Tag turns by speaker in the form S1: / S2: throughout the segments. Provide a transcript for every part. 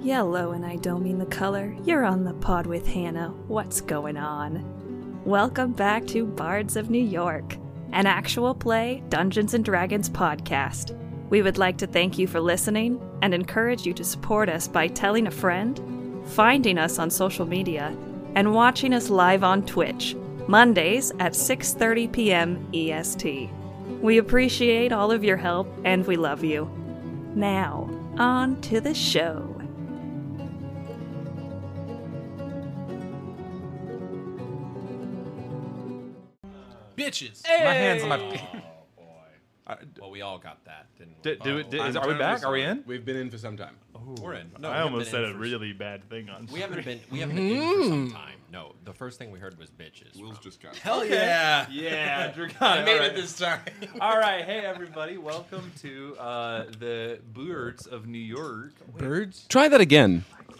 S1: Yellow, and I don't mean the color. You're on the pod with Hannah. What's going on? Welcome back to Bards of New York, an actual play Dungeons and Dragons podcast. We would like to thank you for listening and encourage you to support us by telling a friend, finding us on social media, and watching us live on Twitch, Mondays at 6:30 p.m. EST. E We appreciate all of your help and we love you. Now, on to the show.
S2: bitches.
S3: My hands on my. I- d-
S2: Oh, Well, we all got that, didn't we?
S3: d- do it. d-
S2: Oh,
S3: is-
S4: I'm
S3: are we
S4: totally
S3: back? Are we
S4: sorry.
S3: in?
S4: We've been in for some time.
S2: we're in. No,
S5: I
S2: we've
S5: almost
S2: been
S5: said
S2: in
S5: a
S2: for-
S5: really bad thing on.
S2: We haven't been. We haven't been in for
S3: Mm.
S2: some time. No, the first thing we heard was bitches.
S4: Will's just got.
S2: Hell yeah!
S3: Yeah, Dragana.
S2: I made it this time.
S3: All right, hey everybody, welcome to uh, the Birds of New York.
S5: Birds?
S4: Try that again.
S5: Oh,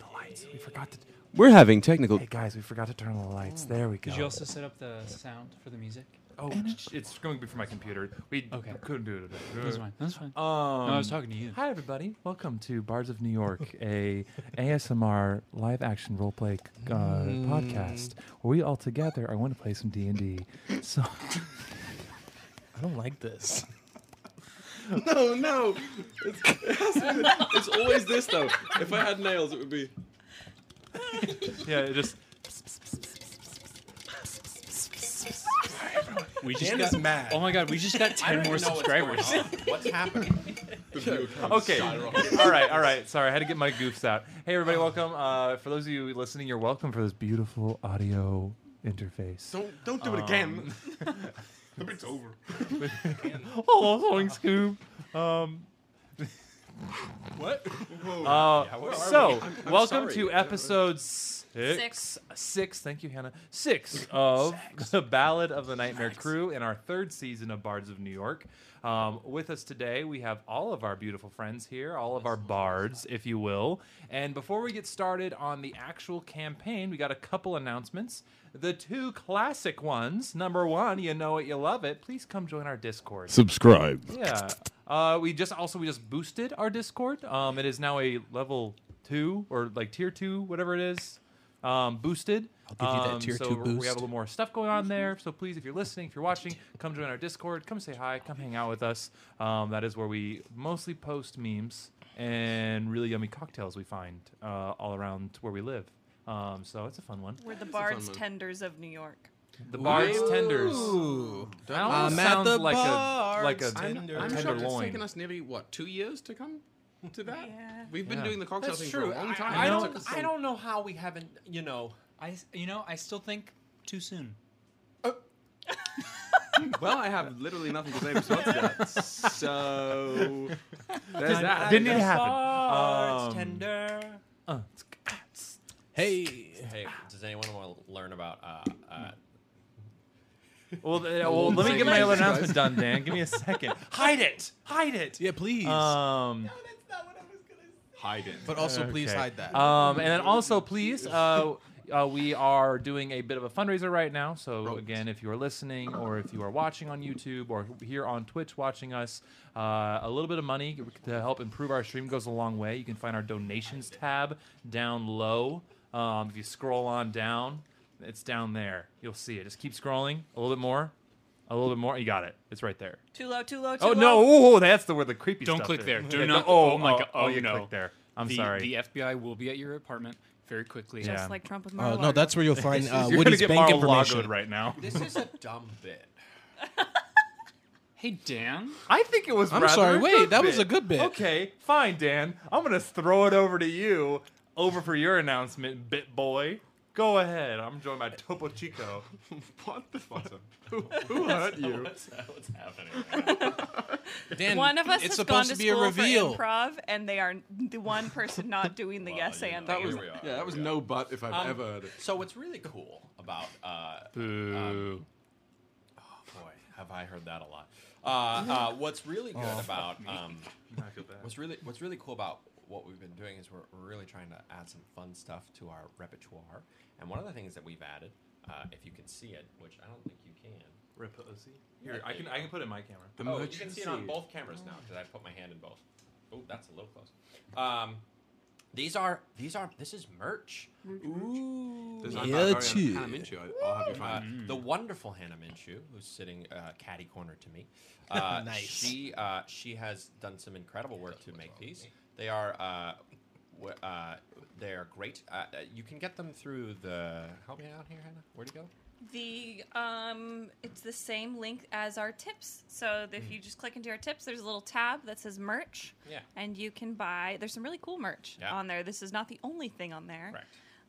S5: The lights. We forgot to.
S4: We're having technical.
S5: Hey guys, we forgot to turn on the lights. There we go.
S6: Did you also set up the sound for the music?
S5: Oh, sh- it's going to be for my computer. We
S6: Okay.
S5: couldn't do it today.
S6: That's fine. That's fine.
S5: Um,
S6: no, I was talking to you.
S5: Hi everybody, welcome to Bards of New York, a ASMR live action roleplay uh, podcast where we all together are going to play some D and D. So
S7: I don't like this.
S4: No, no. It's, it has to be that- it's always this though. If I had nails, it would be.
S5: yeah, it just
S6: We just
S7: Dan
S6: got,
S7: is mad.
S6: Oh my god, we just got
S2: I don't
S6: ten more
S2: even know what's going
S6: subscribers.
S2: on. What's happening?
S4: the view comes
S5: Okay.
S4: skyrocketing.
S5: all right, all right. Sorry, I had to get my goofs out. Hey, everybody, welcome. Uh, for those of you listening, you're welcome for this beautiful audio interface. Um,
S4: Don't don't do it again.
S2: Uh,
S4: it's over.
S5: Oh, going Scoob. Um,
S4: What? Whoa.
S5: uh,
S2: where are
S5: so,
S4: I'm- I'm
S5: welcome
S4: sorry.
S5: to episode six.
S8: Six.
S5: Six, Thank you, Hannah. Six of the Ballad of the Nightmare Crew in our third season of Bards of New York. Um, with us today, we have all of our beautiful friends here, all of our bards, if you will. And before we get started on the actual campaign, we got a couple announcements. The two classic ones. Number one, you know it, you love it. Please come join our Discord.
S4: Subscribe.
S5: Yeah. Uh, we just also we just boosted our Discord. Um, it is now a level two or like tier two, whatever it is. Um, boosted.
S7: I'll give you that
S5: Um,
S7: tier
S5: so
S7: two
S5: we're- We have a
S7: boost.
S5: little more stuff going on there. So please, if you're listening, if you're watching, come join our Discord. Come say hi. Come hang out with us. Um, that is where we mostly post memes and really yummy cocktails we find uh, all around where we live. Um, so it's a fun one.
S8: We're the Bard's Tenders of New York.
S5: The Bard's Tenders.
S7: Ooh.
S5: That almost
S7: I'm at
S5: sounds
S7: the
S5: like a
S7: Bard's
S5: like a,
S4: I'm,
S7: Tender.
S5: a
S4: I'm shocked it's
S5: tenderloin.
S4: taken us nearly what two years to come to that.
S8: Yeah.
S4: We've been
S5: Yeah.
S4: doing the cocktail
S2: That's
S4: thing
S2: true.
S4: for a long
S2: I-
S4: time.
S2: I,
S5: It took
S2: don't.
S4: us a-
S2: I don't know how we haven't. You know.
S6: I, s- you know, I still think too soon.
S4: Well, I have literally nothing to say in response to that. So there's that.
S5: Didn't need to
S6: The
S5: happen.
S6: Bard's
S5: Um,
S6: tender.
S5: Uh,
S7: Hey.
S2: Hey, does anyone want to learn about? Uh, uh,
S5: well, th- well, let me
S4: Say
S5: get my
S4: it.
S5: other announcement done, Dan. Give me a second. Hide it. Hide it.
S7: Yeah, please.
S5: Um,
S4: Hide it.
S7: but also, please
S5: okay.
S7: hide that.
S5: um, and then also, please, uh, uh, we are doing a bit of a fundraiser right now. So
S4: Right.
S5: again, if you are listening or if you are watching on YouTube or here on Twitch watching us, uh, a little bit of money to help improve our stream goes a long way. You can find our donations tab down low. Um, if you scroll on down, it's down there. You'll see it. Just keep scrolling a little bit more. A little bit more. You got it. It's right there.
S8: Too low, too low, too
S5: Oh
S8: low.
S5: no! Oh, that's the where the creepy.
S6: Don't
S5: stuff
S6: click
S5: is.
S6: there. Do
S5: Yeah,
S6: not-
S5: the- Oh,
S6: oh my
S5: oh,
S6: God.
S5: Oh,
S6: Oh,
S5: you
S6: no.
S5: click there. I'm
S6: the,
S5: sorry.
S6: The FBI will be at your apartment very quickly.
S5: Yeah.
S8: Just like Trump with
S7: Uh,
S8: Mar-a-Lago.
S7: no, that's where you'll find uh,
S5: You're gonna
S7: Woody's
S5: get
S7: bank
S5: Mar-a-Lago'd
S7: information.
S5: right now.
S2: this is a dumb bit.
S6: Hey Dan,
S5: I think it was.
S7: I'm
S5: rather
S7: sorry,
S5: a
S7: wait,
S5: good
S7: that
S5: bit.
S7: was a good bit.
S5: Okay, fine, Dan. I'm gonna throw it over to you. Over for your announcement, bit boy. Go ahead. I'm joined by Topo Chico.
S4: What the fuck? Who, who hurt you?
S2: What's, what's happening?
S7: Dan,
S8: One of us
S7: it's
S8: has
S7: supposed
S8: gone
S7: to
S8: to
S7: be a
S8: school
S7: reveal.
S8: for improv, and they are the one person not doing the
S2: Well,
S8: yes
S2: you know,
S8: and.
S2: that
S8: thing.
S2: was- Here we are.
S4: Yeah, that was no but if I've
S2: Um,
S4: ever heard it.
S2: so what's really cool about uh,
S5: Boo.
S2: Oh, Boy, have I heard that a lot. Uh, uh, what's really
S5: Oh,
S2: good about um, what's really what's really cool about what we've been doing is we're, we're really trying to add some fun stuff to our repertoire. And one of the things that we've added, uh, if you can see it, which I don't think you can.
S5: Reposi. uh, Here, I can I can put it in my camera. Oh.
S2: Oh, you can see it on both cameras now because I put my hand in both. Oh, that's a little close. Um, these are these are this is merch. Ooh.
S4: Designed
S7: Yeah,
S4: by
S7: too.
S4: Hannah Minshew. I- I'll have you
S2: Uh,
S4: find
S5: Mm.
S4: it.
S2: The wonderful Hannah Minshew, who's sitting uh, caddy corner to me, uh,
S7: Nice.
S2: She uh, she has done some incredible work to make these. They are uh, w- uh, they are great. Uh, uh, you can get them through the. Help me out here, Hannah. Where'd you go?
S8: The um, it's the same link as our tips. So
S5: Mm.
S8: if you just click into our tips, there's a little tab that says merch.
S2: Yeah.
S8: And you can buy. There's some really cool merch
S2: Yeah.
S8: on there. This is not the only thing on there.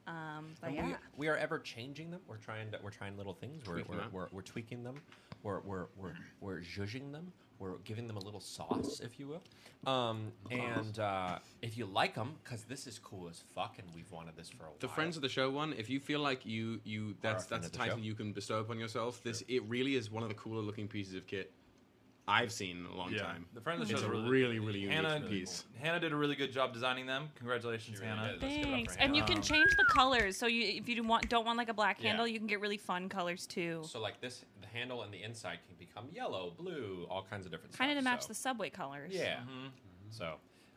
S8: Um, but
S2: And
S8: yeah.
S2: we, we are ever changing them. We're trying to, we're trying little things. We're
S4: Tweaking
S2: we're,
S4: them.
S2: we're, we're tweaking them. We're we're we're we're zhuzhing them. We're giving them a little sauce, if you will. Um, and uh, if you like them, because this is cool as fuck, and we've wanted this for a while.
S4: The friends of the show one. If you feel like you you that's
S2: a friend
S4: that's a
S2: of the show.
S4: title you can bestow upon yourself. This it really is one of the cooler looking pieces of kit I've seen in a long time.
S5: The friend of the
S4: It's
S5: show
S4: a
S5: really,
S4: really really unique
S5: Hannah,
S4: piece.
S5: Hannah did a really good job designing them. Congratulations,
S2: She really
S5: Hannah.
S2: did. Let's give it up for
S8: Thanks. And you
S2: Hannah.
S8: can change the colors. So you, if you do want, don't want like a black handle, you can get really fun colors too.
S2: So like this, the handle and the inside can become yellow, blue, all kinds of different.
S8: Kind of
S2: stuff,
S8: to match
S2: so-
S8: the subway colors.
S2: Yeah. Mm-hmm. So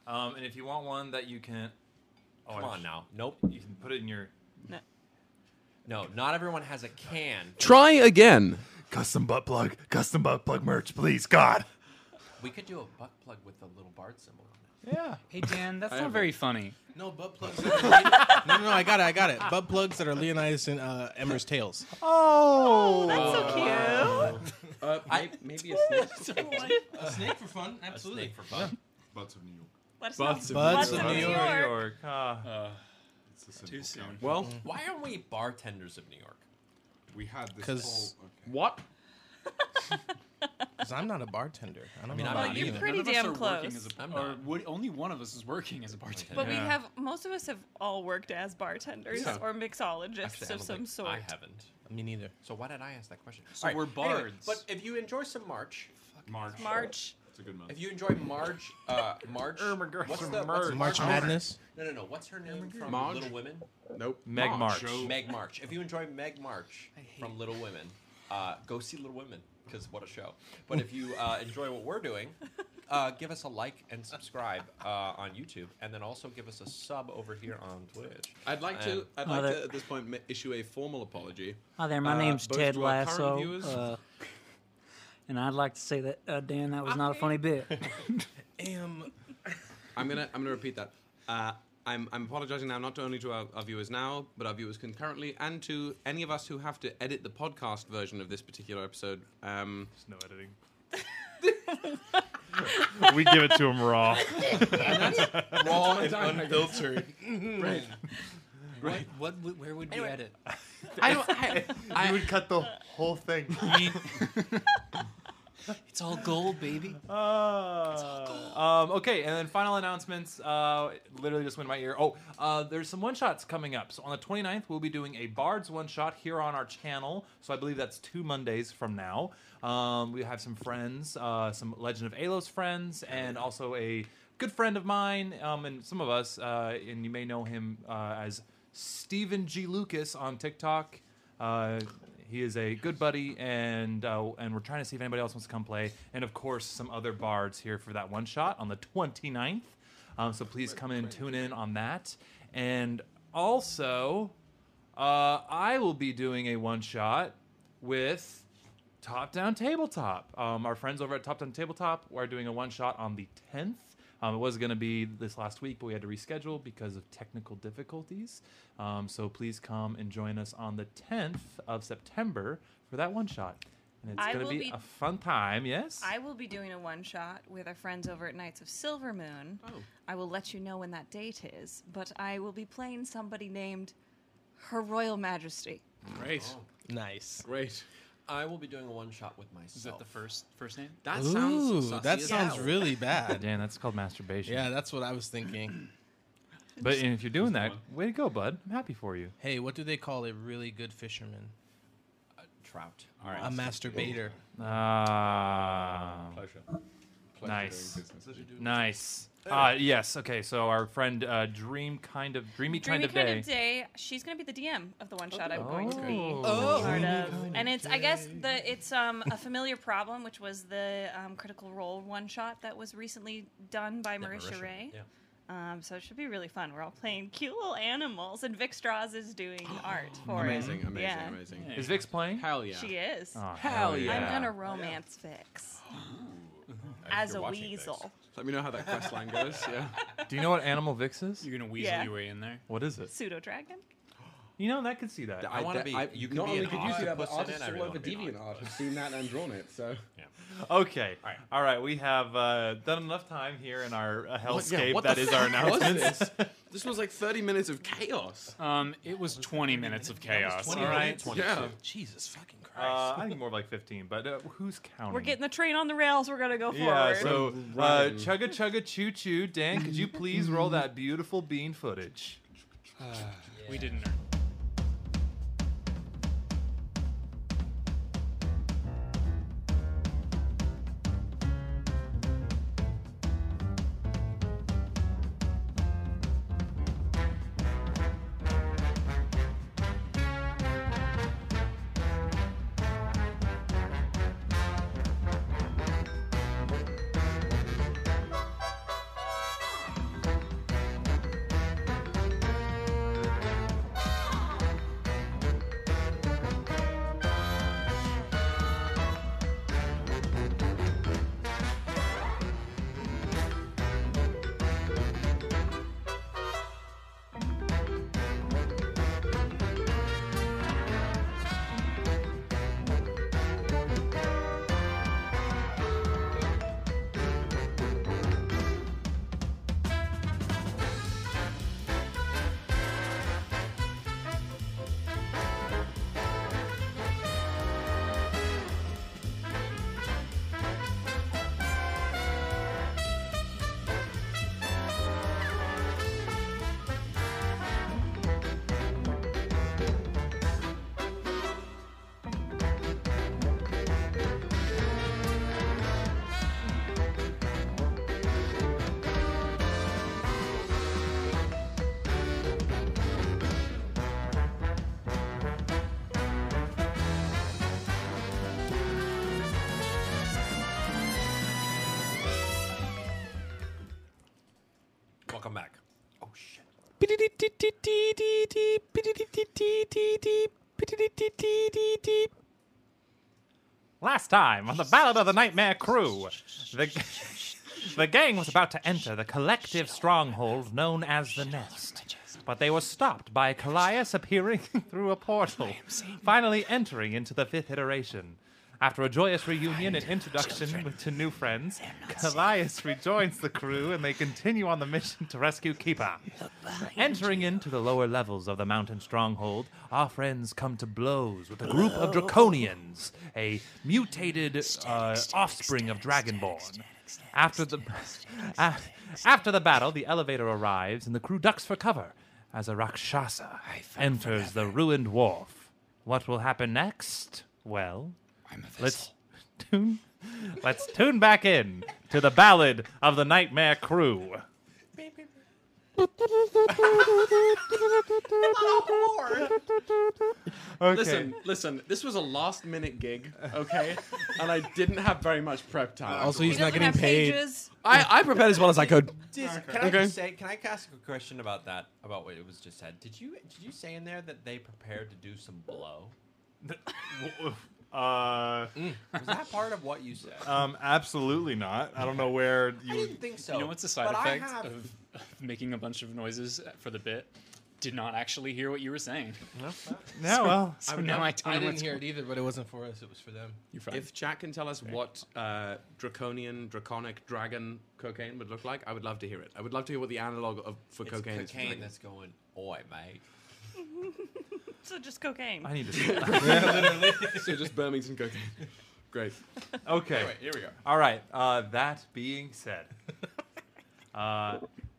S5: Um, and if you want one that you can, oh,
S2: come
S5: I
S2: on
S5: sh-
S2: now. Nope.
S5: you can put it in your.
S2: No, not everyone has a can.
S4: Try again.
S9: Custom butt plug, custom butt plug merch, please, God.
S2: We could do a butt plug with a little bard symbol on it.
S5: Yeah.
S6: Hey Dan, that's
S4: have
S6: not very funny.
S7: No butt plugs. no, no, no. I got it. I got it. Butt plugs that are Leonidas and uh, Emmer's tails.
S5: Oh.
S8: That's so cute.
S4: Uh, I, maybe a snake.
S7: A snake for fun.
S2: Snake for fun.
S9: Butts of New York.
S8: Let's not-
S4: Butts of
S7: Butts
S8: Butts
S7: of New York.
S5: New York. huh.
S9: Uh, It's a simple
S6: Too soon.
S4: well,
S2: Why aren't we bartenders of New York?
S9: count. We had this
S7: 'Cause-
S9: whole. Okay.
S4: what?
S7: Because I'm not a bartender. I don't know.
S2: I'm
S7: about
S2: not
S7: you.
S6: You're
S2: either.
S6: pretty
S8: None of us
S6: damn
S8: are working
S6: close.
S8: as
S2: a- I'm
S6: or
S2: not.
S6: would, only one of us is working as a bartender.
S8: But we
S5: Yeah.
S8: have most of us have all worked as bartenders
S4: Yeah.
S8: or mixologists
S2: Actually, I
S8: of
S2: don't
S8: some
S2: think
S8: sort.
S2: I haven't.
S7: Me neither.
S2: So why did I ask that question?
S6: So
S2: Alright,
S6: we're
S2: anyway,
S6: bards.
S2: but if you enjoy some March,
S9: March.
S8: March.
S9: It's a good month.
S2: if you enjoy March, uh, March,
S5: Oh my gosh,
S2: what's
S5: some
S2: the what's
S5: merch.
S2: the
S7: March Madness.
S2: No, no, no. What's her name from
S4: March?
S2: Little Women?
S4: Nope.
S5: Meg March.
S2: Meg March. If you enjoy Meg March from Little Women, uh, go see Little Women because what a show. But if you uh, enjoy what we're doing, uh, give us a like and subscribe uh, on YouTube, and then also give us a sub over here on Twitch.
S4: I'd like to.
S2: And-
S4: I'd
S10: Oh,
S4: like
S10: that-
S4: to at this point ma- issue a formal apology.
S10: Hi Oh, there, my
S4: Uh,
S10: name's
S4: both
S10: Ted
S4: to our current
S10: Lasso,
S4: viewers.
S10: uh, and I'd like to say that uh, Dan, that was not a funny bit.
S7: Am
S4: I'm gonna. I'm gonna repeat that. Uh, I'm, I'm apologizing now, not only to our, our viewers now, but our viewers concurrently, and to any of us who have to edit the podcast version of this particular episode. Um,
S5: There's no editing. we give it to him raw.
S4: raw and unfiltered. Mm-hmm.
S6: what, what, would- where would we edit?
S4: I don't. I, I,
S9: you would cut the whole thing.
S6: It's all gold, baby.
S5: um, okay, and then final announcements. Uh, it literally just went in my ear. Oh, uh, there's some one shots coming up. So on the 29th, we'll be doing a Bard's one shot here on our channel. So I believe that's two Mondays from now. Um, we have some friends, uh, some Legend of Alos friends, and also a good friend of mine, um, and some of us, uh, and you may know him uh, as Stephen G. Lucas on TikTok. Uh, he is a good buddy, and uh, and we're trying to see if anybody else wants to come play. And of course, some other bards here for that one shot on the 29th. Um, so please come in and tune in on that. And also, uh, I will be doing a one shot with Top Down Tabletop. Um, our friends over at Top Down Tabletop are doing a one shot on the 10th. Um, it was going to be this last week, but we had to reschedule because of technical difficulties. Um, so please come and join us on the 10th of September for that one shot. And it's
S8: I
S5: going to
S8: will
S5: be,
S8: be-
S5: a fun time, yes?
S8: I will be doing a one shot with our friends over at Knights of Silver Moon. Oh. I will let you know when that date is, but I will be playing somebody named Her Royal Majesty.
S6: Right.
S5: Oh.
S7: nice.
S4: great.
S2: I will be doing a one shot with myself.
S6: Is that the first first name?
S4: That
S7: Ooh,
S4: sounds.
S7: that
S4: sussy as
S7: sounds
S4: hell.
S7: really bad.
S5: Dan, that's called masturbation.
S7: Yeah, that's what I was thinking.
S5: But if you're doing that, way to go, bud. I'm happy for you.
S7: Hey, what do they call a really good fisherman?
S2: trout?
S7: A masturbator.
S5: Ah.
S2: Pleasure. Pleasure
S5: nice.
S2: doing business with you.
S5: Nice. Uh, yes. Okay. So our friend uh, Dream kind of
S8: Dreamy
S5: dreamy, kind of
S8: kind
S5: day.
S8: of day. She's gonna be the DM of the one shot I'm going to be a
S5: Oh. Oh.
S8: part
S5: Dreamy
S8: of,
S5: kind
S8: and
S5: of
S8: it's I guess the it's um a familiar problem, which was the um, critical role one shot that was recently done by Marisha,
S6: Marisha,
S8: Ray.
S6: yeah.
S8: Um, so it should be really fun. We're all playing cute little animals, and Vic Strauss is doing art for it.
S4: amazing, amazing,
S8: Yeah.
S4: amazing.
S5: Is Vix playing?
S4: Hell yeah.
S8: She is.
S5: Oh, hell Hell yeah.
S8: I'm
S5: yeah.
S8: gonna romance Vix as a weasel.
S4: Let me know how that quest line goes. Yeah.
S5: Do you know what animal Vix is? You're
S6: gonna
S8: weasel Yeah. your way in
S6: there.
S5: What is it?
S8: Pseudo dragon.
S5: You know, that could see that.
S2: I wanna
S4: that-
S2: be- you can
S4: not
S2: be
S4: only
S2: an
S4: could you see that, but
S2: octopus
S4: artists
S2: in it, I really
S4: all over
S2: wanna be an
S4: Deviant Art have seen that and drawn it. So
S5: Okay. All right. We have uh, done enough time here in our uh,
S4: What- yeah,
S5: hellscape.
S4: what
S5: that
S4: the
S5: is our
S4: fuck was
S5: announcements.
S4: this? This was like 30 minutes of chaos.
S6: Um, it was 20 minutes of chaos.
S5: 20
S6: all right.
S5: minutes,
S4: Yeah.
S7: Jesus fucking Christ.
S5: Uh, I think more like 15, but uh, who's counting?
S8: We're getting the train on the rails. We're gonna go forward.
S5: yeah, so uh,
S4: Running.
S5: chugga chugga choo choo. Dan, could you please roll that beautiful bean footage?
S6: We didn't.
S2: Welcome back. Oh shit.
S5: Last time on the Ballad of the Nightmare Crew, the, g- the gang was about to enter the collective stronghold known as the Nest. But they were stopped by Callias appearing through a portal, finally entering into the fifth iteration. After a joyous reunion and introduction with- to new friends, Callias rejoins the crew and they continue on the mission to rescue Keeper. Entering into the lower levels of the mountain stronghold, our friends come to blows with a group of draconians, a mutated uh, offspring of Dragonborn. After the a- after the battle, the elevator arrives and the crew ducks for cover as a rakshasa enters the ruined wharf. What will happen next? Well, let's tune let's tune back in to the ballad of the nightmare crew. Okay.
S4: Listen, listen. This was a last-minute gig, okay? and I didn't have very much prep time.
S7: Also, he's
S8: He
S7: not
S8: doesn't
S7: getting
S8: have
S7: paid.
S8: pages.
S4: I, I prepared as well as I could.
S2: Did, Can I just say? Can I ask a question about that? About what it was just said? Did you did you say in there that they prepared to do some blow? Mm.
S5: Uh,
S2: Was that part of what you said?
S11: Uh,
S5: um, absolutely not. I don't know where
S2: I
S5: you.
S2: didn't think so.
S6: You know what's the side
S2: but
S6: effect
S2: I have,
S6: of, of making a bunch of noises for the bit? Did not actually hear what you were saying.
S5: Yeah, well,
S6: So now I don't
S7: I
S6: know
S7: didn't
S6: what's
S7: hear it either, but it wasn't for us. It was for them.
S6: You're fine.
S4: If chat can tell us what uh, draconian, draconic, dragon cocaine would look like, I would love to hear it. I would love to hear what the analog of for
S2: it's
S4: cocaine,
S2: cocaine,
S4: is. for dragon.
S2: that's going, oi, mate.
S8: So just cocaine.
S5: I need to. See that.
S4: so just Birmingham cocaine. Great.
S5: Okay.
S2: Anyway, here we go.
S5: All right. Uh, that being said, uh,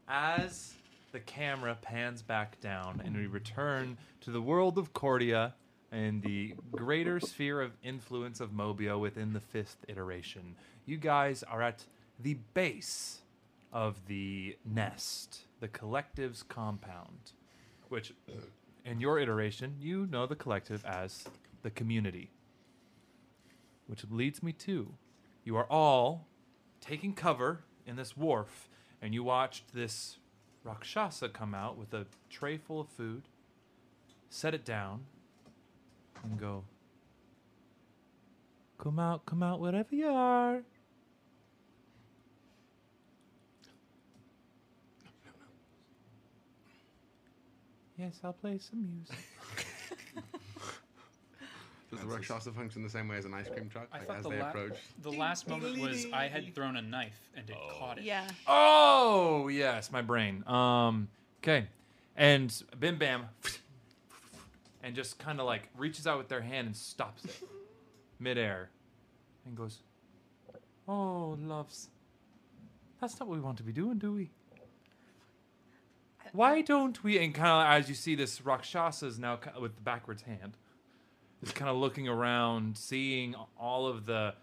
S5: as the camera pans back down and we return to the world of Cordia and the greater sphere of influence of Mobio within the fifth iteration, you guys are at the base of the nest, the collective's compound, which in your iteration, you know the collective as the community. Which leads me to you are all taking cover in this wharf, and you watched this Rakshasa come out with a tray full of food, set it down, and go, Come out, come out, wherever you are. Yes, I'll play some music.
S4: Does the Rakshasa function the same way as an ice cream truck?
S6: I
S4: Like,
S6: thought
S4: as
S6: the,
S4: they
S6: la-
S4: approach?
S6: the last moment was I had thrown a knife and it caught it.
S8: Yeah.
S5: Oh yes, my brain. Um, okay, and Bim Bam, and just kind of like reaches out with their hand and stops it midair, and goes, "Oh loves, that's not what we want to be doing, do we? Why don't we?" And kind of as you see this Rakshasa is now ki- with the backwards hand, is kind of looking around, seeing all of the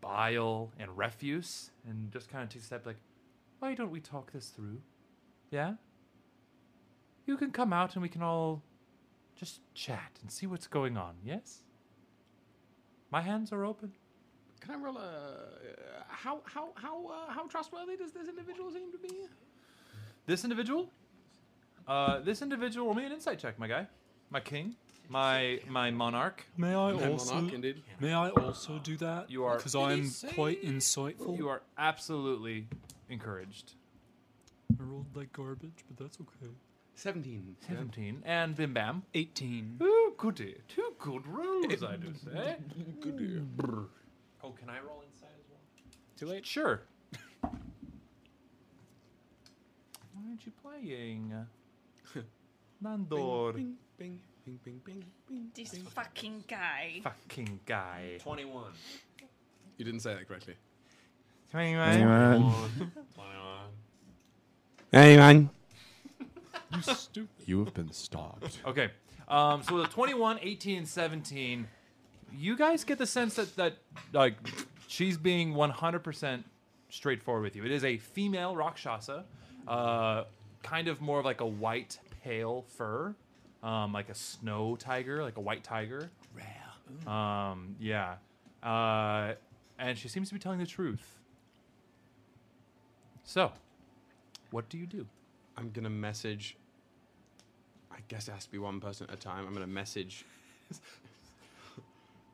S5: bile and refuse, and just kind of takes a step like, why don't we talk this through? Yeah? You can come out and we can all just chat and see what's going on, yes? My hands are open.
S4: Can I roll a uh, how how how uh, how trustworthy does this individual seem to be?
S5: This individual? Uh, this individual, roll me an insight check, my guy. My king. My my monarch.
S9: May I
S4: Monarch,
S9: also
S4: indeed.
S9: may I also do that?
S5: You are-
S9: because
S5: Did he
S9: I'm
S5: say-
S9: quite insightful.
S5: You are absolutely encouraged.
S9: I rolled like garbage, but that's okay.
S4: Seventeen.
S5: 17. And Bim Bam.
S9: 18.
S5: Ooh, goody. Two good rolls, I do say.
S4: Good.
S2: Oh, can I roll inside as well?
S6: Too late.
S5: Sure. Why aren't you playing? Nandor.
S4: Bing, bing, bing, bing, bing, bing.
S8: This fucking guy.
S5: Fucking guy.
S2: Twenty-one.
S4: You didn't say that correctly.
S2: Twenty-one.
S4: Hey man.
S7: You have been stopped.
S5: Okay. Um, so the 21, 18, 17, you guys get the sense that, that like she's being 100% straightforward with you. It is a female Rakshasa, uh, kind of more of like a white, pale fur, um, like a snow tiger, like a white tiger. Rare. Um, yeah. Uh, and she seems to be telling the truth. So, what do you do?
S4: I'm gonna message. I guess it has to be one person at a time. I'm gonna message.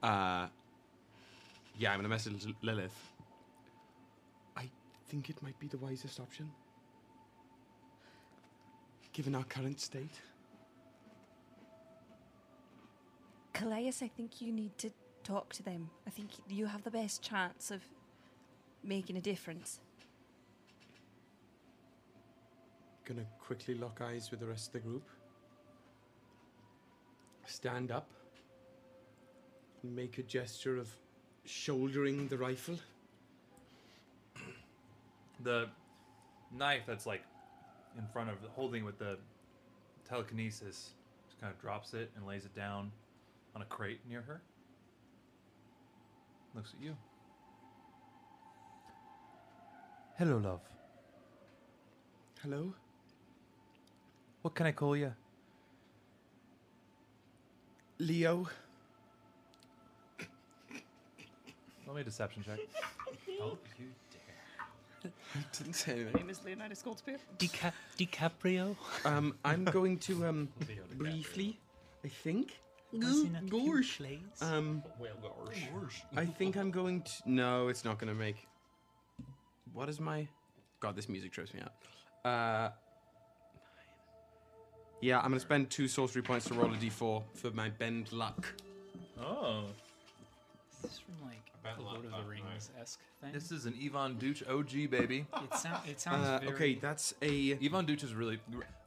S4: uh, yeah, I'm gonna message L- Lilith. I think it might be the wisest option, given our current state.
S8: Calais, I think you need to talk to them. I think you have the best chance of making a difference.
S4: Gonna quickly lock eyes with the rest of the group. Stand up. Make a gesture of shouldering the rifle.
S5: the knife that's like in front of holding with the telekinesis just kind of drops it and lays it down on a crate near her looks at you hello love
S4: Hello?
S5: what can i call you
S4: Leo.
S5: let me a deception check Oh,
S4: Didn't say anything.
S6: My name is Leonidas Goldspear.
S10: Dica- DiCaprio?
S4: Um, I'm going to um, briefly, I think.
S10: Was in a few
S4: Gorsh.
S10: plays.
S4: Um, I think I'm going to. No, it's not going to make. What is my? God, this music trips me out. Uh, yeah, I'm going to spend two sorcery points to roll a d4 for my bend luck.
S5: oh
S10: Is this from like
S2: bet
S10: the
S2: a lot
S10: Lord of the
S2: about mine.
S10: Rings esque thing?
S5: this is an yvonne Deutsch og baby
S10: it, sound, it sounds
S4: Uh,
S10: very.
S4: okay, that's a.
S5: Yvonne Deutsch is really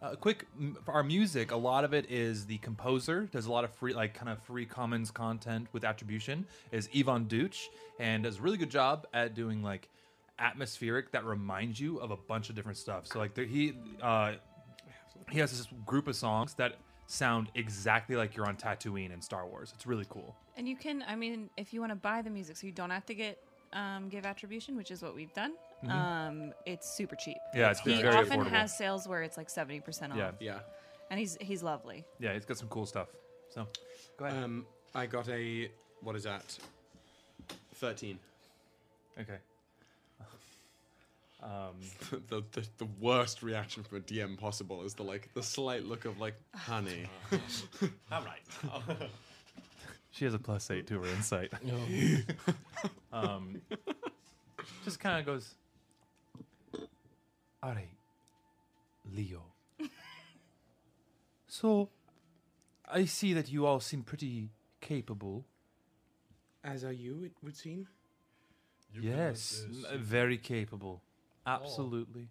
S5: uh, quick. m- For our music, a lot of it is the composer does a lot of free, like kind of free commons content with attribution. Is Yvonne Deutsch and does a really good job at doing like atmospheric that reminds you of a bunch of different stuff. So like there, he uh, he has this group of songs that sound exactly like you're on Tatooine in Star Wars. It's really cool.
S8: And you can, I mean, if you want to buy the music, so you don't have to get um, give attribution, which is what we've done,
S5: Mhm.
S8: um, it's super cheap.
S5: Yeah, it's
S8: he
S5: been very
S8: often
S5: affordable.
S8: has sales where it's like seventy percent off.
S5: Yeah. Yeah.
S8: and he's he's lovely.
S5: Yeah, it's got some cool stuff. So, go ahead.
S4: Um, I got a what is that? Thirteen.
S5: Okay.
S4: Um, the, the the worst reaction from a DM possible is the like the slight look of like honey.
S5: Ah.
S2: All right.
S5: She has a plus eight to her insight. um, just kind of goes, All right, Leo. so, I see that you all seem pretty capable.
S4: As are you, it would seem.
S5: yes, m- very capable. Absolutely.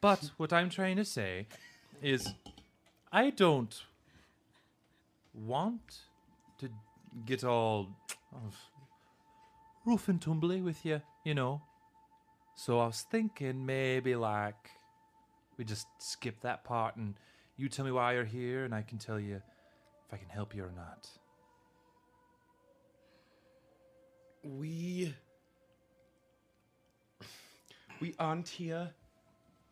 S5: But what I'm trying to say is I don't want to get all rough and tumbly with you, you know. So I was thinking maybe like we just skip that part and you tell me why you're here and I can tell you if I can help you or not.
S4: We we aren't here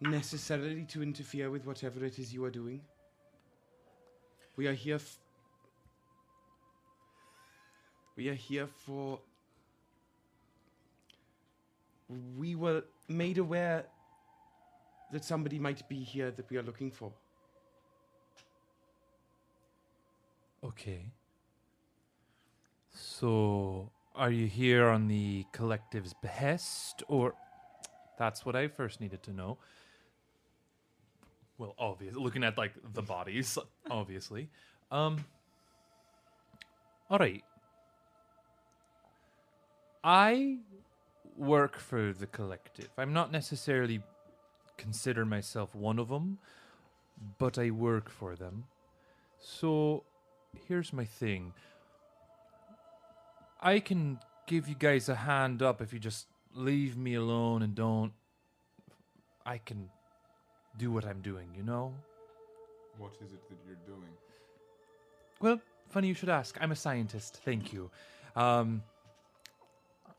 S4: necessarily to interfere with whatever it is you are doing. We are here. F- we are here for. We were made aware that somebody might be here that we are looking for.
S5: Okay. So, are you here on the collective's behest, or that's what I first needed to know? Well, obvious. Looking at like the bodies, obviously. Um. All right. I work for the collective. I'm not necessarily consider myself one of them, but I work for them. So here's my thing. I can give you guys a hand up if you just leave me alone and don't. I can do what I'm doing, you know?
S12: What is it that you're doing?
S5: Well, funny you should ask. I'm a scientist. Thank you. Um,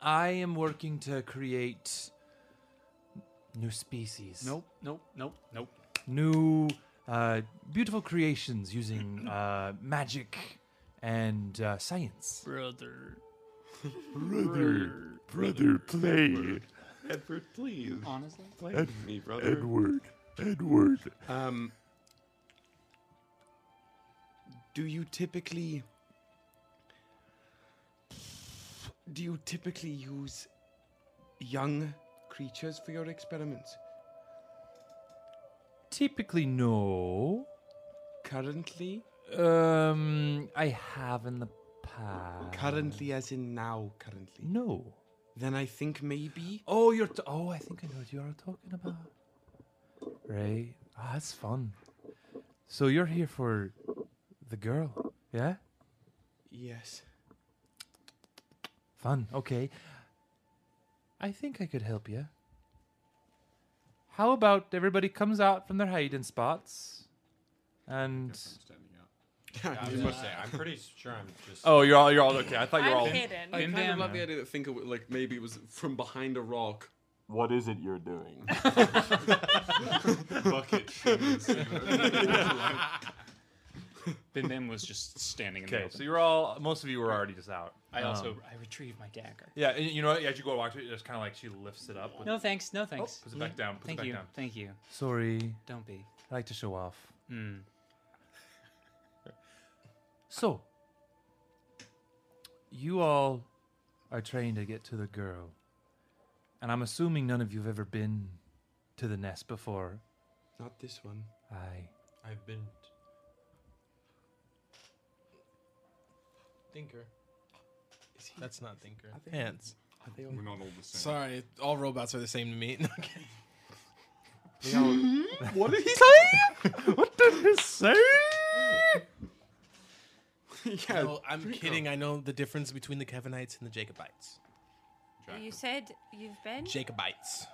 S5: I am working to create new species.
S6: Nope, nope, nope, nope.
S5: New uh, beautiful creations using uh, magic and uh, science.
S6: Brother.
S9: Brother, brother, play.
S4: Edward, please.
S6: Honestly?
S4: Play
S9: Ed-
S4: with me, brother.
S9: Edward, Edward.
S4: Um, do you typically do you typically use young creatures for your experiments?
S5: Typically, no.
S4: Currently,
S5: Um, I have in the past.
S4: currently, as in now, currently.
S5: No.
S4: Then I think maybe.
S5: Oh, you're. T- oh, I think I know what you are talking about. Right. Ah, that's fun. So you're here for the girl, yeah?
S4: Yes.
S5: Fun. Okay. I think I could help you. How about everybody comes out from their hiding spots, and
S2: I was gonna say, I'm pretty sure I'm just.
S5: Oh, you're all- you're all okay. I thought you were I'm all- hidden.
S4: I
S5: in
S4: kind
S5: there.
S4: of love the idea that Thinker would, like maybe it was from behind a rock.
S12: What is it you're doing?
S4: Bucket shoes.
S6: Bim Bim was just standing in the
S5: okay.
S6: open.
S5: So you're all. Most of you were already just out.
S6: I also
S5: Um,
S6: I retrieved my dagger.
S5: Yeah, and you know, what, as you go walk to it, it's kind of like she lifts it up. with-
S6: No thanks, no
S5: Oh,
S6: thanks.
S5: puts it back down. Puts
S6: Thank
S5: it back
S6: you,
S5: down.
S6: thank you.
S5: Sorry.
S6: Don't be.
S5: I like to show off.
S6: Hmm.
S5: So, you all are trying to get to the girl, and I'm assuming none of you've ever been to the nest before.
S4: Not this one.
S5: I
S2: I've been.
S7: Thinker. That's not Thinker.
S4: Are they-
S7: Pants.
S4: Are they all-
S12: We're not all the same.
S7: Sorry, all robots are the same to me.
S4: what did he
S9: say? what did he say?
S4: yeah,
S7: no, I'm kidding. I know the difference between the Kevinites and the Jacobites.
S8: You said you've been
S7: Jacobites.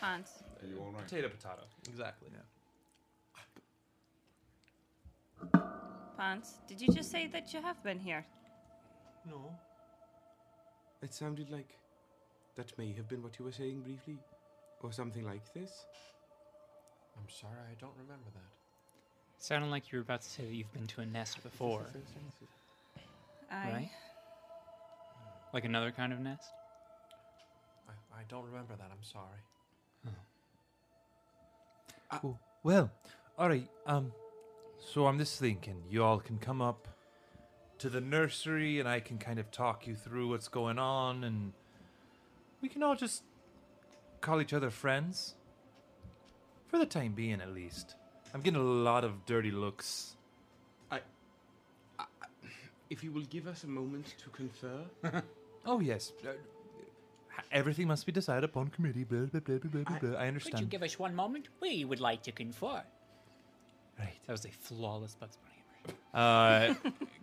S8: Hans.
S12: Are you all right?
S5: potato potato.
S7: Exactly.
S8: Hans, did you just say that you have been here?
S5: No.
S13: It sounded like that may have been what you were saying briefly, or something like this.
S14: I'm sorry, I don't remember that.
S15: Sounded like you were about to say that you've been to a nest before.
S8: I
S15: Right? Like another kind of nest?
S14: I, I don't remember that. I'm sorry.
S5: W- Uh, Well, all right. Um, so I'm just thinking, you all can come up to the nursery, and I can kind of talk you through what's going on, and we can all just call each other friends for the time being, at least. I'm getting a lot of dirty looks.
S13: If you will give us a moment to confer.
S5: oh yes, Uh, everything must be decided upon committee. Blah blah blah blah blah. blah. I
S15: Could you
S5: understand.
S15: give us one moment? We would like to confer.
S5: Right.
S15: That was a flawless Bugs Bunny.
S5: uh,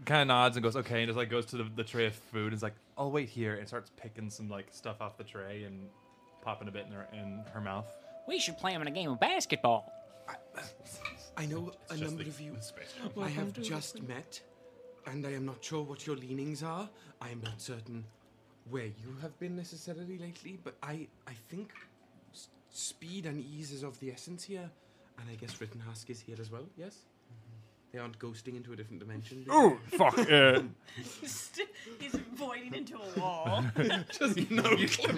S5: kind of nods and goes, okay, and just like goes to the, the tray of food and is like, I'll wait here, and starts picking some like stuff off the tray and popping a bit in her in her mouth.
S15: We should play him in a game of basketball.
S13: I know a
S5: just
S13: number
S5: the-
S13: of you
S5: the space
S13: I
S15: Welcome
S13: have
S15: to
S13: just
S15: Open.
S13: met, and I am not sure what your leanings are. I am not certain where you have been necessarily lately, but I, I think s- speed and ease is of the essence here, and I guess Rittenhask is here as well, yes? They aren't ghosting into a different dimension. do
S5: Oh,
S13: they?
S5: fuck, uh,
S8: He's voiding into a wall.
S5: you,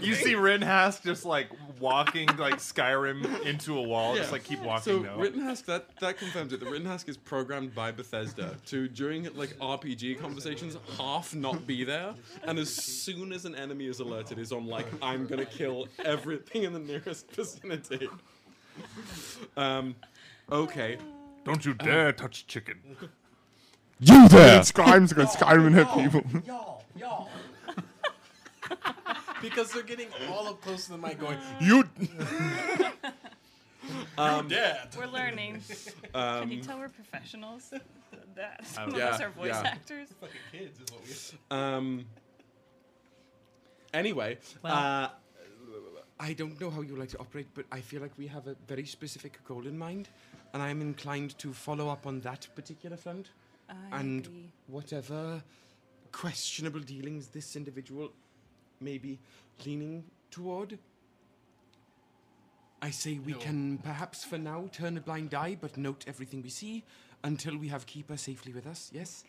S5: you see Rinhask just like walking like Skyrim into a wall, just
S13: Yeah.
S5: like keep walking
S13: So
S5: though.
S13: Rittenhask, that that confirms it. The Rittenhask is programmed by Bethesda to during like RPG conversations half not be there, and as soon as an enemy is alerted, is on like I'm gonna kill everything in the nearest vicinity. Um, okay.
S4: Don't you dare touch chicken.
S16: You there! Skyrim's going Skyrim and her people.
S17: Y'all,
S13: y'all.
S17: because they're getting all up close to the mic going,
S16: You.
S13: Um,
S8: We're learning. Can you
S13: Um,
S8: tell we're professionals? That
S13: I
S8: some
S13: don't
S8: of
S13: know.
S8: us
S13: Yeah,
S8: are voice
S13: yeah.
S8: actors.
S14: Fucking kids is what we.
S13: Um. Anyway,
S14: Well-
S13: uh, I don't know how you like to operate, but I feel like we have a very specific goal in mind, and I'm inclined to follow up on that particular front.
S8: I
S13: and
S8: agree.
S13: whatever questionable dealings this individual may be leaning toward, I say we
S16: No.
S13: can perhaps for now turn a blind eye, but note everything we see until we have Keeper safely with us. Yes.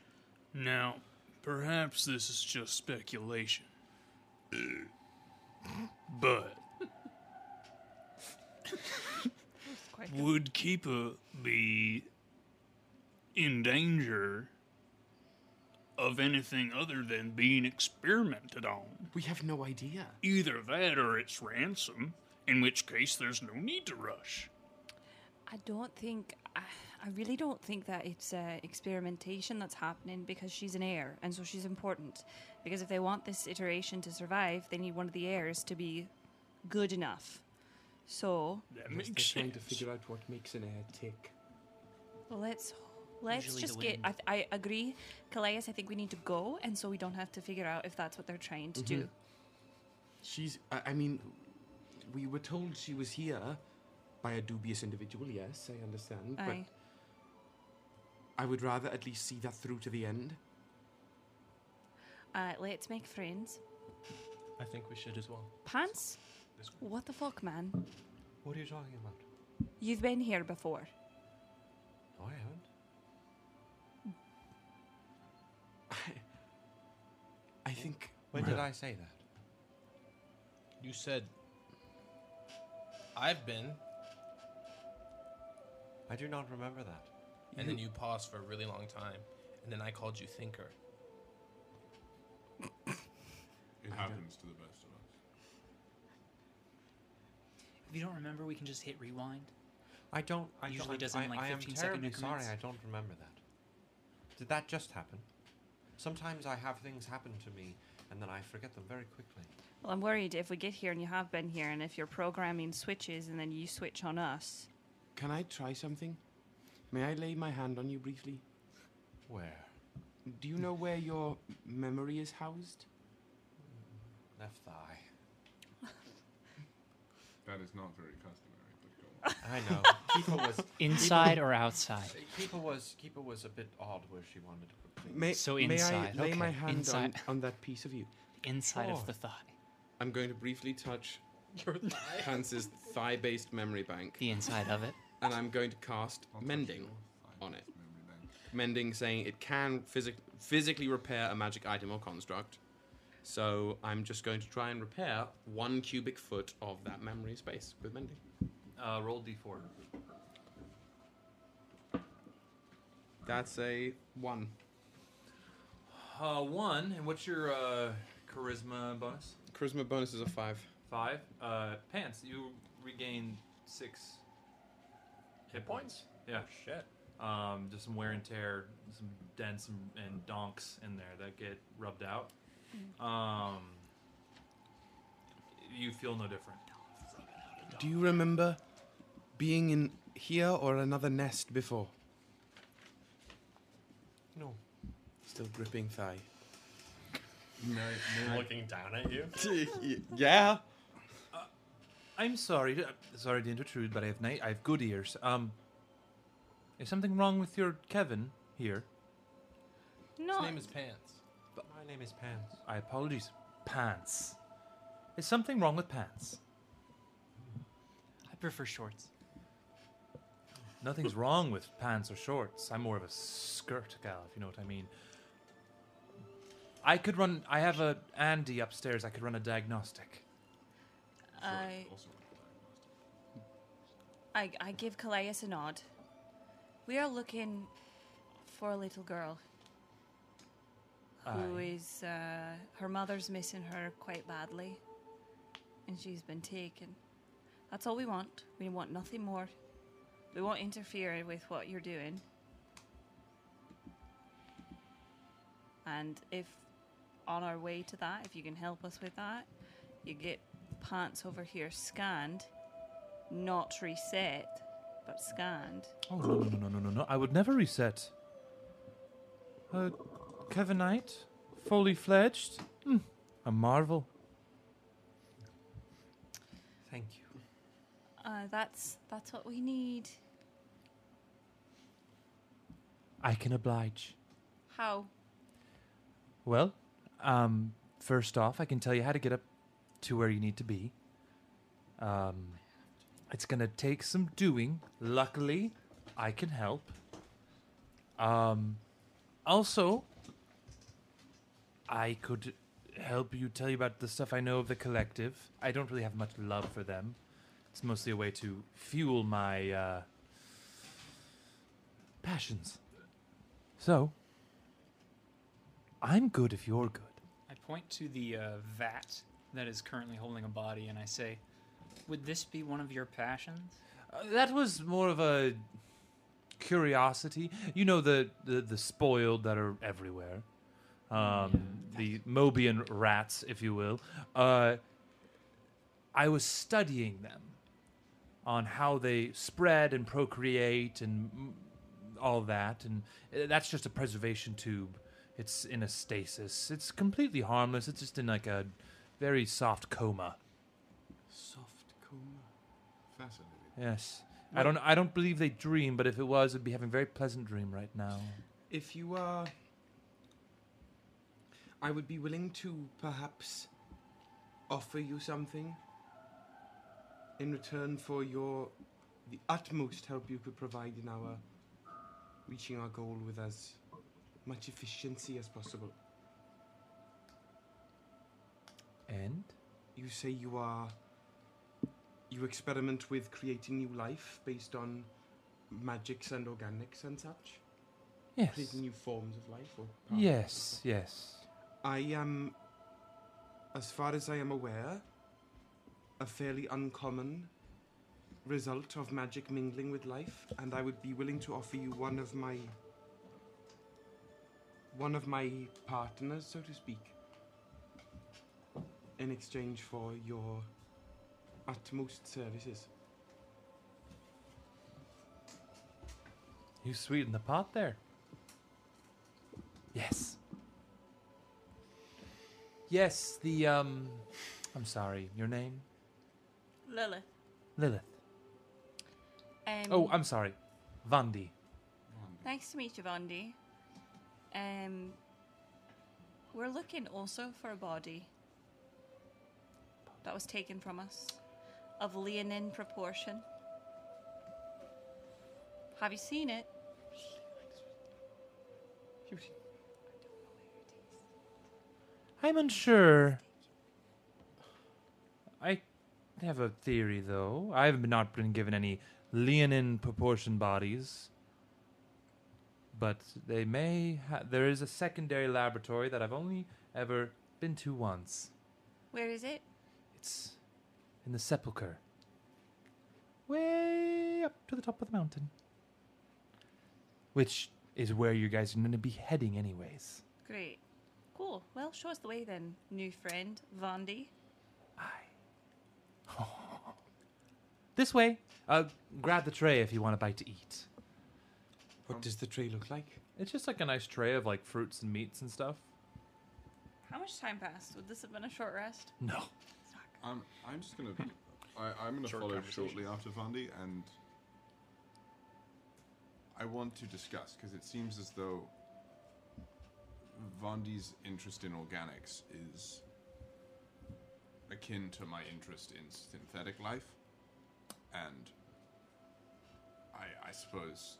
S11: Now, perhaps this is just speculation. But would Keeper be in danger of anything other than being experimented on?
S13: We have no idea.
S11: Either that or it's ransom, in which case there's no need to rush.
S8: I don't think. I, I really don't think that it's uh, experimentation that's happening because she's an heir, and so she's important. Because if they want this iteration to survive, they need one of the heirs to be good enough. So
S11: That
S13: Unless they're trying to figure out what makes an air tick.
S8: let's let's
S13: Usually the
S8: just get. I, th- I agree, Calais. I think we need to go, and so we don't have to figure out if that's what they're trying to do.
S13: Mhm. She's. I, I mean, we were told she was here by a dubious individual. Yes, I understand.
S8: Aye.
S13: But I would rather at least see that through to the end.
S8: Uh, let's make friends.
S17: I think we should as well.
S8: Pants? What the fuck, man?
S14: What are you talking about?
S8: You've been here before.
S14: No, I haven't.
S13: I think.
S14: When did I say that?
S17: You said, I've been,
S14: I do not remember that.
S17: and then you paused for a really long time, and then I called you thinker.
S16: It happens to the best of us.
S15: If you don't remember, we can just hit rewind.
S14: I don't. I
S15: Usually
S14: don't,
S15: doesn't
S14: I,
S15: like
S14: I am
S15: 15 second
S14: terribly sorry.
S15: increments.
S14: I don't remember that. Did that just happen? Sometimes I have things happen to me, and then I forget them very quickly.
S8: Well, I'm worried if we get here and you have been here, and if your programming switches and then you switch on us.
S13: Can I try something? May I lay my hand on you briefly?
S14: Where?
S13: Do you know where your memory is housed?
S14: Left thigh.
S16: That is not very customary, but go on.
S14: I know. Keeper was
S15: Inside
S14: Keeper-
S15: or outside?
S14: Keeper was Keeper was a bit odd where she wanted to put things.
S13: May,
S15: So
S13: may I
S15: inside,
S13: lay my
S15: okay,
S13: hand on,
S15: inside.
S13: on that piece of you?
S15: inside
S13: Sure.
S15: of the thigh.
S13: I'm going to briefly touch Hans's thigh-based memory bank.
S15: The inside of it.
S13: And I'm going to cast mending on it. Mending saying it can physic- physically repair a magic item or construct. So I'm just going to try and repair one cubic foot of that memory space with mending.
S5: Uh, roll d4.
S13: That's a one.
S5: Uh, one, and what's your uh, charisma bonus?
S13: Charisma bonus is a five.
S5: Five. Uh, pants, you regain six hit points. Yeah.
S15: Oh,
S14: shit.
S5: Um, just some wear and tear, some dents and, and donks in there that get rubbed out. Um, you feel no different.
S13: Do you remember being in here or another nest before? No. Still gripping thigh.
S5: Moon looking down at you.
S13: yeah.
S5: Uh, I'm sorry, to, sorry to intrude, but I have night, I have good ears. Um, is something wrong with your Kevin here?
S8: No.
S18: His name is Pants.
S14: My name is Pants.
S5: I apologize. Pants. Is something wrong with pants?
S15: I prefer shorts.
S5: Nothing's wrong with pants or shorts. I'm more of a skirt gal, if you know what I mean. I could run. I have a Andy upstairs. I could run a diagnostic.
S8: I, I, I give Calais a nod. We are looking for a little girl who
S5: Aye.
S8: is uh, her mother's missing her quite badly, and she's been taken. That's all we want. We want nothing more. We won't interfere with what you're doing. And if on our way to that, if you can help us with that, you get pants over here scanned, not reset, but scanned.
S5: Oh no no no no no no! I would never reset. Uh, Kevinite, fully fledged, Hmm, a marvel. Thank you.
S8: Uh, that's that's what we need.
S5: I can oblige.
S8: How?
S5: Well, um, first off, I can tell you how to get up to where you need to be. Um, it's gonna take some doing. Luckily, I can help. Um, also, I could help you tell you about the stuff I know of the collective. I don't really have much love for them. It's mostly a way to fuel my uh, passions. So, I'm good if you're good.
S15: I point to the uh, vat that is currently holding a body and I say, Would this be one of your passions?
S5: Uh, that was more of a curiosity. You know the the, the spoiled that are everywhere, um, the Mobian rats, if you will. Uh, I was studying them on how they spread and procreate and mm, all that, and uh, that's just a preservation tube. It's in a stasis. It's completely harmless. It's just in like a very soft coma.
S13: Soft coma. Fascinating.
S5: Yes. I don't. I don't believe they dream, but if it was, I'd be having a very pleasant dream right now.
S13: If you are. I would be willing to perhaps offer you something in return for your. the utmost help you could provide in our. reaching our goal with as much efficiency as possible.
S5: And?
S13: You say you are. you experiment with creating new life based on magics and organics and such?
S5: Yes.
S13: Creating new forms of life or
S5: Yes, yes.
S13: I am, as far as I am aware, a fairly uncommon result of magic mingling with life, and I would be willing to offer you one of my one of my partners, so to speak, in exchange for your utmost services.
S5: You sweeten the pot there. Yes. Yes, the um I'm sorry, your name?
S8: Lilith.
S5: Lilith.
S8: Um,
S5: oh, I'm sorry. Vandi.
S8: Nice to meet you, Vondi. Um, we're looking also for a body. that was taken from us of Leonin proportion. Have you seen it?
S5: I'm unsure. I have a theory, though. I have not been given any Leonin proportion bodies. But they may. Ha- there is a secondary laboratory that I've only ever been to once
S8: Where is it?
S5: It's in the sepulchre. Way up to the top of the mountain. Which is where you guys are going to be heading, anyways.
S8: Great. Cool. Well, show us the way then, new friend, Vandy.
S5: This way. Uh, grab the tray if you want a bite to eat.
S13: What does the tray look like?
S5: It's just like a nice tray of like fruits and meats and stuff.
S8: How much time passed? Would this have been a short rest?
S5: No.
S16: I'm, I'm just gonna. I, I'm gonna
S8: Hmm. Short
S16: follow
S8: conversation.
S16: shortly after Vandy, and I want to discuss because it seems as though Vandy's interest in organics is akin to my interest in synthetic life, and I, I suppose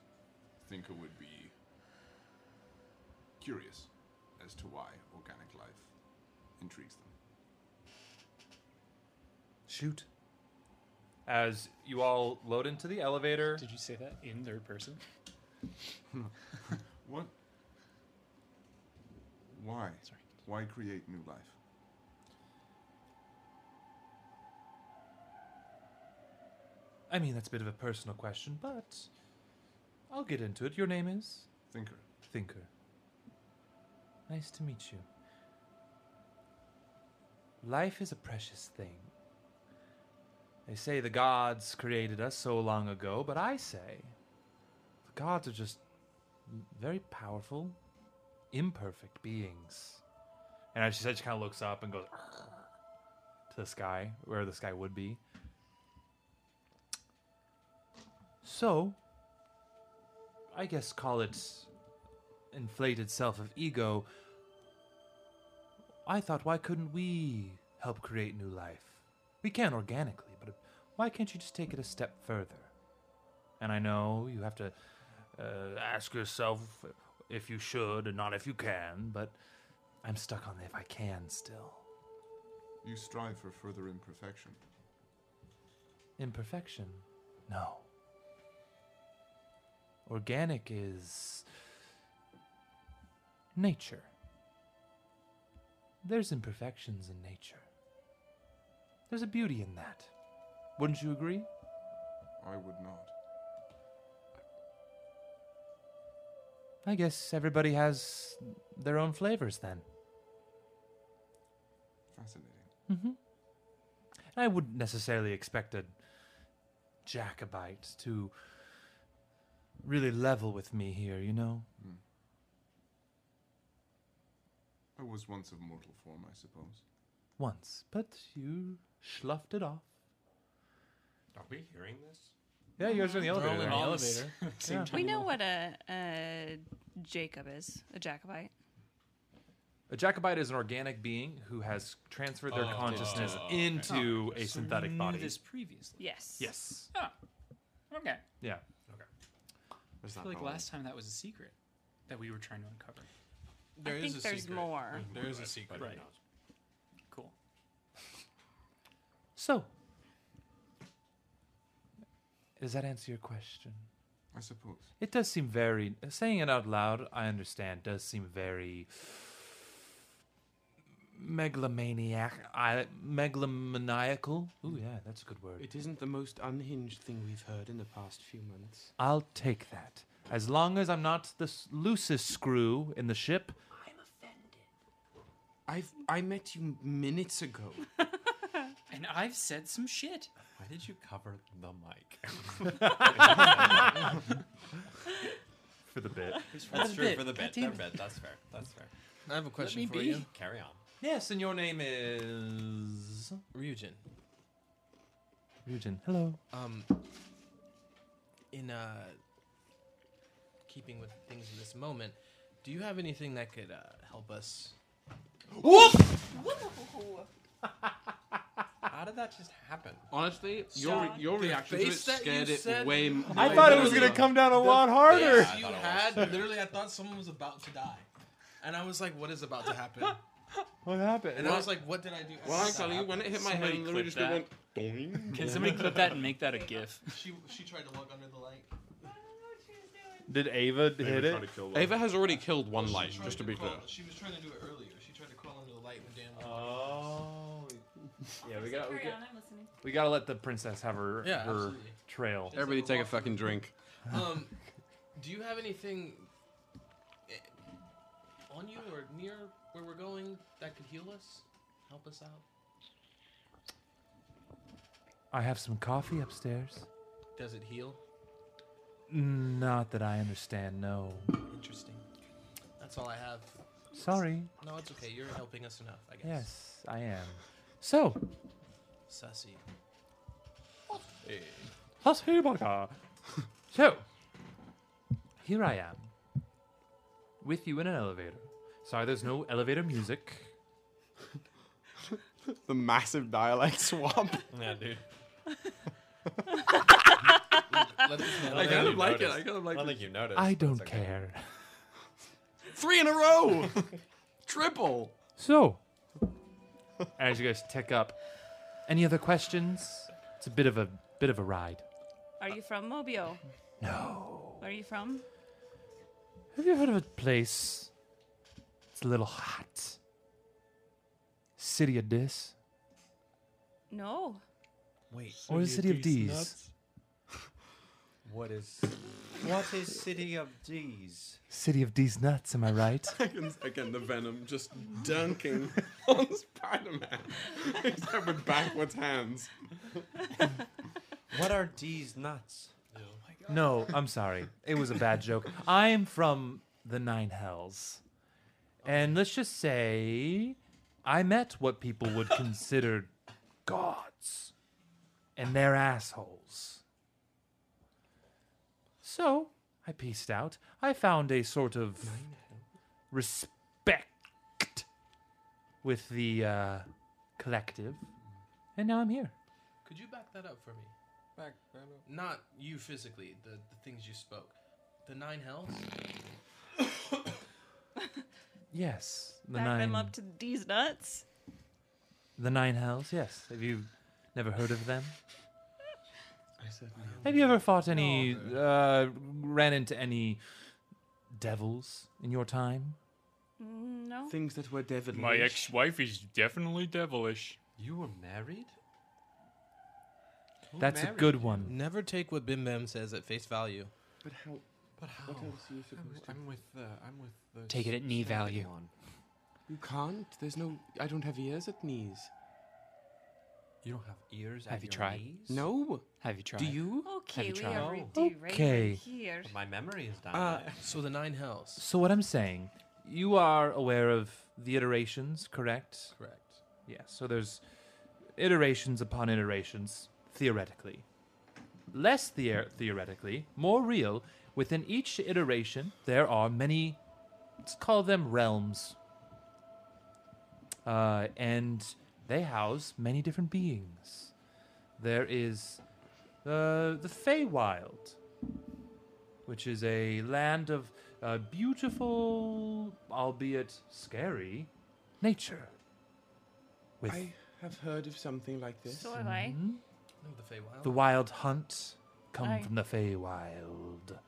S16: Thinker would be curious as to why organic life intrigues them.
S5: Shoot. As you all load into the elevator.
S15: Did you say that in third person?
S16: What? Why? Sorry. Why create new life?
S5: I mean, that's a bit of a personal question, but I'll get into it. Your name is?
S16: Thinker.
S5: Thinker. Nice to meet you. Life is a precious thing. They say the gods created us so long ago, but I say the gods are just very powerful, imperfect beings. And as she said, she kind of looks up and goes to the sky, where the sky would be. So, I guess call it inflated self of ego. I thought, why couldn't we help create new life? We can organically, but why can't you just take it a step further? And I know you have to uh, ask yourself if you should and not if you can, but I'm stuck on the if I can still.
S16: You strive for further imperfection.
S5: Imperfection? No. Organic is nature. There's imperfections in nature. There's a beauty in that. Wouldn't you agree?
S16: I would not.
S5: I guess everybody has their own flavors then.
S16: Fascinating.
S5: Mm-hmm. I wouldn't necessarily expect a Jacobite to really level with me here, you know?
S16: I was once of mortal form, I suppose.
S5: Once, but you schluffed it off.
S14: Are we hearing this?
S5: Yeah, you guys are in the
S14: They're all
S5: elevator.
S14: in All the s- elevator. same
S5: Yeah.
S8: We know what a, a Jacob is, a Jacobite.
S5: A Jacobite is an organic being who has transferred their
S14: Oh,
S5: consciousness
S14: okay.
S5: into
S14: Oh,
S5: a
S14: so
S5: synthetic
S14: we knew
S5: body.
S14: this
S15: previously.
S8: Yes.
S5: Yes.
S11: Ah,
S15: Oh, okay.
S5: Yeah.
S15: I
S5: Okay.
S15: feel like last time that was a secret that we were trying to uncover.
S17: There I is think a there's secret. more. There is a
S15: Right,
S17: secret.
S15: Right. Cool.
S5: So, does that answer your question?
S16: I suppose.
S5: It does seem very. Saying it out loud, I understand, does seem very. megalomaniac. I, megalomaniacal? Ooh, yeah, that's a good word.
S13: It isn't the most unhinged thing we've heard in the past few months.
S5: I'll take that. As long as I'm not the s- loosest screw in the ship.
S13: I've I met you minutes ago.
S15: And I've said some shit.
S14: Why did you cover the mic?
S5: For the bit.
S14: That's,
S5: For the
S14: true.
S5: bit.
S14: For the bit.
S5: Goddamn
S14: Their
S5: it.
S14: bit. That's fair. That's fair.
S17: I have a
S14: Let
S17: question
S14: me
S17: for
S14: be.
S17: you.
S14: Carry on.
S5: Yes, and your name is
S17: Ryujin.
S5: Ryujin. Hello.
S17: Um, in uh, keeping with things in this moment, do you have anything that could uh, help us?
S5: Whoop!
S17: I
S2: did that just happen?
S19: Honestly, your
S2: Sean,
S19: your
S2: the
S19: reaction to it
S2: face that you
S19: scared it
S2: said-
S19: way. m-
S5: I
S19: way
S5: thought it
S19: more
S5: was
S19: than
S5: gonna
S19: I-
S5: come down a
S19: The
S5: lot
S19: face
S5: harder.
S19: I thought it
S17: you
S19: was.
S17: had literally, I thought someone was about to die, and I was like, "What is about to happen?"
S5: What happened?
S17: And I was like, "What did I do?"
S4: Well,
S17: I
S4: I'm telling you, when it hit my head,
S17: Somebody
S4: it literally
S17: clip
S4: just
S17: that.
S4: went. Doing.
S6: Can somebody clip that and make that a GIF?
S17: She she tried to look under the light.
S5: Did Ava hit
S4: tried
S5: it?
S4: to kill them. Ava has already killed one light, just to be clear.
S17: She was trying to do it earlier. She tried to crawl under the light when Dan. was
S5: Oh. Yeah, we got. We
S17: Carry
S5: got
S17: on, I'm listening.
S5: we gotta let the princess have her
S7: Yeah,
S5: her
S7: absolutely.
S5: trail.
S4: Everybody take a fucking drink.
S7: Um, do you have anything eh, on you or near where we're going that could heal us? Help us out?
S5: I have some coffee upstairs.
S7: Does it heal?
S5: Not that I understand. No.
S7: Interesting. That's all I have.
S5: Sorry.
S7: No, it's okay. You're helping us enough, I guess.
S5: Yes, I am. So,
S7: Sassy.
S5: That's who my car. So, here I am with you in an elevator. Sorry, there's no elevator music.
S14: The massive dialect swap.
S2: Yeah, dude.
S4: I kind of like it. I kind of like
S2: I don't
S4: it.
S2: think you noticed.
S5: I don't care.
S4: Three in a row. Triple.
S5: So, as you guys tick up, any other questions? It's a bit of a bit of a ride.
S8: Are you from Mobio?
S5: No.
S8: Where are you from?
S5: Have you heard of a place? It's a little hot. City of Dis
S8: No.
S2: Wait.
S5: or the City of D's.
S20: What is what is City of D's?
S5: City of D's nuts. Am I right?
S4: Again- Again, the venom just dunking on Spider-Man, except with backwards hands.
S20: What are D's nuts?
S5: No, I'm sorry. It was a bad joke. I'm from the Nine Hells. And let's just say I met what people would consider gods. And they're assholes. So I pieced out. I found a sort of respect with the uh, collective. And now I'm here.
S7: Could you back that up for me?
S17: Back, back
S7: Not you physically, the, the things you spoke. The nine hells?
S5: Yes. The
S8: Back
S5: nine.
S8: them up to these nuts.
S5: The Nine Hells, yes. Have you never heard of them?
S13: I said
S5: Have you ever fought any, uh, ran into any devils in your time?
S8: No.
S13: Things that were devilish.
S11: My ex-wife is definitely devilish.
S7: You were married?
S5: That's a good one.
S7: Never take what Bim Bam says at face value.
S4: But how?
S2: But how? I'm, I'm with the. I'm with the.
S13: Take it at knee
S2: standing
S13: value.
S2: one.
S13: You can't. There's no. I don't have ears at knees.
S2: You don't have ears.
S13: Have
S2: at
S13: you
S2: your
S13: tried?
S2: knees?
S13: No.
S2: Have you tried?
S13: Do you?
S8: Okay, we
S2: tried?
S8: are
S2: No.
S8: derailed
S5: Okay.
S8: here.
S2: My memory is down.
S7: Uh, so the nine hells.
S5: So, what I'm saying, you are aware of the iterations, correct?
S7: Correct.
S5: Yes, so there's iterations upon iterations, theoretically. Less the- theoretically, more real, within each iteration, there are many, let's call them realms. Uh, and they house many different beings. There is uh, the Feywild, which is a land of uh, beautiful, albeit scary, nature. With
S13: I have heard of something like this.
S8: So have I.
S2: Mm-hmm.
S7: No, the Feywild.
S5: the Wild Hunt, come
S8: Aye.
S5: from the Feywild.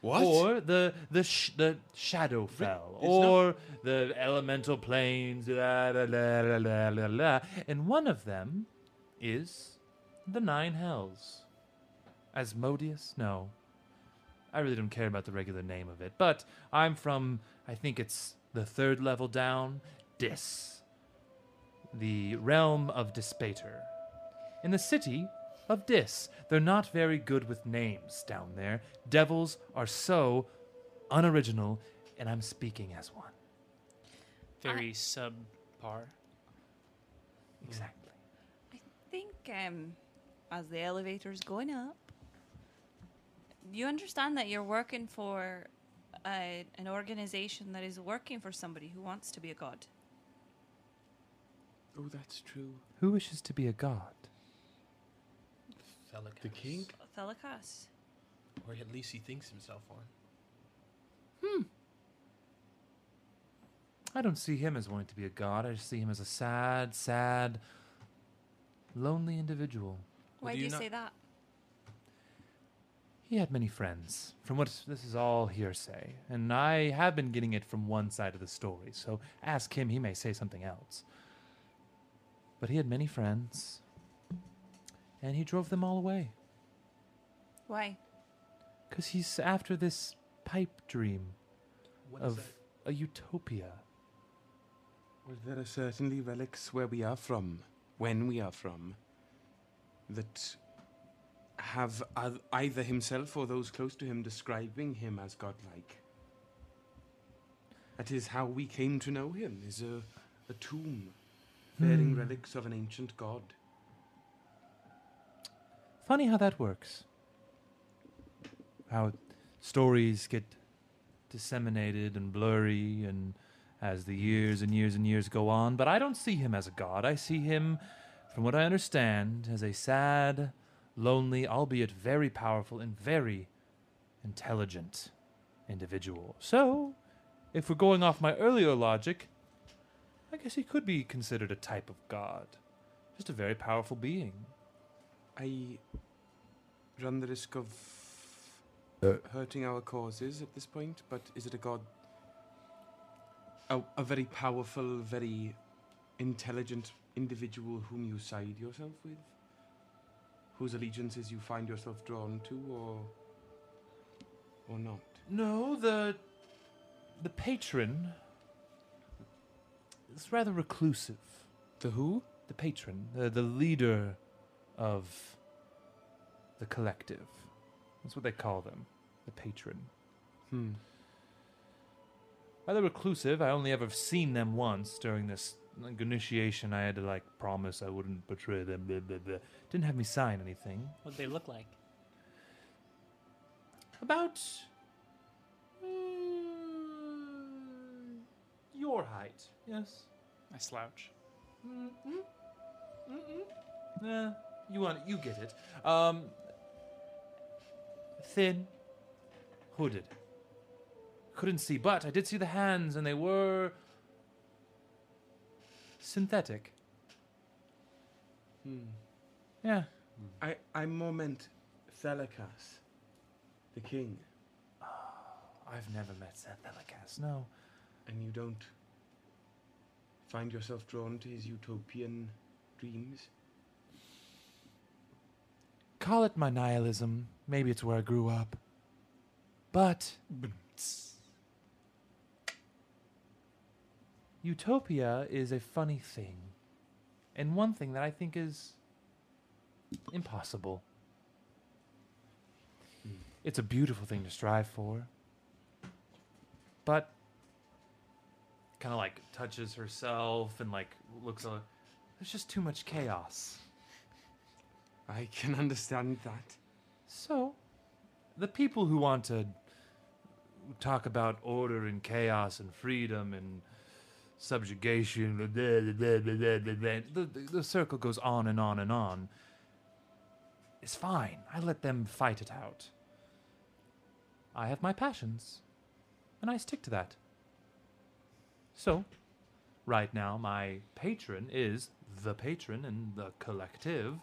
S7: What?
S5: Or the the sh- the Shadowfell, or the elemental planes, la la la la la la la. And one of them is the Nine Hells. Asmodeus? No, I really don't care about the regular name of it. But I'm from, I think it's the third level down, Dis, the realm of Dispater, in the city of Dis. They're not very good with names down there. Devils are so unoriginal, and I'm speaking as one.
S15: Very subpar.
S5: Exactly.
S8: think um, as the elevator's going up, you understand that you're working for uh, an organization that is working for somebody who wants to be a god.
S13: Oh, that's true.
S5: Who wishes to be a god?
S17: The king?
S8: Thelikas.
S17: Or at least he thinks himself one.
S5: I don't see him as wanting to be a god. I just see him as a sad, sad, lonely individual.
S8: Why do you, say that?
S5: He had many friends. From what this is all hearsay, and I have been getting it from one side of the story. So ask him; he may say something else. But he had many friends, and he drove them all away
S8: Why?
S5: because he's after this pipe dream
S8: What is
S5: of a utopia.
S13: Well, there are certainly relics where we are from, when we are from, that have oth- either himself or those close to him describing him as godlike. That is how we came to know him, is a, a tomb bearing
S5: Hmm.
S13: relics of an ancient god.
S5: Funny how that works. How stories get disseminated and blurry and as the years and years and years go on, but I don't see him as a god. I see him, from what I understand, as a sad, lonely, albeit very powerful and very intelligent individual. So, if we're going off my earlier logic, I guess he could be considered a type of god. Just a very powerful being.
S13: I run the risk of hurting our causes at this point, but is it a god? A, a very powerful, very intelligent individual whom you side yourself with? Whose allegiances you find yourself drawn to, or. or not?
S5: No, the the patron is rather reclusive.
S13: The who?
S5: The patron, the, the leader of the collective. That's what they call them, the patron.
S13: Hmm.
S5: Rather reclusive. I only ever seen them once during this like, initiation. I had to like promise I wouldn't betray them. Blah, blah, blah. Didn't have me sign anything.
S15: What they look like?
S5: About
S11: Mm,
S5: your height. Yes.
S15: I slouch.
S5: Eh, you want you get it. Um, thin, hooded. Couldn't see, but I did see the hands, and they were synthetic.
S13: Hmm.
S5: Yeah.
S13: I, I more meant Thelikas, the king. Oh,
S5: I've never met Santhelikas, no.
S13: And you don't find yourself drawn to his utopian dreams?
S5: Call it my nihilism. Maybe it's where I grew up. But utopia is a funny thing, and one thing that I think is impossible. It's a beautiful thing to strive for, but kind of like touches herself and like looks like there's just too much chaos.
S13: I can understand that.
S5: So, the people who want to talk about order and chaos and freedom and subjugation, blah, blah, blah, blah, blah, blah, blah, the, the, the circle goes on and on and on. It's fine. I let them fight it out. I have my passions, and I stick to that. So, right now, my patron is the patron and the collective,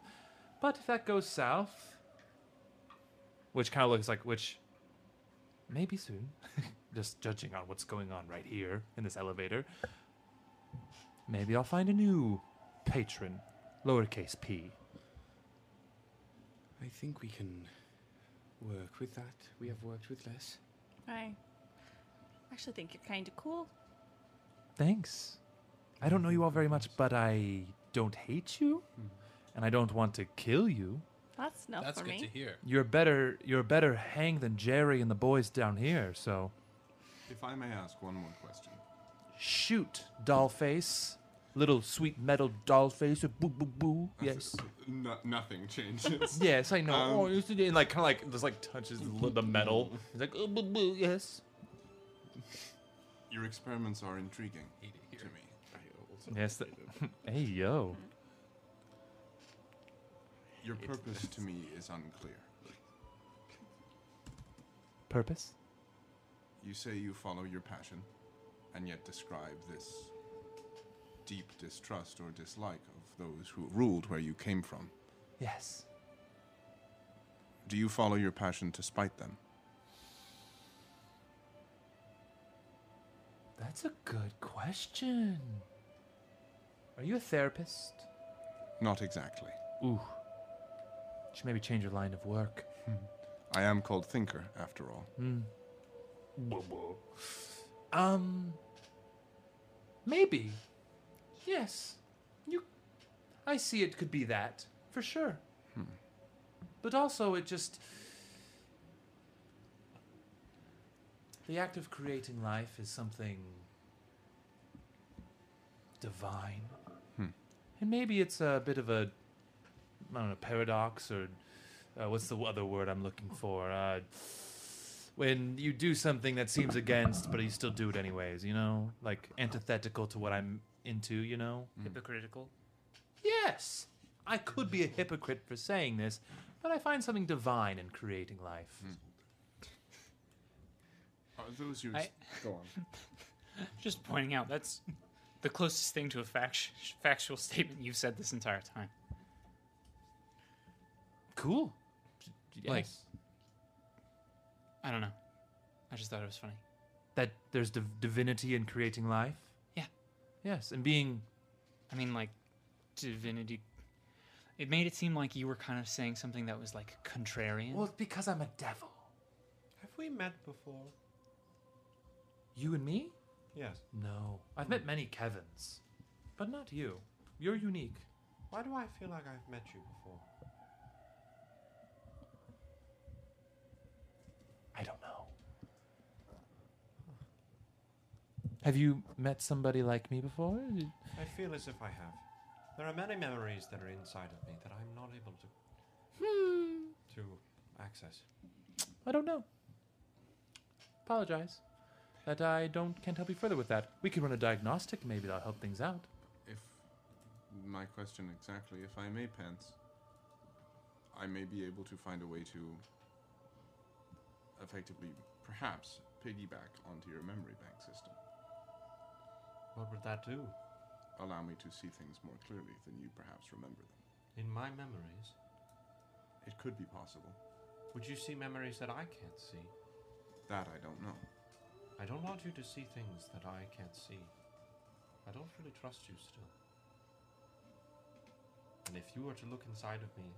S5: but if that goes south, which kind of looks like which maybe soon just judging on what's going on right here in this elevator maybe i'll find a new patron lowercase p
S13: I think we can work with that. We have worked with less.
S8: I actually think you're kind of cool.
S5: thanks i don't know you all very much but i don't hate you and i don't want to kill you
S8: That's not
S17: That's
S8: for
S17: good
S8: me.
S17: to hear.
S5: you're better you're a better hang than jerry and the boys down here so
S19: If I may ask one more question.
S5: shoot dollface little sweet metal dollface boo boo boo yes
S19: No, nothing changes.
S5: Yes, I know.
S19: Um,
S5: oh, used to do, and like kind of like just like touches the the metal. He's like, oh, boo, boo, yes.
S19: Your experiments are intriguing to me. I also
S5: Yes. th- hey yo.
S16: Your purpose to me is unclear.
S5: Purpose?
S16: You say you follow your passion, and yet describe this deep distrust or dislike of those who ruled where you came from.
S5: Yes.
S16: Do you follow your passion to spite them?
S5: That's a good question. Are you a therapist?
S16: Not exactly.
S5: Ooh. Should maybe change your line of work.
S16: Hmm. I am called thinker, after all.
S5: Hmm. Um. Maybe. Yes. You. I see it could be that, for sure.
S16: Hmm.
S5: But also, it just. The act of creating life is something. divine.
S16: Hmm.
S5: And maybe it's a bit of a. I don't know, paradox or. Uh, what's the other word I'm looking for? Uh, when you do something that seems against, but you still do it anyways, you know? Like antithetical to what I'm into, you know?
S15: Mm-hmm. Hypocritical.
S5: Yes, I could be a hypocrite for saying this, but I find something divine in creating life.
S16: Are Oh, those your.
S15: I-
S16: Go on.
S15: Just pointing out that's the closest thing to a fact- factual statement you've said this entire time.
S5: Cool.
S15: Like, I don't know. I just thought it was funny.
S5: That there's div- divinity in creating life?
S15: Yeah.
S5: Yes, and being.
S15: I mean, like, divinity. It made it seem like you were kind of saying something that was like contrarian.
S5: Well, it's because I'm a devil.
S14: Have we met before?
S5: You and me?
S14: Yes.
S5: No. I've met many Kevins, but not you. You're unique.
S14: Why do I feel like I've met you before?
S5: I don't know. Have you met somebody like me before?
S14: I feel as if I have. There are many memories that are inside of me that I'm not able to
S5: Hmm.
S14: to access.
S5: I don't know. Apologize. That I don't can't help you further with that. We could run a diagnostic, maybe that'll help things out.
S16: If my question exactly, if I may, Pence, I may be able to find a way to effectively, perhaps, piggyback onto your memory bank system.
S14: What would that do?
S16: Allow me to see things more clearly than you perhaps remember them.
S14: In my memories,
S16: It could be possible.
S14: would you see memories that I can't see?
S16: That I don't know.
S14: I don't want you to see things that I can't see. I don't really trust you still. And if you were to look inside of me,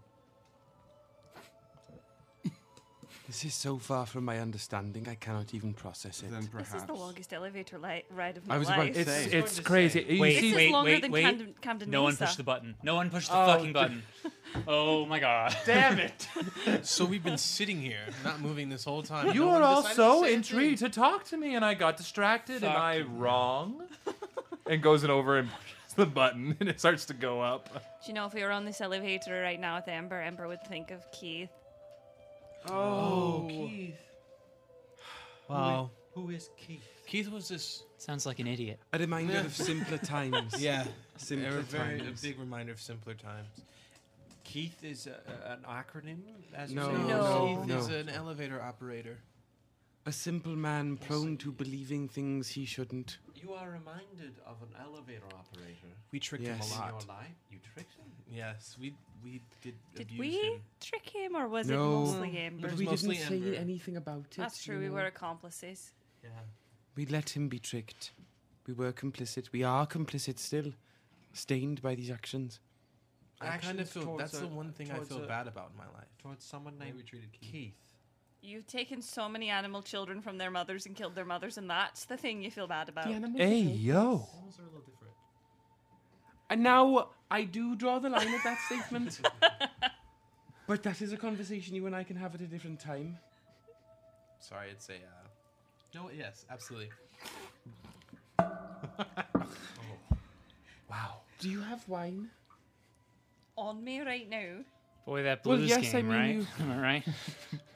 S13: This is so far from my understanding, I cannot even process it. Then
S8: This is the longest elevator li- ride of my
S13: I was
S8: life.
S13: about to
S15: It's-
S13: say.
S15: it's crazy. You
S8: Wait,
S15: see-
S8: this
S15: wait,
S8: is longer
S15: wait,
S8: than
S15: wait.
S8: Camden, Camden
S15: No one
S8: Mesa.
S15: pushed the button. No one pushed the
S8: Oh,
S15: fucking
S8: d-
S15: button. oh my god.
S5: Damn it.
S17: so we've been sitting here, not moving this whole time.
S5: You
S17: No
S5: were
S17: one
S5: all
S17: decided to
S5: so
S17: say a
S5: intrigued to talk to me, and I got distracted. Am I wrong? and goes and over and pushes the button, and it starts to go up.
S8: Do you know if we were on this elevator right now with Ember, Ember would think of Keith.
S17: Oh, Keith.
S15: Wow.
S14: Who is Keith?
S17: Keith was this.
S15: Sounds like an idiot.
S13: A reminder of simpler times.
S15: Yeah.
S13: Simpler
S15: A
S17: very-
S13: times.
S14: big reminder of simpler times. Keith is a, an acronym? As
S13: No,
S14: you say?
S13: no,
S17: Keith
S13: no.
S17: is an elevator operator.
S13: A simple man prone to believing things he shouldn't.
S14: You are reminded of an elevator operator.
S17: We tricked him a
S13: Yes.
S14: In your
S17: lot.
S14: life, you tricked him.
S17: Yes, we we did.
S8: Did
S17: abuse
S8: we
S17: Him.
S8: trick him or was
S13: No.
S8: it mostly Ember?
S13: But
S17: was
S13: we didn't
S17: mostly
S13: say
S17: Amber.
S13: anything about it.
S8: That's true,
S13: you
S8: we
S13: know.
S8: were accomplices.
S17: Yeah.
S13: We let him be tricked. We were complicit. We are complicit still, stained by these actions.
S17: I kind of
S14: Actions
S17: feel
S14: towards
S17: that's
S14: a-
S17: the one thing I
S14: towards
S17: feel
S14: a-
S17: bad about in my life.
S14: Towards someone
S17: Way
S14: named
S17: we treated Keith.
S14: Keith.
S8: You've taken so many animal children from their mothers and killed their mothers, and that's the thing you feel bad about.
S5: Hey yo.
S17: Animals are a little different.
S13: And now I do draw the line at that statement. But that is a conversation you and I can have at a different time.
S17: Sorry, it's a. Uh, no, yes, absolutely.
S13: Do you have wine?
S8: On me right now.
S15: Boy, that
S4: Well,
S15: blues
S4: yes, I
S15: game,
S4: mean
S15: right?
S4: you-
S15: Am I right?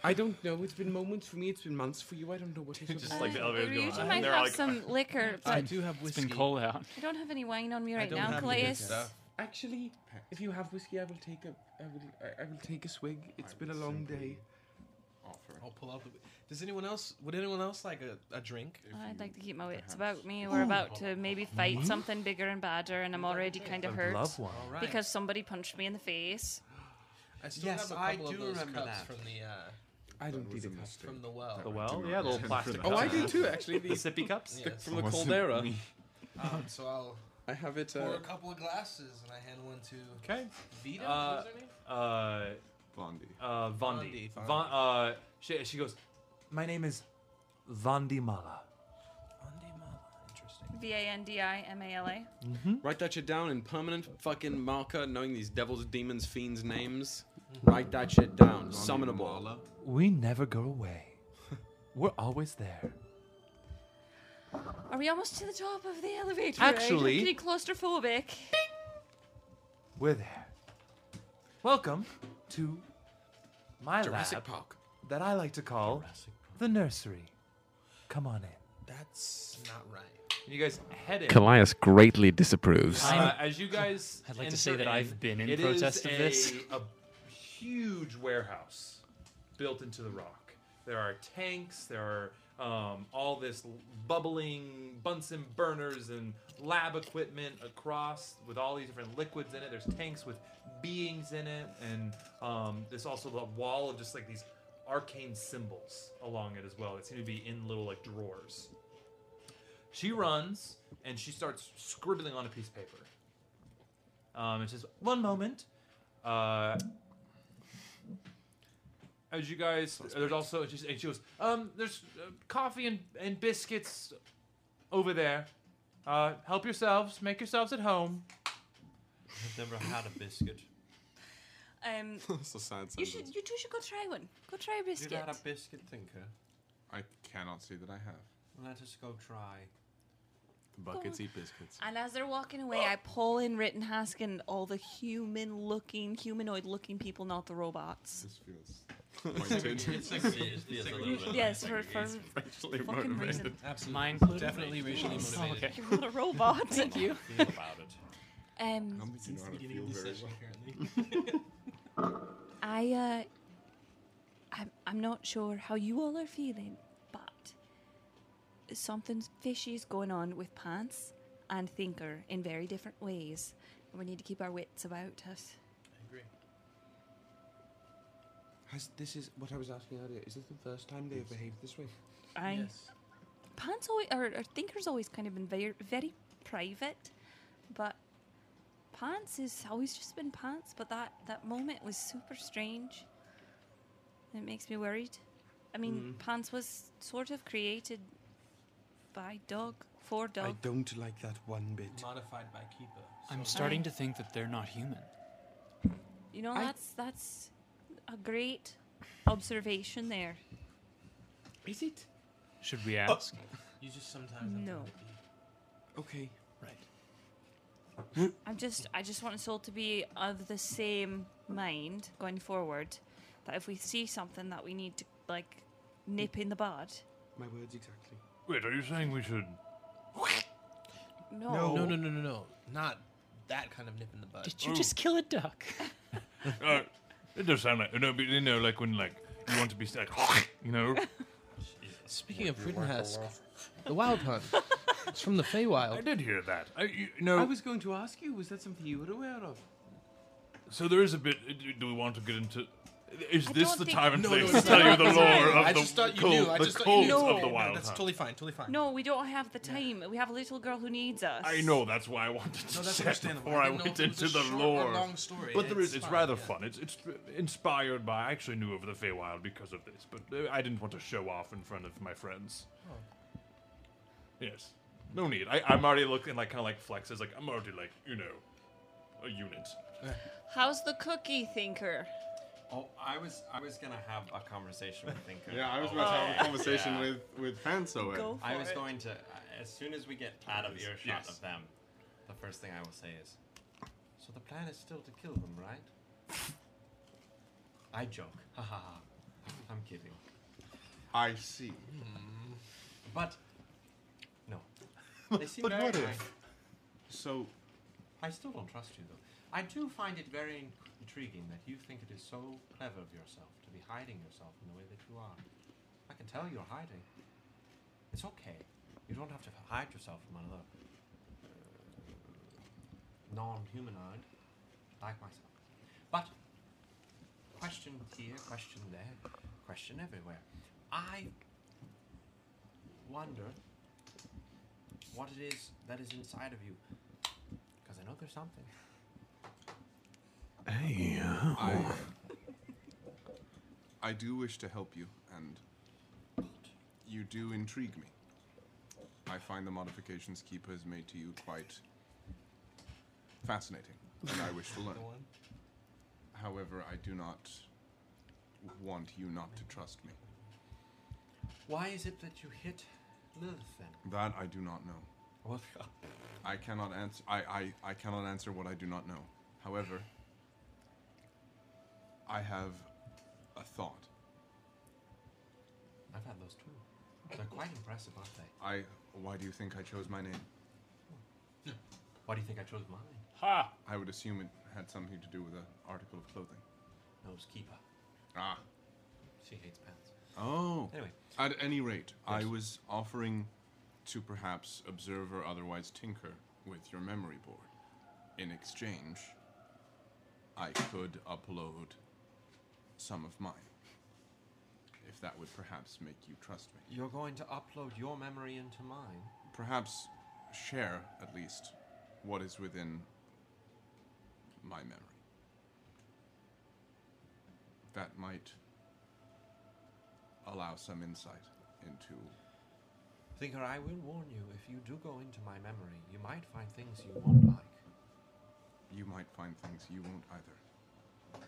S4: I don't know. It's been moments for me. It's been months for you. I don't know what it is.
S15: Just like the Uh, elevator's
S8: You usually might have some liquor, but
S4: I do have
S15: It's
S4: whiskey.
S15: been cold out.
S8: I don't have any wine on me right
S4: don't
S8: now,
S4: have any
S8: Calais.
S4: good stuff. Actually, if you have whiskey, I will take a. I will. I- I will take a swig. It's been a long day.
S17: I'll pull out the. Does anyone else? Would anyone else like a, a drink?
S8: I'd like to keep my wits about me. We're about to maybe fight something bigger and badder, and I'm already kind of
S17: I'd
S8: hurt
S17: love one. All right.
S8: because somebody punched me in the face.
S17: I still
S7: Yes,
S17: have a
S7: I
S17: couple
S7: do
S17: of those
S7: remember
S17: cups
S7: that.
S17: from the. Uh,
S4: I don't need a
S17: from the well.
S5: The well? Yeah, the little plastic
S4: Oh, I
S5: cups.
S4: do too. Actually,
S5: The sippy cups?
S4: the-
S5: Yes.
S4: from the
S5: Wasn't
S4: caldera.
S5: me.
S17: Um, so I'll
S4: I have it.
S17: pour
S4: Uh,
S17: a couple of glasses and I hand one to.
S5: Okay.
S17: Vita.
S5: Uh,
S17: is her name?
S5: uh,
S19: Vondi.
S5: Uh, Vondi.
S17: Vondi,
S5: Von, uh, she, she goes, My name is Vondi Mala.
S8: V A N D I M A L A.
S5: Mm-hmm.
S4: Write that shit down in permanent fucking marker, knowing these devils, demons, fiends' names.
S5: Mm-hmm.
S4: Write that shit down. Summonable.
S5: We never go away. We're always there.
S8: Are we almost to the top of the elevator? I'm
S5: Actually-
S8: getting claustrophobic.
S5: We're there. Welcome to my
S4: Jurassic
S5: lab that I like to call the nursery. Come on in.
S17: That's not right.
S5: And you guys head in.
S21: Callias greatly disapproves.
S5: Uh, as you guys,
S15: I'd like to say
S5: enter
S15: that I've been in
S5: it is
S15: protest of this.
S5: A, a huge warehouse built into the rock. There are tanks. There are um, all this l- bubbling Bunsen burners and lab equipment across with all these different liquids in it. There's tanks with beings in it, and um, there's also the wall of just like these arcane symbols along it as well. That seem to be in little like drawers. She runs and she starts scribbling on a piece of paper. Um, it says, "One moment." Uh, as you guys, there's also and she, and she goes, um, "There's uh, coffee and, and biscuits over there. Uh, help yourselves. Make yourselves at home."
S14: I've never had a biscuit.
S8: Um,
S19: That's a sad
S8: you
S19: sentence.
S8: should, you two should go try one. Go try a biscuit.
S14: You're not a biscuit thinker.
S19: I cannot see that I have.
S14: Let us go try.
S19: Buckets eat biscuits.
S8: And as they're walking away, I pull in Written Hask and all the human looking, humanoid looking people, not the robots.
S19: This feels
S14: pointed. It's like- it's like-
S8: Yes, for, for
S14: It's racially
S8: fucking reason.
S14: motivated.
S17: Absolutely.
S15: Mine
S17: Definitely racially
S15: Yes.
S17: motivated.
S15: Okay.
S8: You're not a robot. Thank you.
S14: about it.
S8: Um,
S19: don't think you know how to feel very well.
S8: I, uh, I'm, I'm not sure how you all are feeling, but something fishy is going on with Pants and Thinker in very different ways. and We need to keep our wits about us.
S17: I agree.
S4: Has this is what I was asking earlier? Is this the first time they have behaved this way?
S8: I Pants always, or, or Thinker's always kind of been very, very private, but Pants has always just been Pants. But that that moment was super strange. It makes me worried. I mean, Pants was sort of created by Dog for
S13: I
S8: Dog.
S13: don't like that one bit.
S17: Modified by Keeper.
S15: I'm starting to think that they're not human.
S8: You know,
S15: I-
S8: that's that's a great observation there.
S4: Is it?
S15: Should we ask?
S17: Oh. You just sometimes. have to
S8: No.
S4: Okay.
S8: I'm just I just want us all to be of the same mind going forward. That if we see something that we need to like nip in the bud.
S13: My words exactly.
S11: Wait, are you saying we should?
S8: No.
S17: No, no, no, no, no. Not that kind of nip in the bud.
S11: you just
S15: kill a duck?
S11: Uh, it does sound like no, but you know, like when like you want to be like, you know.
S17: Speaking of Rittenhask, the Wild Hunt. it's from the
S11: I
S17: Feywild.
S11: did hear that. I, Uh, you know,
S4: I was going to ask you. Was that something you were aware of?
S11: so there is a bit. uh, Do we want to get into? Is
S17: I
S11: this
S17: don't
S11: the
S17: think-
S11: time and
S17: No,
S11: place
S17: no,
S11: to tell you
S17: no,
S11: the
S17: no, no,
S11: lore
S17: no, I
S11: of
S17: just thought
S11: the
S17: you
S11: cult,
S17: knew, I
S11: the
S17: just thought
S11: cult
S17: you knew.
S11: of
S17: No,
S11: the
S17: no,
S11: wild?
S17: that's
S11: Hunt?
S17: totally fine, totally fine.
S8: No, we don't have the time. We have a little girl who needs us.
S11: I know that's why I wanted to
S17: No, that's
S11: say it
S17: understandable.
S11: before
S17: I
S11: I,
S17: didn't know
S11: went
S17: if it was
S11: into
S17: a
S11: the
S17: short or
S11: lore.
S17: long story.
S11: But there
S17: It's
S11: is,
S17: uh,
S11: it's
S17: fine,
S11: rather
S17: yeah.
S11: fun. It's it's inspired by. I actually knew over the Feywild because of this, but uh, I didn't want to show off in front of my friends. Yes, no need. I, I'm already looking like kind of like flexes. Like I'm already like you know, a unit.
S8: How's the cookie thinker?
S14: Oh, I was I was gonna have a conversation with Thinker.
S19: Yeah,
S2: Oh,
S19: I was about to have a conversation with with Fanso.
S8: Oh. Go
S14: I
S8: for
S14: was
S8: it.
S14: going to
S2: uh,
S14: as soon as we get out of earshot
S19: Yes.
S14: of them, the first thing I will say is, so the plan is still to kill them, right? I joke. Ha ha ha. I'm kidding. Hmm.
S16: I see.
S14: But no, they seem
S16: But
S14: very
S16: what if?
S14: nice.
S16: So
S14: I still don't trust you, though. I do find it very in- intriguing that you think it is so clever of yourself to be hiding yourself in the way that you are. I can tell you're hiding. It's okay. You don't have to hide yourself from another uh, non-humanoid like myself. But question here, question there, question everywhere. I wonder what it is that is inside of you. Because I know there's something.
S16: Hey. I, I do wish to help you, and you do intrigue me. I find the modifications Keeper has made to you quite fascinating, and I wish to learn. However, I do not want you not to trust me.
S14: Why is it that you hit Lilith then?
S16: That I do not know. I cannot answer. I, I, I cannot answer what I do not know. However, I have a thought.
S14: I've had those too. They're quite impressive, aren't they?
S16: I. Why do you think I chose my name?
S14: Why do you think I chose mine?
S16: Ha! I would assume it had something to do with an article of clothing.
S14: No, it's Keeper.
S16: Ah.
S14: She hates pants.
S16: Oh.
S14: Anyway.
S16: At any rate, I was offering to perhaps observe or otherwise tinker with your memory board. In exchange, I could upload some of mine. If that would perhaps make you trust me.
S14: You're going to upload your memory into mine.
S16: Perhaps share, at least, what is within my memory. That might allow some insight into.
S14: Thinker, I will warn you if you do go into my memory, you might find things you won't like.
S16: You might find things you won't either.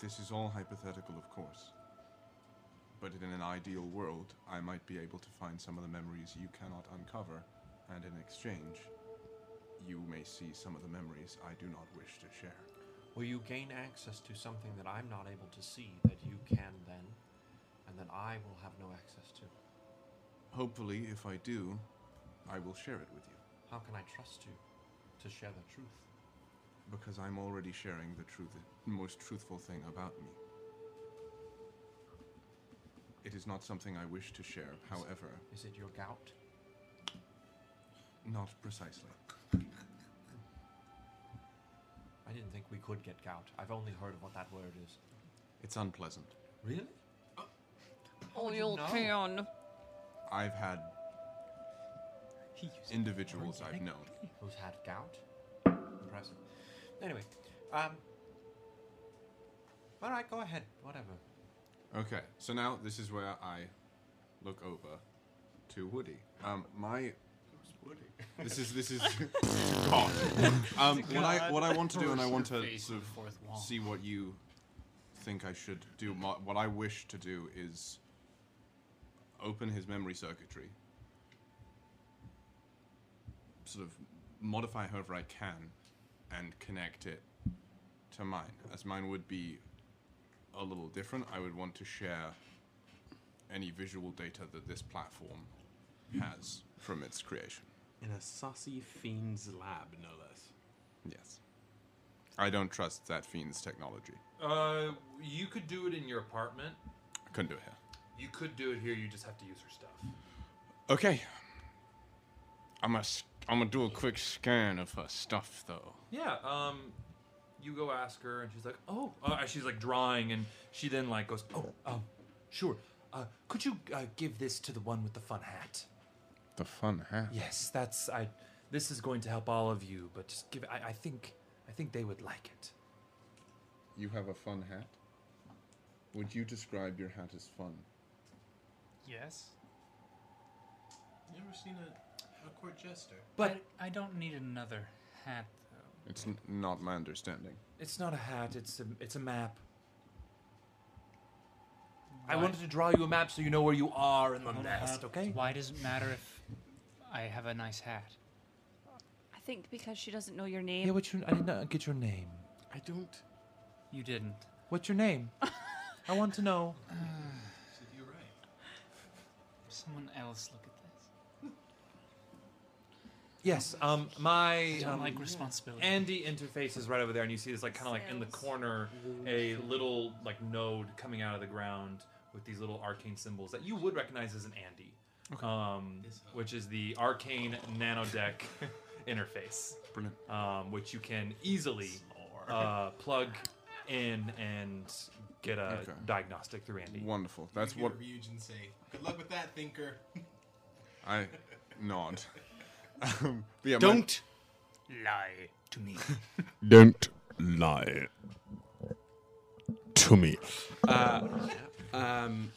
S16: This is all hypothetical, of course. But in an ideal world, I might be able to find some of the memories you cannot uncover, and in exchange, you may see some of the memories I do not wish to share.
S14: Will you gain access to something that I'm not able to see that you can then, and that I will have no access to?
S16: Hopefully, if I do, I will share it with you,
S14: How can I trust you to share the truth?
S16: because I'm already sharing the truth, the most truthful thing about me. It is not something I wish to share, however,
S14: Is it your gout?
S16: not precisely.
S14: I didn't think we could get gout. I've only heard of what that word is.
S16: It's unpleasant.
S14: Really?
S8: Oh, you
S14: know?
S8: can.
S16: I've had individuals I've known.
S14: Who's had gout? Impressive. Anyway, um. Alright, go ahead. Whatever.
S16: Okay, so now this is where I look over to Woody. Um, my This is this is God. Um, what I what I want to do, and I want
S22: Your
S16: to
S22: face
S16: sort
S22: is the fourth wall.
S16: of see what you think I should do. My, what I wish to do is open his memory circuitry, sort of modify however I can, and connect it to mine. As mine would be a little different, I would want to share any visual data that this platform has from its creation.
S4: In a saucy fiend's lab, no less.
S16: Yes. I don't trust that fiend's technology.
S5: Uh, you could do it in your apartment.
S16: I couldn't do it here.
S5: You could do it here. You just have to use her stuff.
S23: Okay. I'm gonna s- I'm gonna do a quick scan of her stuff though.
S5: Yeah. Um, you go ask her, and she's like, "Oh," uh, she's like drawing, and she then like goes, "Oh, um, sure. Uh, could you uh, give this to the one with the fun hat?"
S23: The fun hat.
S5: Yes, that's I. This is going to help all of you, but just give. I, I think I think they would like it.
S16: You have a fun hat? Would you describe your hat as fun?
S15: Yes.
S17: You ever seen a, a court jester?
S15: But I, I don't need another hat, though.
S16: It's n- not my understanding.
S5: It's not a hat. It's a it's a map. I
S15: Why-
S5: wanted to draw you a map so you know where you are in the
S15: I don't
S5: nest.
S15: have-
S5: Okay.
S15: Why does it matter if I have a nice hat?
S8: I think because she doesn't know your name.
S5: Yeah, what's your? I did not get your name.
S24: I don't.
S15: You didn't.
S5: What's your name? I want to know.
S24: Uh,
S25: You're right.
S15: Someone else look at this.
S5: Yes. Um, my
S15: I don't
S5: um,
S15: like responsibility.
S5: Andy interface is right over there, and you see this like kind of like in the corner a little like node coming out of the ground with these little arcane symbols that you would recognize as an Andy, um, which is the arcane nanodeck interface.
S16: Brilliant.
S5: Um, which you can easily uh, plug in and get a
S16: Okay.
S5: diagnostic through Andy.
S16: Wonderful. That's what
S17: Ryuge and say, "Good luck with that, thinker."
S16: I nod. Um, but yeah, my-
S26: Don't lie to me.
S27: Don't lie to me.
S13: Uh, um,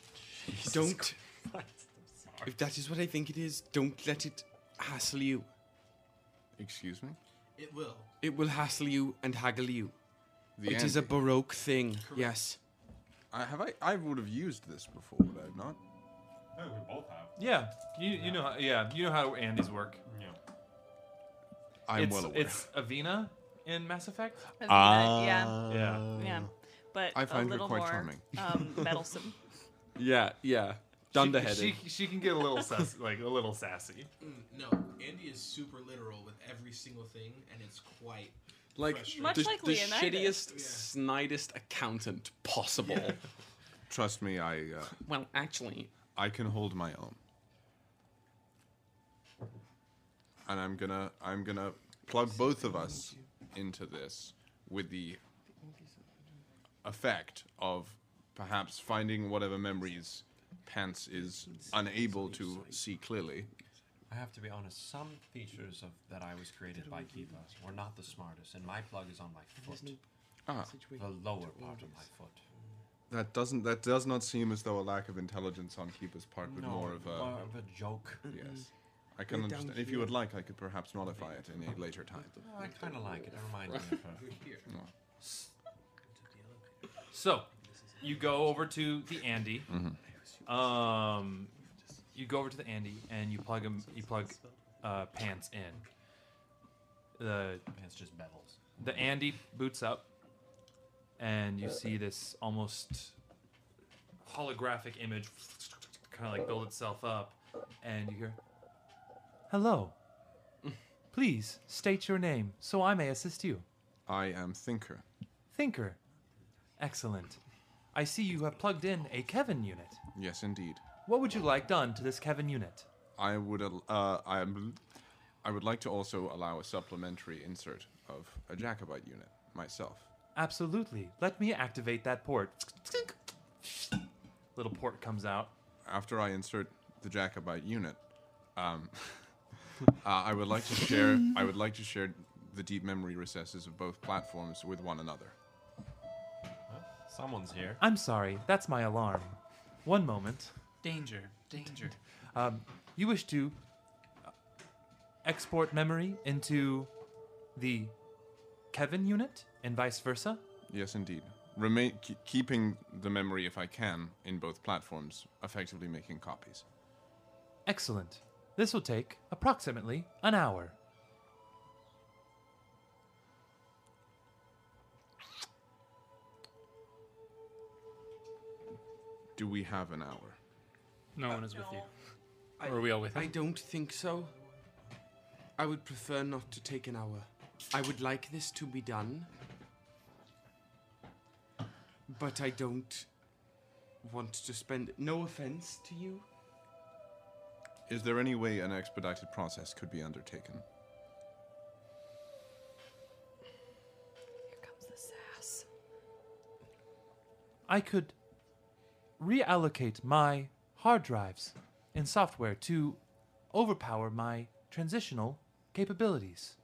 S13: don't. If that is what I think it is, don't let it hassle you.
S16: Excuse me?
S17: It will.
S13: It will hassle you and haggle you.
S16: The
S13: it is a
S16: Andy.
S13: baroque thing. Yes.
S16: I, have I? I would have used this before, would I have not?
S28: Oh, we both have.
S5: Yeah, you you know how, yeah you know how Andy's work. Yeah,
S16: I'm
S5: it's,
S16: well aware.
S5: It's Avena in Mass Effect.
S8: Avena,
S16: Ah.
S8: yeah.
S16: Yeah.
S8: Yeah. But
S16: I find
S8: a
S16: her
S8: little
S16: quite
S8: more
S16: charming.
S8: um, meddlesome.
S13: Yeah, yeah. Dunderheaded.
S5: She, she, she can get a little sassy, like a little sassy.
S17: Mm, no, Andy is super literal with every single thing, and it's quite
S13: Like
S17: frustrating.
S13: the, the shittiest, snidest accountant possible.
S16: Trust me, I. Uh,
S13: well, actually,
S16: I can hold my own. And I'm gonna, I'm gonna plug both of us into this with the effect of perhaps finding whatever memories Pants is unable to see clearly.
S14: I have to be honest. Some features of that I was created by Kivas were not the smartest, and my plug is on my foot,
S16: Ah.
S14: the lower part of my foot.
S16: That doesn't, that does not seem as though a lack of intelligence on Keeper's part, but
S14: No,
S16: more of a
S14: more of a joke.
S16: Yes,
S14: Mm.
S16: I can
S14: We're down
S16: understand. If you would
S14: here.
S16: like, I could perhaps modify it in a later time.
S14: I kind of like it. It reminds me of her.
S16: No.
S5: So, you go over to the Andy. Um, you go over to the Andy and you plug him. You plug uh, pants in. The
S14: pants just bevels.
S5: The Andy boots up, and you see this almost holographic image kind of like build itself up, and you hear, "Hello,
S13: Mm.
S5: please state your name so I may assist you."
S16: I am Thinker.
S5: Thinker. Excellent. I see you have plugged in a Kevin unit.
S16: Yes, indeed.
S5: What would you like done to this Kevin unit?
S16: I would. al- Uh, I am. I would like to also allow a supplementary insert of a Jacobite unit myself.
S5: Absolutely. Let me activate that port. Little port comes out.
S16: After I insert the Jacobite unit, um, uh, I would like to share. I would like to share the deep memory recesses of both platforms with one another.
S5: Someone's here. I'm sorry. That's my alarm. One moment.
S15: Danger, danger.
S5: Um, you wish to uh, export memory into the Kevin unit and vice versa?
S16: Yes, indeed. Remain ke- keeping the memory if I can in both platforms, effectively making copies.
S5: Excellent. This will take approximately an hour.
S16: Do we have an hour?
S15: No one is with you.
S13: I,
S15: or are we all with
S13: I
S15: him?
S13: don't think so. I would prefer not to take an hour. I would like this to be done. But I don't want to spend. No offense to you.
S16: Is there any way an expedited process could be undertaken?
S5: I could reallocate my hard drives and software to overpower my transitional capabilities.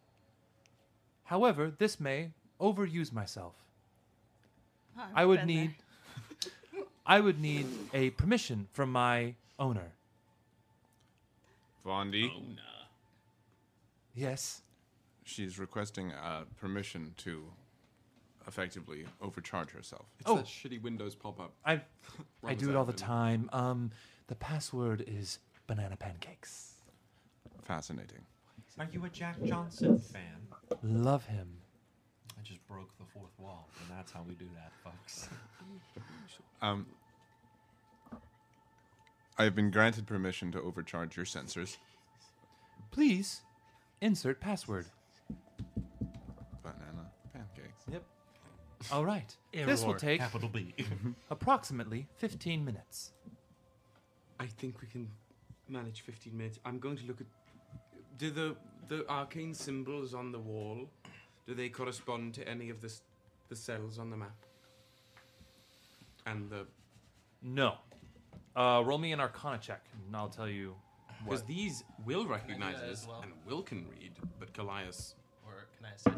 S5: However, this may overuse myself.
S8: I've
S5: I would
S8: been
S5: need I would need a permission from my owner.
S16: Vondi?
S5: Yes.
S16: She's requesting uh, permission to effectively overcharge herself.
S13: It's Oh. that shitty Windows pop up.
S5: I I do it all the time. Um the password is banana pancakes.
S16: Fascinating.
S14: Are you a Jack Johnson fan?
S5: Love him.
S14: I just broke the fourth wall, and that's how we do that, folks.
S19: Um, I have been granted permission to overcharge your sensors.
S5: Please insert password.
S19: Banana pancakes.
S5: Yep. All right.
S19: Error,
S5: this will take
S19: capital B.
S5: approximately 15 minutes.
S13: I think we can manage 15 minutes. I'm going to look at. Do the the arcane symbols on the wall? Do they correspond to any of the s- the cells on the map? And the
S5: No. Uh, roll me an Arcana check, and I'll tell you.
S13: because
S5: what-
S13: these will recognize
S17: that as
S13: us
S17: well?
S13: and will can read, but Goliath.
S17: Or can I assist or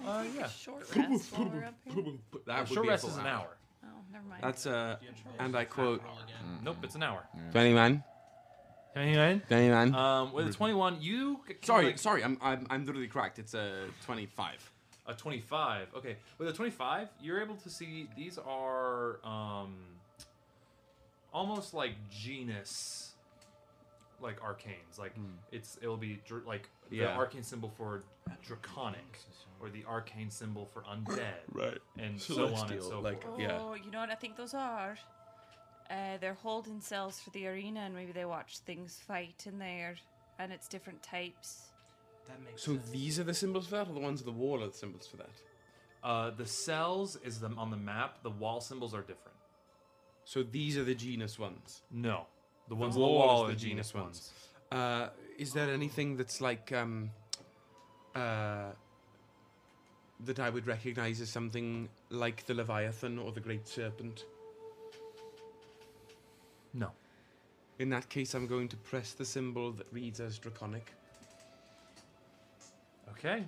S17: something?
S5: Uh, yeah.
S8: Short rest while we're up here?
S13: That
S5: Uh,
S13: would
S5: short
S13: be a
S5: rest
S13: full
S5: is an hour.
S13: hour.
S8: Oh, never mind.
S13: That's uh, and I quote. Mm.
S5: Nope, it's an hour.
S13: Danny man.
S5: Danny man.
S13: Danny man.
S5: Um, with a 21, you. c- kinda
S13: Sorry,
S5: like-
S13: sorry, I'm, I'm I'm literally cracked. It's uh, a 25.
S5: A 25. Okay. With a 25, you're able to see these are um, almost like genus, like arcanes. Like
S4: Hmm.
S5: it's it'll be dr- like the
S11: Yeah.
S5: arcane symbol for draconic, or the arcane symbol for undead,
S4: Right.
S5: And so on and
S4: Celestial,
S5: so
S4: like,
S5: forth.
S8: Oh, you know what I think those are? Uh, they're holding cells for the arena, and maybe they watch things fight in there, and it's different types.
S17: That makes
S13: So these are the symbols for that, or the ones on the wall are the symbols for that?
S5: Uh, the cells is them on the map. The wall symbols are different.
S13: So these are the genus ones.
S5: No, the ones on the wall
S13: is
S5: are the genus ones.
S13: Uh, is there anything that's like um, uh, that I would recognize as something like the Leviathan or the Great Serpent?
S5: No.
S13: In that case, I'm going to press the symbol that reads as draconic.
S5: Okay.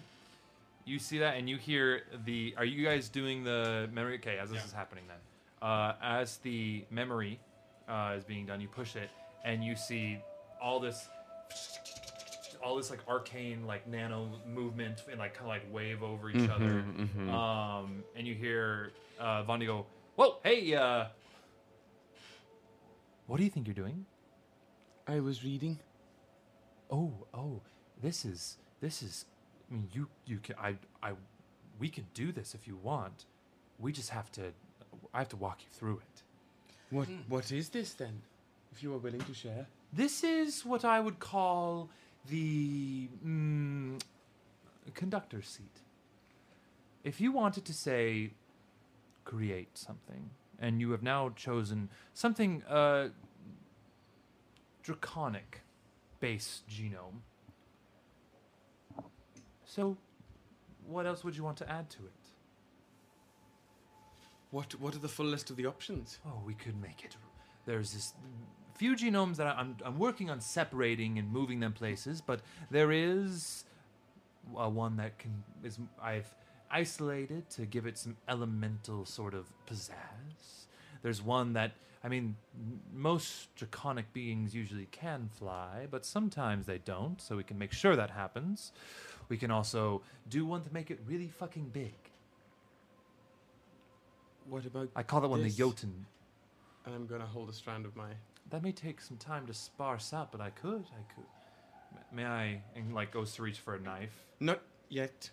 S5: You see that and you hear the. Are you guys doing the memory? Okay, as this is happening then. Uh, as the memory uh, is being done, you push it and you see all this. All this like arcane like nano movement and like kind of like wave over each
S11: Mhm,
S5: other,
S11: mhm.
S5: um, and you hear uh, Vondi go, "Whoa, hey, uh, what do you think you're doing?"
S13: I was reading.
S5: oh oh this is this is i mean you you can i i we can do this if you want we just have to i have to walk you through it
S13: What What is this then? If you are willing to share.
S5: this is what i would call the mm, conductor's seat if you wanted to say create something and you have now chosen something uh draconic base genome so what else would you want to add to it
S13: What What are the full list of the options?
S5: Oh, we could make it. There's this few genomes that I- I'm, I'm working on separating and moving them places, but there is uh, one that can is I've isolated to give it some elemental sort of pizzazz. There's one that I mean, m- most draconic beings usually can fly, but sometimes they don't. So we can make sure that happens. We can also do one to make it really fucking big.
S13: What about?
S5: I call that one
S13: this?
S5: the Jotun
S13: And I'm gonna hold a strand of my.
S5: That may take some time to sparse out, but I could. I could. M- May I? And like goes to reach for a knife.
S13: Not yet.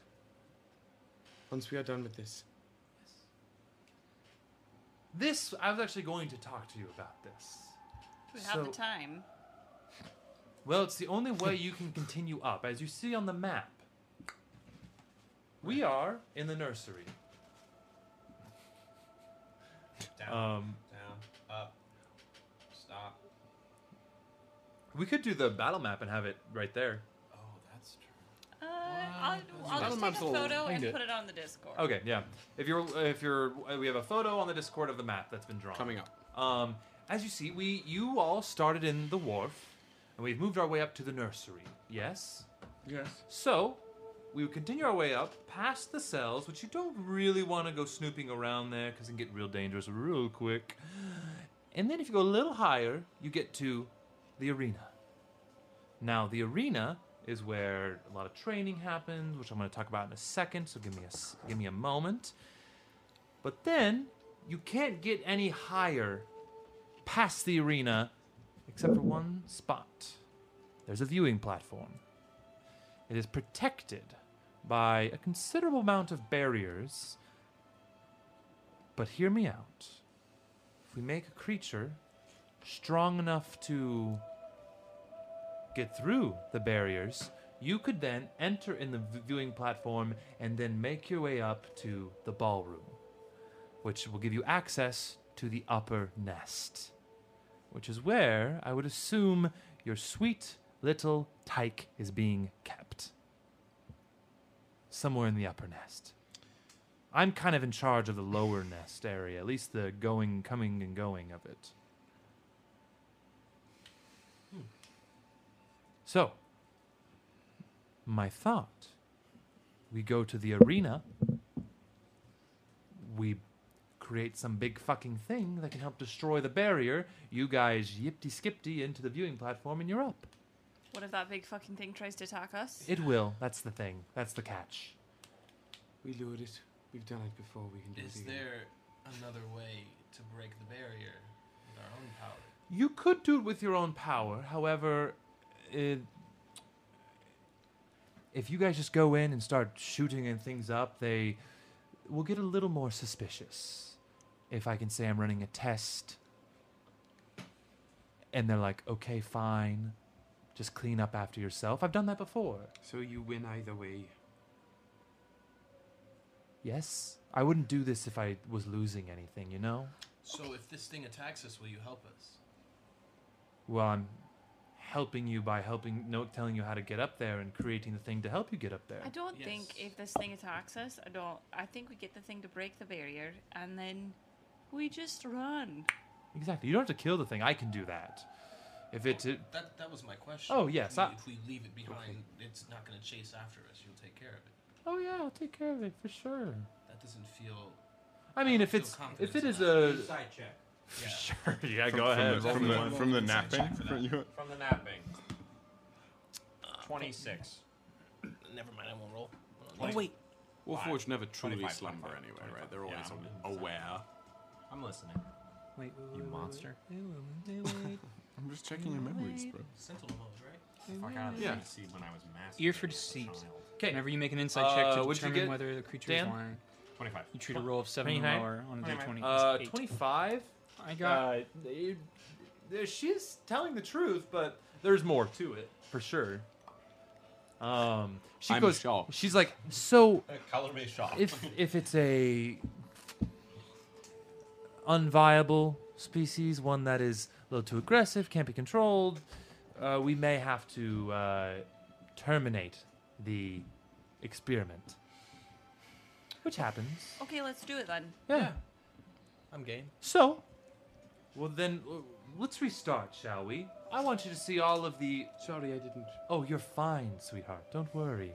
S13: Once we are done with this.
S5: This I was actually going to talk to you about this.
S8: Do we have the
S5: So-
S8: time?
S5: Well, it's the only way you can continue up, as you see on the map. We are in the nursery.
S14: Down,
S5: Um,
S14: down, up, stop.
S5: We could do the battle map and have it right there.
S14: Oh, that's
S8: Uh,
S14: true.
S8: I'll,
S5: I'll
S8: I'll just take
S5: just That'll take
S8: a
S5: a map photo
S8: photo
S5: will- and
S8: and
S5: find it.
S8: put
S5: put
S8: it on the Discord.
S5: Okay, yeah. If you're, if you're, uh, we have a photo on the Discord of the map that's been drawn.
S13: Coming up.
S5: Um, as you see, we, you all started in the wharf, and we've moved our way up to the nursery. Yes.
S13: Yes.
S5: So, we would continue our way up past the cells, which you don't really want to go snooping around there because it can get real dangerous real quick. And then, if you go a little higher, you get to the arena. Now, the arena is where a lot of training happens, which I'm going to talk about in a second. So give me a s- give me a moment. But then you can't get any higher past the arena, except for one spot. There's a viewing platform. It is protected by a considerable amount of barriers. But hear me out. If we make a creature strong enough to get through the barriers, you could then enter in the v- viewing platform and then make your way up to the ballroom, which will give you access to the upper nest, which is where I would assume your sweet little tyke is being kept. Somewhere in the upper nest. I'm kind of in charge of the lower nest area, at least the going, coming, and going of it. So, my thought we go to the arena, we create some big fucking thing that can help destroy the barrier. You guys yipty skipty into the viewing platform and you're up.
S8: What if that big fucking thing tries to attack us?
S5: It will. That's the thing. That's the catch.
S13: We lured it. We've done it before. We can do it
S17: Is
S13: again.
S17: there another way to break the barrier with our own power?
S5: You could do it with your own power. However, it, if you guys just go in and start shooting and things up, they will get a little more suspicious. If I can say I'm running a test, and they're like, "Okay, fine, just clean up after yourself." I've done that before.
S13: So you win either way.
S5: Yes, I wouldn't do this if I was losing anything, you know.
S17: So if this thing attacks us, will you help us?
S5: Well, I'm helping you by helping, no, telling you how to get up there and creating the thing to help you get up there.
S8: I don't think if this thing attacks us, I don't. I think we get the thing to break the barrier and then we just run.
S5: Exactly. You don't have to kill the thing. I can do that. If it, it
S17: That that was my question.
S5: Oh, yes,
S17: If we,
S5: I-
S17: if we leave it behind, it's not going to chase after us. You'll take care of it.
S5: Oh yeah, I'll take care of it for sure.
S17: That doesn't feel.
S5: I mean, if
S17: feel
S5: it's if
S17: confident
S5: it is
S17: enough.
S5: a
S17: Insight check.
S5: For sure. Yeah,
S16: From- from
S5: go ahead.
S16: the-
S5: roll
S16: from
S5: me
S16: the-
S5: one.
S16: from the
S5: Insight
S16: napping?
S5: check for
S16: From you-
S20: From the napping. 26.
S17: Never mind. I won't roll.
S13: Oh,
S17: Oh,
S20: Twenty-
S4: Warforged never
S20: Five.
S4: truly
S20: 25,
S4: slumber
S20: 25,
S4: anyway, right? They're always
S20: Yeah,
S4: on aware.
S20: I'm listening.
S10: Wait, wait,
S20: You
S10: wait, wait,
S20: monster.
S10: wait, wait, wait, wait.
S20: I'm just
S4: checking your memories, bro.
S17: Sentinel mode, right?
S20: Fuck, I
S4: Yeah.
S20: yeah. see when I was master.
S15: Ear for deceit.
S5: Okay.
S15: Whenever you make an insight check
S5: Uh,
S15: to
S5: what'd you
S15: determine
S5: get,
S15: whether the creature
S5: Dan?
S15: is lying,
S20: 25.
S15: you treat a roll of seven or
S5: 29?
S15: lower on a d20.
S5: Uh,
S15: Eight.
S5: 25.
S15: I got-
S5: Uh, they- they- she's telling the truth, but there's more to it for sure. Um, she
S16: I'm
S5: goes.
S16: shocked.
S5: She's like, so.
S16: Uh, color me shocked.
S5: If if it's a unviable species, one that is a little too aggressive, can't be controlled, uh, we may have to uh, terminate the experiment, which happens.
S8: Okay, let's do it then.
S5: Yeah.
S17: I'm game.
S5: So, well then, l- let's restart, shall we? I want you to see all of the.
S13: Sorry, I didn't.
S5: Oh, you're fine, sweetheart. Don't worry.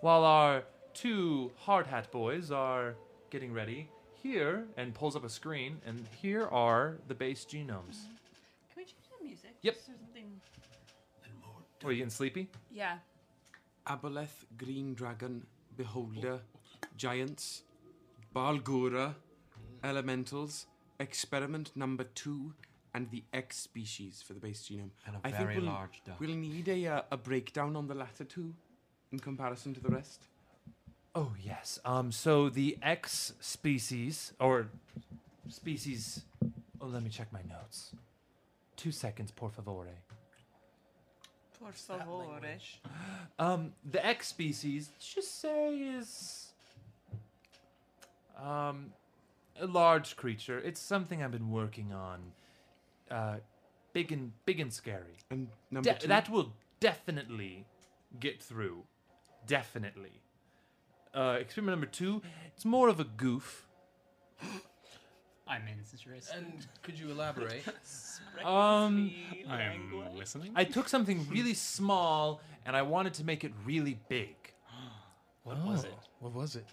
S5: While our two hard hat boys are getting ready, here and pulls up a screen, and here are the base genomes.
S8: Mm-hmm. Can we change the music?
S5: Yep.
S8: Is there something?
S5: Are you getting sleepy?
S8: Yeah.
S13: Aboleth, Green Dragon, Beholder, Giants, Balgura, Elementals, Experiment Number Two, and the X species for the base genome.
S20: And a
S13: I
S20: very
S13: think we'll,
S20: large duck.
S13: We'll need a, uh, a breakdown on the latter two in comparison to the rest.
S5: Oh yes. Um. So the X species or species. Oh, let me check my notes. Two seconds, por favore.
S8: Por eh? favore.
S5: Um, the X species, let's just say, is um, a large creature. It's something I've been working on. Uh, big and big and scary.
S13: And number two?
S5: that will definitely get through. Definitely. Uh, experiment number two. It's more of a goof.
S15: I'm interested.
S17: And could you elaborate?
S5: Um,
S6: I'm listening.
S5: I took something really small and I wanted to make it really big.
S6: What was it?
S5: Oh. What was it?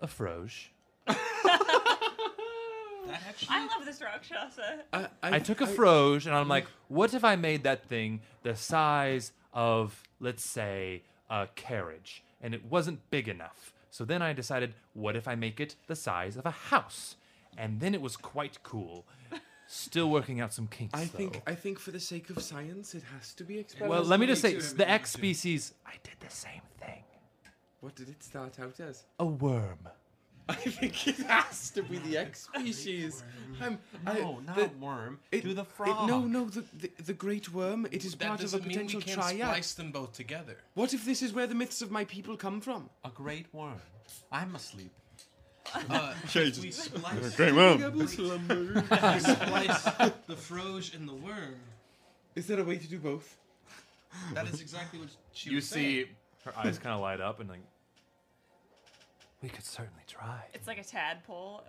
S5: A froge.
S8: I love this Rakshasa.
S5: I, took a froge and I'm like, what if I made that thing the size of, let's say, a carriage? And it wasn't big enough. So then I decided, what if I make it the size of a house? And then it was quite cool. Still working out some kinks.
S4: I
S5: though.
S4: think I think for the sake of science, it has to be experimental.
S5: Well, let me just say, the X species. I did the same thing.
S4: What did it start out as?
S5: A worm.
S4: I think it has to be the X species. I'm,
S13: No,
S4: I,
S13: not worm.
S4: It,
S13: Do the
S4: it-
S13: frog.
S4: no, no, the, the, the great worm. It is
S17: That
S4: part of a
S17: doesn't mean we
S4: potential
S17: can't
S4: triad.
S17: splice them both together.
S4: What if this is where the myths of my people come from?
S13: A great worm. I'm asleep.
S17: Uh,
S4: Jesus.
S17: we splice-
S4: Great worm.
S17: We splice the froge and the worm.
S4: Is there a way to do both?
S17: That is exactly what she
S5: You
S17: was
S5: see,
S17: saying.
S5: her eyes kind of light up and like. We could certainly try.
S8: It's like a tadpole.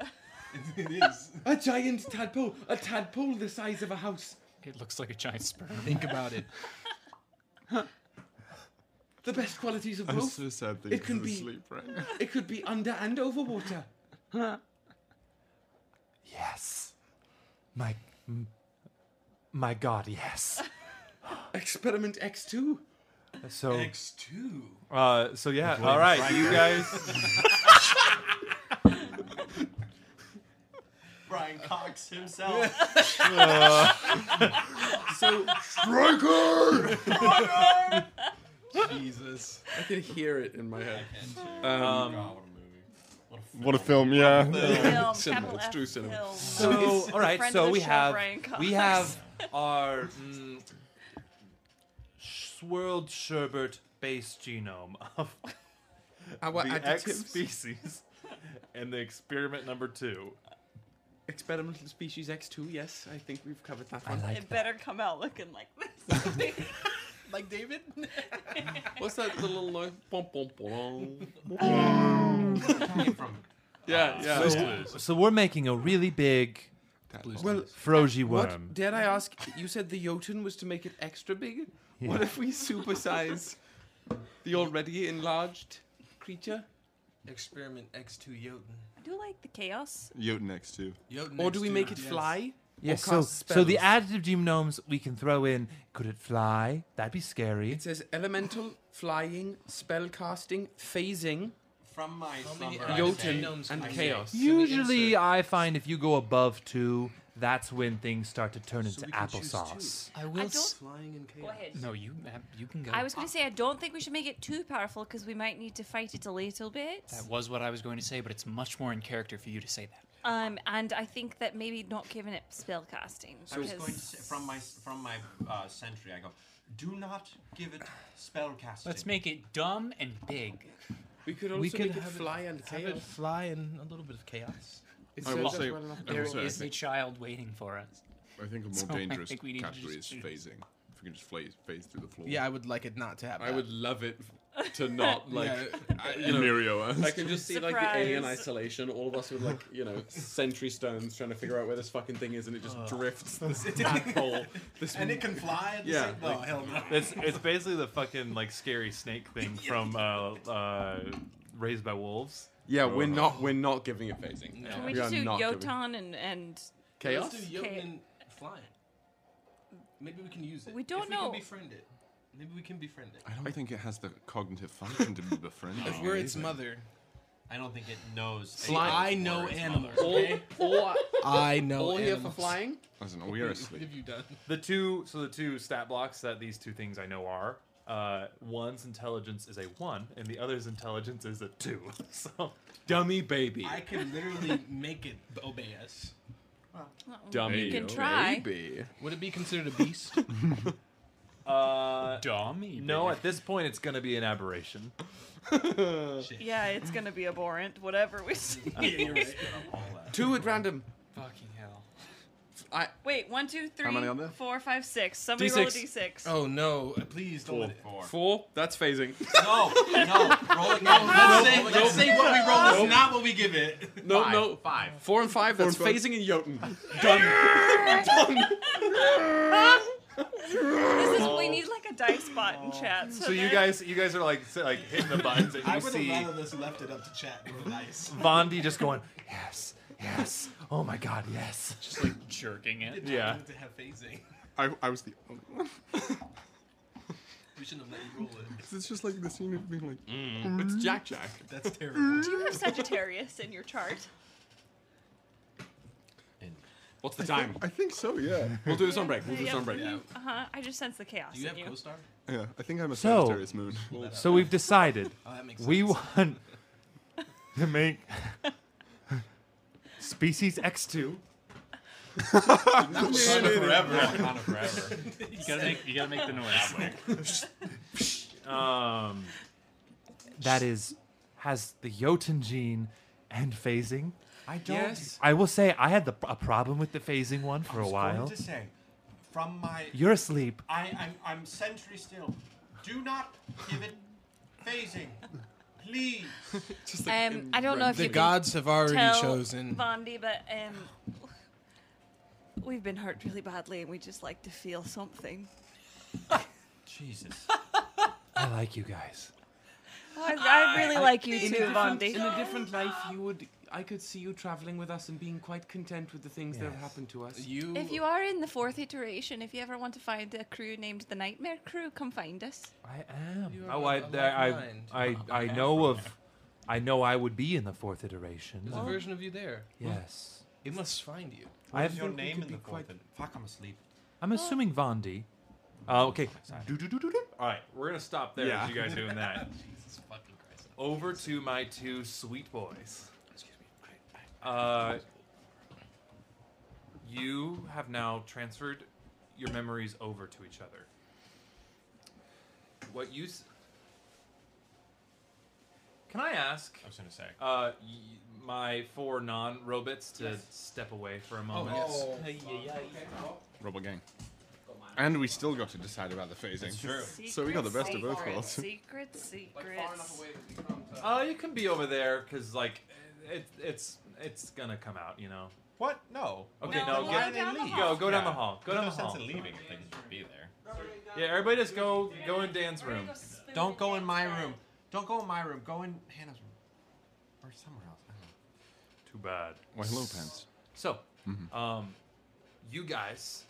S17: it is.
S4: A giant tadpole. A tadpole the size of a house.
S15: It looks like a giant sperm.
S4: Think about it. The best qualities of
S16: I'm
S4: both.
S16: so sad that
S4: it
S16: he's
S4: can be.
S16: asleep right now.
S4: It could be under and over water.
S5: Yes. My. m- My God, yes.
S4: Experiment X two.
S5: So.
S4: X2.
S5: Uh, so yeah.
S4: With
S5: All right,
S4: William
S5: you guys.
S2: Brian Cox himself.
S5: Uh,
S4: so
S2: Striker! Striker!
S4: Jesus. I can hear it in my head.
S17: Oh,
S16: Um,
S29: What a film, yeah.
S4: Film,
S29: Cinema,
S4: capital it's true F cinema. film.
S5: So, all right.
S4: Friend
S5: So
S4: of the
S5: we
S4: show,
S5: have
S4: Brian Cox.
S5: we have our mm, swirled sherbet base genome of
S4: Our
S5: the X
S4: additives.
S5: species and the experiment number two.
S4: Experimental species X two. Yes, I think we've covered that.
S5: I
S4: one.
S5: like
S8: it better come out looking like this. like David?
S4: What's that little noise? Bom, bom, bom.
S5: Yeah,
S4: yeah.
S5: So, so we're making a really big
S4: Well,
S5: Froji
S4: what-
S5: worm.
S4: Dare I ask? You said the Jotun was to make it extra big. What
S5: Yeah.
S4: if we supersize the already enlarged creature?
S17: Experiment X two Jotun.
S8: I do like the chaos.
S16: Jotun next to.
S17: Jotun
S4: Or do we
S17: X2,
S4: make it
S17: yes.
S4: fly?
S5: Yes,
S4: Or
S5: so,
S4: cast
S5: so the
S4: spells?
S5: additive genomes we can throw in. Could it fly? That'd be scary.
S4: It says elemental, flying, spell casting, phasing.
S13: From my
S17: How many
S13: slumber,
S4: Jotun
S13: I say,
S4: and chaos.
S5: Usually, I find if you go above two, that's when things start to turn into applesauce.
S15: I will.
S8: don't-
S17: flying in chaos.
S8: Go ahead.
S15: No, you have, you can go.
S8: I was going to say, I don't think we should make it too powerful because we might need to fight it a little bit.
S15: That was what I was going to say, but it's much more in character for you to say that.
S8: Um, and I think that maybe not giving it spell casting.
S2: I was going to
S8: because-
S2: say, from my from my uh, sentry, I go, do not give it spell casting.
S15: Let's make it dumb and big.
S4: We could
S17: We could have it- have it
S15: chaos.
S17: fly and a little bit of chaos.
S4: It
S16: I will say- I
S15: there
S16: will say I
S15: is a
S16: think-
S15: child waiting for us.
S16: I think a more
S15: So I
S16: dangerous
S15: think we need to
S16: category is
S15: just-
S16: phasing. If we can just phase, phase through the floor.
S17: Yeah, I would like it not to happen.
S4: I would love it to not like
S17: Yeah.
S4: I, you know,
S16: Mirio us.
S4: I can just see like the alien
S17: Surprise.
S4: isolation. All of us with like you know sentry stones trying to figure out where this fucking thing is, and it just drifts this tadpole. This
S17: And it can fly at the
S4: yeah,
S17: same- no, hell no.
S5: It's it's basically the fucking like scary snake thing from uh, uh, Raised by Wolves.
S4: Yeah, we're not we're not giving it phasing.
S8: Can we just do Yotan and, and
S4: Chaos?
S17: Let's do Jotun and flying. Maybe we can use it.
S8: We don't
S17: if
S8: know.
S17: We can befriend it. Maybe we can befriend it.
S16: I don't think it has the cognitive function to be befriended.
S17: If we're its mother,
S2: I don't think it knows.
S17: Fly- I know animals.
S4: All-
S17: Okay?
S4: all-
S17: I know
S4: all here for
S17: animals.
S4: flying.
S16: I don't know. We are asleep.
S17: you done?
S5: The two so the two stat blocks that these two things I know are uh, one's intelligence is a one and the other's intelligence is a two. So
S4: dummy baby.
S17: I can literally make it obey us.
S4: Dummy
S8: You can try.
S17: Would it be considered a beast?
S5: Uh,
S15: Dummy.
S5: No, at this point it's gonna be an aberration.
S8: Yeah, it's going to be abhorrent, whatever we see.
S4: Two at random.
S15: Fucking hell.
S4: I
S8: Wait, one, two, three,
S4: many on there?
S8: four, five, six. Somebody roll a d6.
S17: Oh no! Please don't.
S4: Four.
S17: let it-
S4: Four? That's phasing.
S2: No, no, roll it.
S17: No,
S2: No,
S17: let's
S2: no,
S17: say,
S2: no.
S17: let's say what we roll
S4: Nope.
S17: is not what we give it.
S4: No,
S17: Five.
S4: no.
S2: Five.
S4: Four and five,
S17: Four
S4: that's
S17: and five.
S4: phasing in Jotun. Done.
S8: This is, we need like a dice bot in chat. So,
S5: So you
S8: that-
S5: guys you guys are like s- like hitting the buttons and
S17: I
S5: you
S17: would
S5: see
S17: have rather this left it up to chat. than Nice.
S5: Vondi just going, Yes, yes, oh my god, yes.
S15: Just like jerking it.
S17: Did not
S5: Yeah.
S17: need To have phasing.
S16: I, I was the only one.
S17: We shouldn't have let you roll it.
S16: 'Cause It's just like the scene of being like,
S4: Mm.
S16: it's Jack Jack.
S17: That's terrible.
S8: Do you have Sagittarius in your chart?
S4: What's the time?
S12: I think so, yeah.
S4: We'll do this on break. We'll do this
S8: Yeah.
S4: on break.
S8: Uh huh. I just sense the chaos.
S17: Do you
S8: in
S17: have co-star?
S12: Yeah, I think I'm a
S5: So,
S12: Sagittarius moon.
S5: so we've decided
S17: Oh, that makes
S5: we
S17: sense.
S5: want to make species X two.
S3: Wakanda forever. you gotta make you gotta make the noise.
S5: um, that is has the Jotun gene and phasing.
S20: I don't- Yes.
S5: I will say I had the, a problem with the phasing one for
S20: I
S5: a
S20: was
S5: while.
S20: Going to say, from my
S5: You're asleep.
S20: I, I'm I'm sentry still. Do not give it phasing, please.
S8: Um, I don't know if
S20: The
S8: you can
S17: gods have already
S8: tell
S17: chosen.
S8: Vondi, but um, we've been hurt really badly, and we just like to feel something.
S20: Jesus.
S5: I like you guys.
S8: I, I really like you
S13: in
S8: too,
S13: a different-
S8: Vondi.
S13: In a different life, you would. I could see you traveling with us and being quite content with the things that have happened to us.
S17: You.
S8: If you are in the fourth iteration, if you ever want to find a crew named the Nightmare Crew, come find us.
S5: I am.
S17: You
S5: Oh,
S17: are
S5: I,
S17: of
S5: I,
S17: mind.
S8: Oh,
S5: I, I know of. I know I would be in the fourth iteration.
S17: There's a version of you there.
S5: Yes.
S17: It must find you.
S5: I have-
S20: your
S5: think we
S20: name
S5: could
S20: in
S5: be
S20: the fourth. and- Fuck, I'm asleep.
S5: I'm assuming Vondi. Uh, okay.
S11: All right, we're gonna stop there.
S5: Yeah.
S11: as You guys doing that?
S17: Jesus fucking Christ.
S5: Over to my two sweet boys. Uh, you have now transferred your memories over to each other. What you s- can I ask? I was
S20: gonna say.
S5: Uh, y- my four non-robits to step away for a moment.
S20: yes.
S16: Rubble gang. And we still got to decide about the phasing.
S5: That's true.
S16: So we got the best of both
S8: secret,
S16: worlds.
S8: Secret, secret.
S5: Uh, you can be over there because like it, it's it's gonna come out, you know.
S2: What? No.
S5: Okay,
S2: No,
S5: no,
S2: why
S5: get,
S2: did they leave?
S5: go go down
S2: Yeah.
S5: the hall. Go
S2: There's
S5: down
S2: no
S5: the
S2: sense
S5: hall.
S2: in leaving if they can just be there.
S5: Yeah, everybody just go go in Dan's room.
S20: Don't go in my room. Don't go in my room. Go in Hannah's room. Or somewhere else. I don't know.
S5: Too bad.
S16: Why, hello, pants. Mm-hmm.
S5: So, um, you guys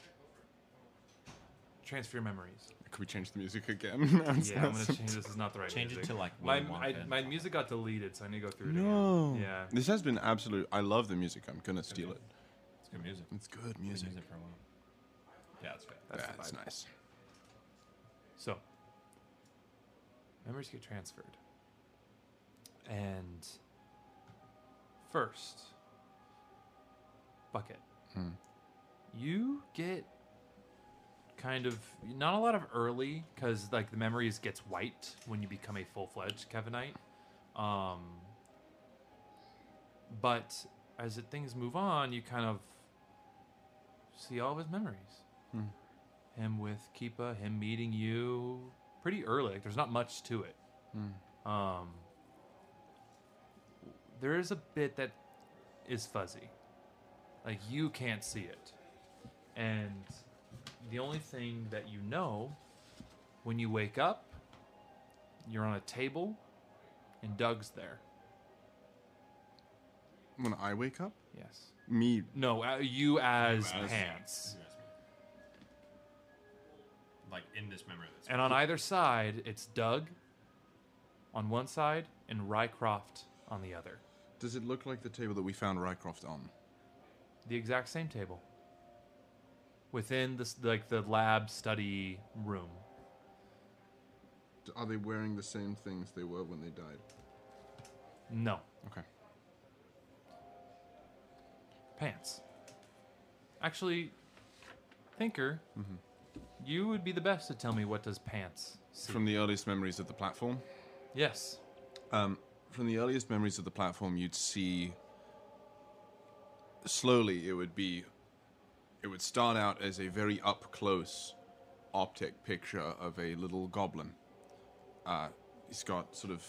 S5: transfer your memories.
S16: Could we change the music again? That's-
S5: yeah, I'm gonna
S16: that's-
S5: change. This is not the right.
S20: Change it
S5: music.
S20: to, like,
S5: my
S20: Willy
S5: I,
S20: Wonka.
S5: my music got deleted, so I need to go through it
S16: No.
S5: again. Yeah.
S16: This has been absolute. I love the music. I'm gonna steal it.
S2: It's good music.
S16: It's good music.
S2: music for a while. Yeah, it's good.
S5: That's the
S16: That's
S5: vibe.
S16: nice.
S5: So, memories get transferred. And first, Bucket,
S16: Hmm.
S5: you get kind of not a lot of early because like the memories gets wiped when you become a full-fledged kevinite um but as it, things move on you kind of see all of his memories
S16: Hmm.
S5: him with Keepa, him meeting you pretty early. Like, there's not much to it. Um, there is a bit that is fuzzy. Like you can't see it. And the only thing that you know when you wake up, you're on a table and Doug's there.
S16: When I wake up,
S5: Yes.
S16: me.
S5: No, uh, you as
S2: You as-
S5: pants.
S2: Like in this memory. That's
S5: And on either side, it's Doug on one side and Rycroft on the other.
S16: Does it look like the table that we found Rycroft on?
S5: The exact same table. Within this like the lab study room.
S16: D- Are they wearing the same things they were when they died?
S5: No.
S16: Okay.
S5: Pants. Actually, Thinker, you would be the best to tell me what does pants see.
S16: From the earliest memories of the platform.
S5: yes.
S16: Um, from the earliest memories of the platform, you'd see. Slowly, it would be. It would start out as a very up close optic picture of a little goblin. Uh, he's got sort of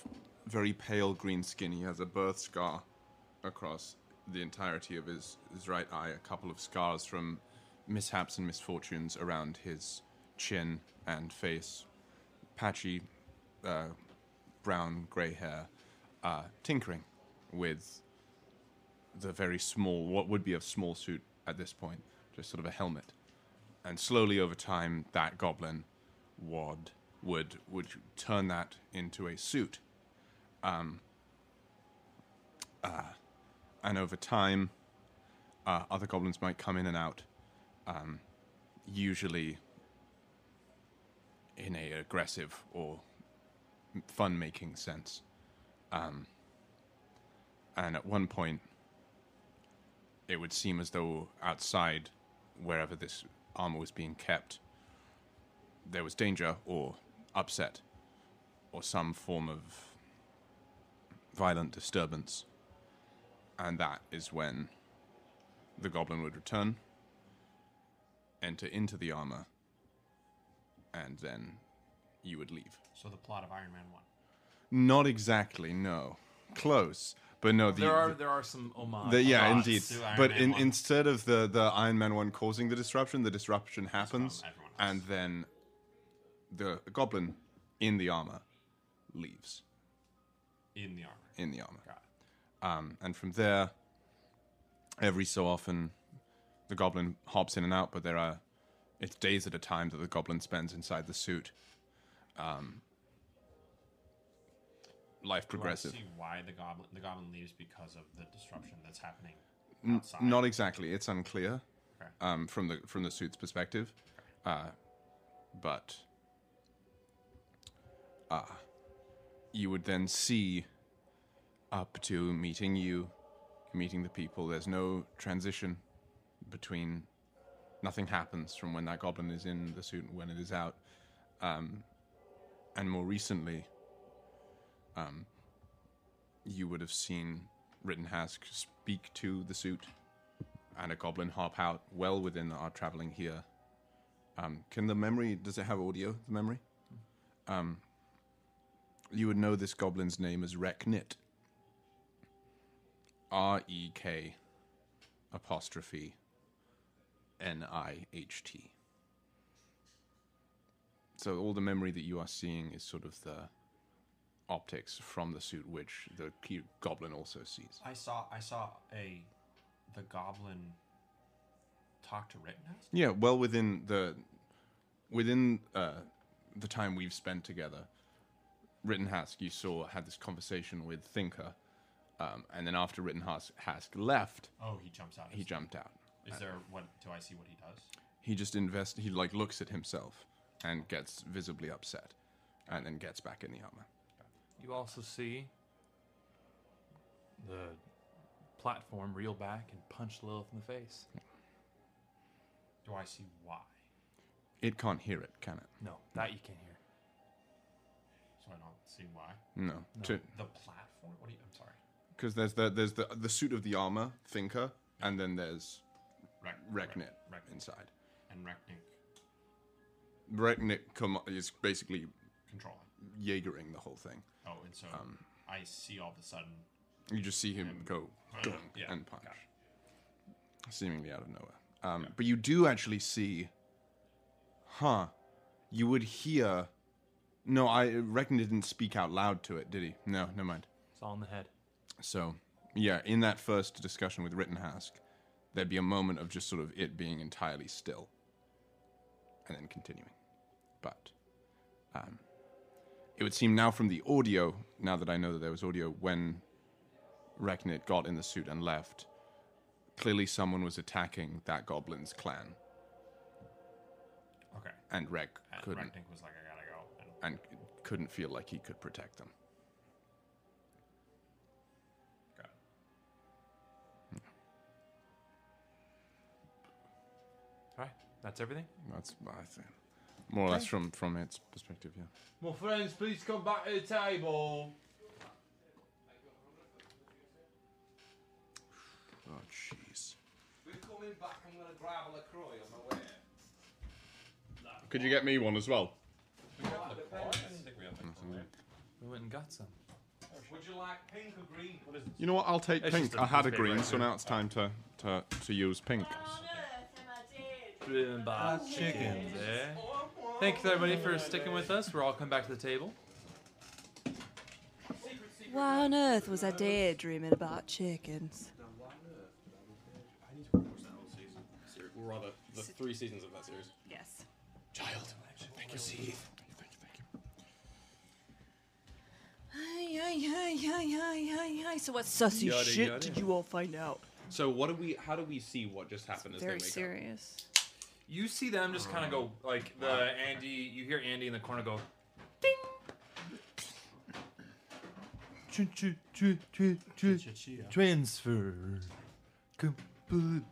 S16: very pale green skin. He has a birth scar across the entirety of his, his right eye, a couple of scars from mishaps and misfortunes around his chin and face, patchy uh, brown gray hair, uh, tinkering with the very small, what would be a small suit at this point, just sort of a helmet. And slowly over time, that goblin wad would would turn that into a suit. Um, uh, and over time, Uh, other goblins might come in and out, um, usually in a aggressive or fun-making sense. Um, and at one point, it would seem as though outside, wherever this armor was being kept, there was danger or upset or some form of violent disturbance. And that is when the goblin would return, enter into the armor, and then you would leave.
S14: So the plot of Iron Man One.
S16: Not exactly, no. Close, but no. The,
S5: There are-
S16: the-
S5: there are some homage-
S16: the- yeah,
S5: nods
S16: indeed.
S5: to Iron
S16: But
S5: Man
S16: in,
S5: one.
S16: instead of the the Iron Man one causing the disruption, the disruption happens, and then the goblin in the armor leaves
S2: in the armor.
S16: in the armor. Um, and from there, every so often, the goblin hops in and out, but there are it's days at a time that the goblin spends inside the suit. Um, life
S2: Do I
S16: progressive.
S2: see why the goblin the goblin leaves because of the disruption that's happening.
S16: N- not exactly. It's unclear
S2: Okay.
S16: um, from the from the suit's perspective, uh, but uh, you would then see up to meeting you, meeting the people. There's no transition between. Nothing happens from when that goblin is in the suit and when it is out. Um, and more recently, um, you would have seen Rittenhask speak to the suit and a goblin hop out well within our traveling here. Um, can the memory, does it have audio, the memory? Um, you would know this goblin's name as Reknit. R E K apostrophe N I H T. So all the memory that you are seeing is sort of the optics from the suit, which the key goblin also sees.
S14: I saw I saw a the goblin talk to Rittenhouse.
S16: Yeah, well within the within uh, the time we've spent together, Rittenhask you saw had this conversation with Thinker, um, and then after Rittenhask Hask left,
S2: Oh, he jumps out.
S16: he jumped out. Uh,
S2: Is there what? Do I see what he does?
S16: He just invest. He like looks at himself and gets visibly upset, and then gets back in the armor.
S5: You also see the platform reel back and punch Lilith in the face.
S2: Do I see why?
S16: It can't hear it, can it?
S5: No, that you can't hear.
S2: So I don't see why.
S16: No. No. To-
S2: the platform. What do you? I'm sorry.
S16: Because there's the there's the the suit of the armor Thinker, and then there's
S2: Rek-
S16: Reknit
S2: Rek- Reknit.
S16: inside.
S2: And Reknik
S16: Reknit com- is basically
S2: controlling.
S16: Jaegering the whole thing.
S2: Oh, and so
S17: Um,
S2: I see all of a sudden.
S16: You just see him go dunk
S2: Yeah,
S16: and punch, seemingly out of nowhere. Um, But you do actually see, huh? You would hear. No, I reckon he didn't speak out loud to it, did he? No, never mind.
S5: It's all in the head.
S16: So, yeah, in that first discussion with Rittenhask, there'd be a moment of just sort of it being entirely still, and then continuing. But um, it would seem now from the audio, now that I know that there was audio, when Reknit got in the suit and left, clearly someone was attacking that goblin's clan,
S2: Okay.
S16: and Rek
S2: And
S16: couldn't
S2: Reknik was like, I gotta go. And
S16: and couldn't feel like he could protect them.
S5: All right, that's everything.
S16: That's I think more or less from from its perspective. Yeah.
S11: My friends, please come back to the table.
S16: Oh jeez.
S14: We're coming back. I'm gonna grab a Lacroix on my way.
S16: Could you get me one as well?
S5: We went and got some.
S14: Would you like pink or green? What is it?
S16: You know what? I'll take
S5: It's
S16: pink.
S5: just a-
S16: I had a
S5: it's
S16: green,
S5: right
S16: so now it's time to to, to use pink.
S5: Driven by chickens, eh? Thanks everybody for sticking with us. We're all coming back to the table.
S8: Why on earth was I daydreaming about chickens?
S20: I need to watch that whole season. Ser- Or rather, the three seasons of that series.
S8: Yes.
S20: Child. Thank you, Steve.
S8: Hi, hi, hi, hi, hi, hi, hi. So what sussy
S20: Yada,
S8: shit
S20: yada.
S8: did you all find out?
S4: So what do we? How do we see what just happened? as they
S8: Very
S4: make up?
S8: serious.
S5: You see them just kind of go
S16: Oh.
S5: like the Andy. You hear Andy in the corner go.
S9: Transfer complete.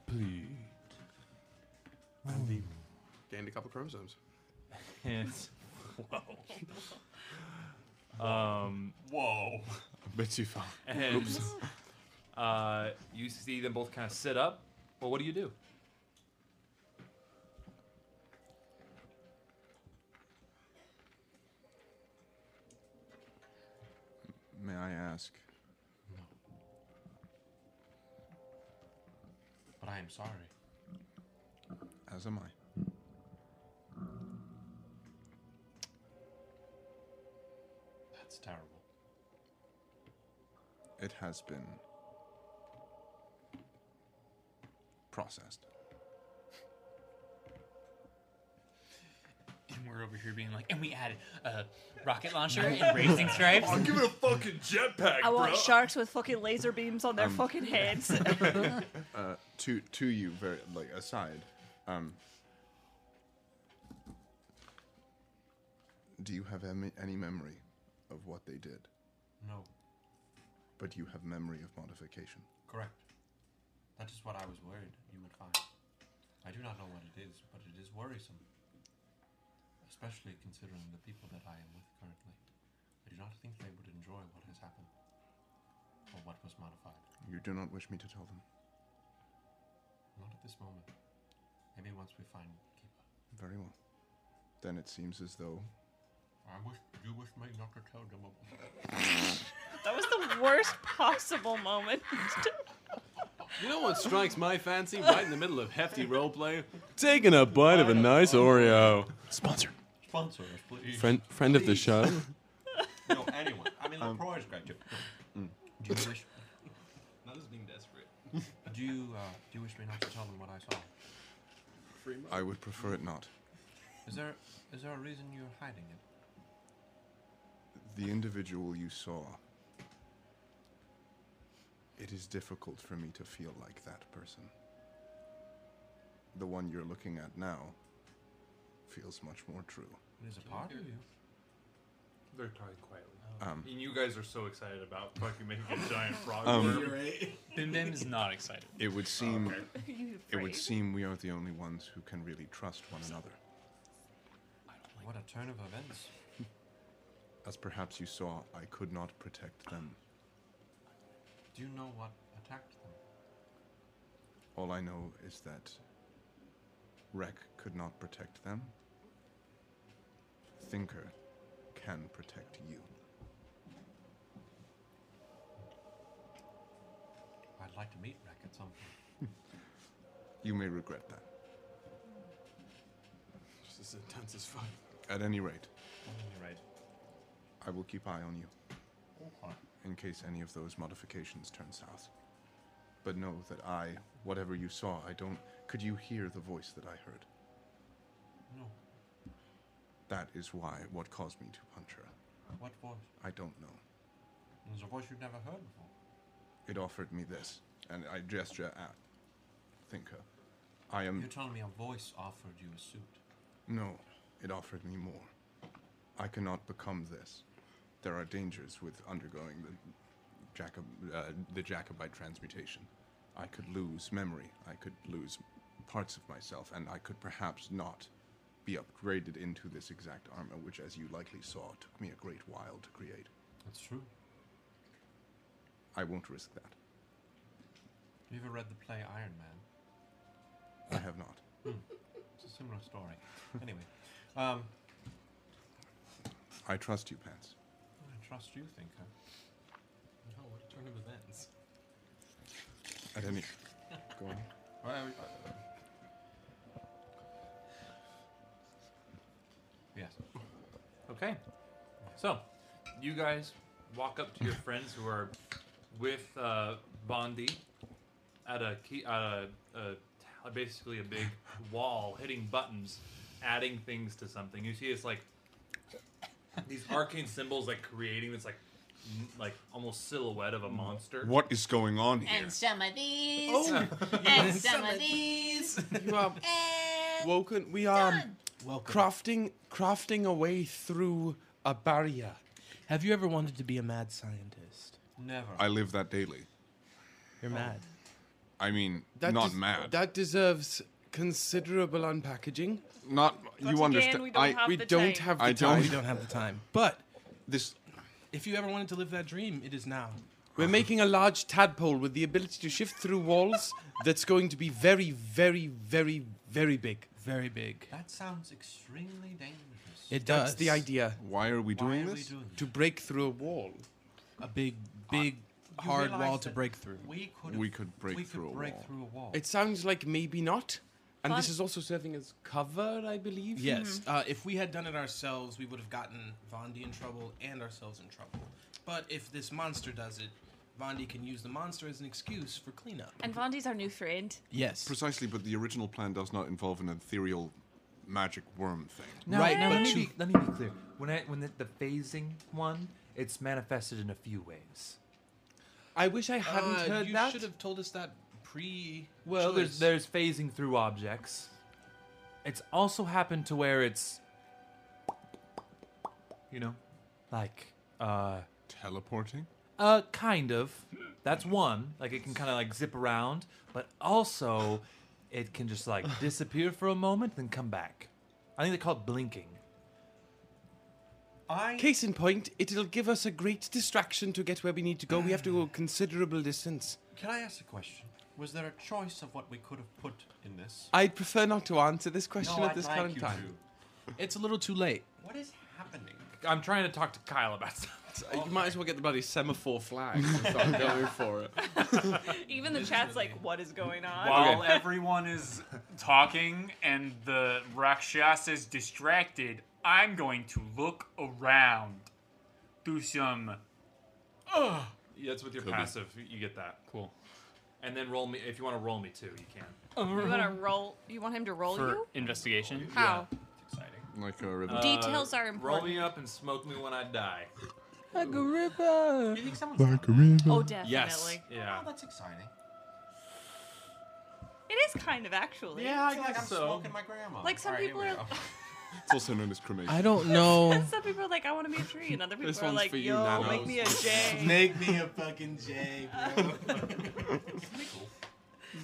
S4: And he gained a couple chromosomes.
S5: Yes. Um,
S19: Whoa. A bit too far.
S5: And
S19: Oops.
S5: Uh, you see them both kind of sit up. Well, what do you do?
S16: May I ask?
S14: But I am sorry.
S16: As am I.
S14: That's terrible.
S16: It has been processed.
S15: And we're over here being like, and we added a rocket launcher and racing stripes.
S11: Oh, give it a fucking jetpack,
S1: I want
S11: bro.
S1: sharks with fucking laser beams on their
S16: Um,
S1: fucking heads.
S16: uh, to to you very like aside um do you have em- any memory of what they did
S14: No,
S16: but you have memory of modification
S14: correct. That is what I was worried you would find. I do not know what it is, but it is worrisome. Especially considering the people that I am with currently. I do not think they would enjoy what has happened. Or what was modified.
S16: you do not wish me to tell them
S14: Not at this moment. Maybe once we find Keeper.
S16: very well then it seems as though
S14: I wish you wish me not to tell them about
S1: that was the worst possible moment.
S4: You know what strikes my fancy right in the middle of hefty roleplay? Taking a bite of a nice Oreo. Sponsor.
S14: Sponsor us, please.
S4: Friend, friend of the
S14: Please.
S4: show.
S14: no, anyone. I mean,
S4: Um,
S14: LaCroix is great too.
S4: Mm.
S14: Do you wish?
S17: Not as being desperate.
S14: do you uh, do you wish me not to tell them what I saw?
S16: i would prefer it not
S14: Is there is there a reason you're hiding it?
S16: the individual you saw it is difficult for me to feel like that person the one you're looking at now feels much more true
S14: It is a part of you.
S5: They're talking quietly.
S16: Um,
S5: and you guys are so excited about fucking making a giant frog.
S16: Um,
S5: worm.
S15: Bim Bim is not excited.
S16: It would seem
S15: You
S16: it
S15: afraid?
S16: would seem we are the only ones who can really trust one another.
S14: What a turn of events.
S16: As perhaps you saw, I could not protect them.
S14: Do you know what attacked them?
S16: All I know is that Rek could not protect them. Thinker can protect you.
S14: I'd like to meet Rack at some point.
S16: You may regret that.
S4: This is intense as fuck.
S16: At any rate,
S14: You're right.
S16: I will keep eye on you
S14: Okay.
S16: in case any of those modifications turn south. But know that I, whatever you saw, I don't. Could you hear the voice that I heard?
S14: No.
S16: That is why what caused me to punch her.
S14: What voice?
S16: I don't know.
S14: There's a voice you've never heard before.
S16: It offered me this, and I gesture at Thinker. I am
S14: You're telling me a voice offered you a suit.
S16: no. It offered me more. I cannot become this. There are dangers with undergoing the Jacob, uh, the Jacobite transmutation. I could lose memory. I could lose parts of myself, and I could perhaps not be upgraded into this exact armor, which, as you likely saw, took me a great while to create.
S14: That's true.
S16: I won't risk that.
S14: Have you ever read the play Iron Man?
S16: I have not.
S14: It's a similar story. anyway, um,
S16: I trust you, Pants.
S14: I trust you, Thinker.
S17: No, what a turn of events.
S16: At any. Go on.
S14: Well, I- I- Yes.
S5: Okay. So, you guys walk up to your friends who are with uh, Bondi at a key, at a, a, a basically a big wall, hitting buttons, adding things to something. You see, it's like these arcane symbols like creating this like like almost silhouette of a monster.
S16: What is going on here?
S30: And some of these.
S5: Oh.
S30: and some of these.
S13: You are
S8: Eh,
S13: woken. We are
S17: Welcome.
S13: crafting crafting a way through a barrier.
S17: Have you ever wanted to be a mad scientist?
S14: Never.
S16: I live that daily.
S17: You're mad.
S16: I mean,
S13: Oh. That
S16: not
S13: des-
S16: mad.
S13: That deserves considerable unpackaging.
S16: Not
S17: again,
S16: you understand.
S17: we don't
S16: I,
S17: have We the don't time. have the
S16: I
S17: time.
S16: Don't,
S17: We don't have the time.
S13: But
S16: this
S17: If you ever wanted to live that dream, it is
S14: Ah.
S17: now.
S13: we're making a large tadpole with the ability to shift through walls. that's going to be very, very, very, very big. Very big.
S14: That sounds extremely dangerous.
S13: It does. That's the idea.
S16: Why are we
S14: Why doing are we this? doing
S13: to break through a wall,
S17: a big, big,
S14: Ah. You realize that We could.
S16: We
S14: have-
S16: could break
S14: we
S16: through a
S14: could break
S16: wall.
S14: through a wall.
S13: It sounds like maybe not. And this
S17: Fun-
S13: is also serving as cover, I believe.
S17: Yes. Uh, if we had done it ourselves, we would have gotten Vondi in trouble and ourselves in trouble. But if this monster does it, Vondi can use the monster as an excuse for cleanup.
S8: And Vondi's our new friend.
S17: Yes.
S16: Precisely, but the original plan does not involve an ethereal magic worm thing.
S5: Now, Now,
S16: but
S5: let, me
S16: you-
S5: be, let me be clear. When I when the, the phasing one, it's manifested in a few ways.
S13: I wish I
S5: hadn't
S17: Uh,
S5: heard
S17: you
S5: that.
S17: should have told us that pre.
S5: Well,
S17: choice.
S5: there's there's phasing through objects. It's also happened to where it's, you know, like uh,
S16: teleporting.
S5: Uh, kind of. That's one. Like it can kind of like zip around, but also it can just like disappear for a moment, then come back. I think they call it blinking.
S13: Case in point, it'll give us a great distraction to get where we need to go. We have to go a considerable distance.
S14: Can I ask a question? Was there a choice of what we could have put in this?
S13: I'd prefer not to answer this question
S14: No,
S13: at
S14: I'd
S13: this
S14: like
S13: current
S14: you
S13: time.
S17: It's a little too late.
S14: What is happening?
S5: I'm trying to talk to Kyle about something.
S13: You might as well get the bloody semaphore flag and start going for it.
S8: Even the chat's like, what is going on?
S31: While everyone is talking and the Rakshasa is distracted, I'm going to look around, do some.
S5: Ugh. Yeah, that's with your
S31: Could be.
S5: passive. You get that. Cool. And then roll me if you want to roll me too. You can.
S8: You want to roll? You want him to roll
S5: For-
S8: you?
S6: Investigation.
S8: How?
S16: Like a ribbon.
S8: Details are
S5: Uh, Roll me
S8: important.
S5: up and smoke me when I die.
S13: Like a river.
S14: You think someone's
S12: Like a
S4: Mm-hmm.
S12: river.
S8: Oh, definitely.
S5: Yeah.
S14: Oh, that's exciting.
S8: It is kind of actually.
S14: Yeah, I like I'm smoking my grandma.
S8: Like some
S14: All right,
S8: people
S14: here we
S8: are.
S14: go.
S16: It's also known as cremation.
S17: I don't know.
S8: some people are like, I want to be a tree, and other people
S16: This
S8: are
S16: one's
S8: like,
S16: for you,
S8: Yo,
S16: Nanos.
S8: make me a J.
S17: Make me a fucking J, bro.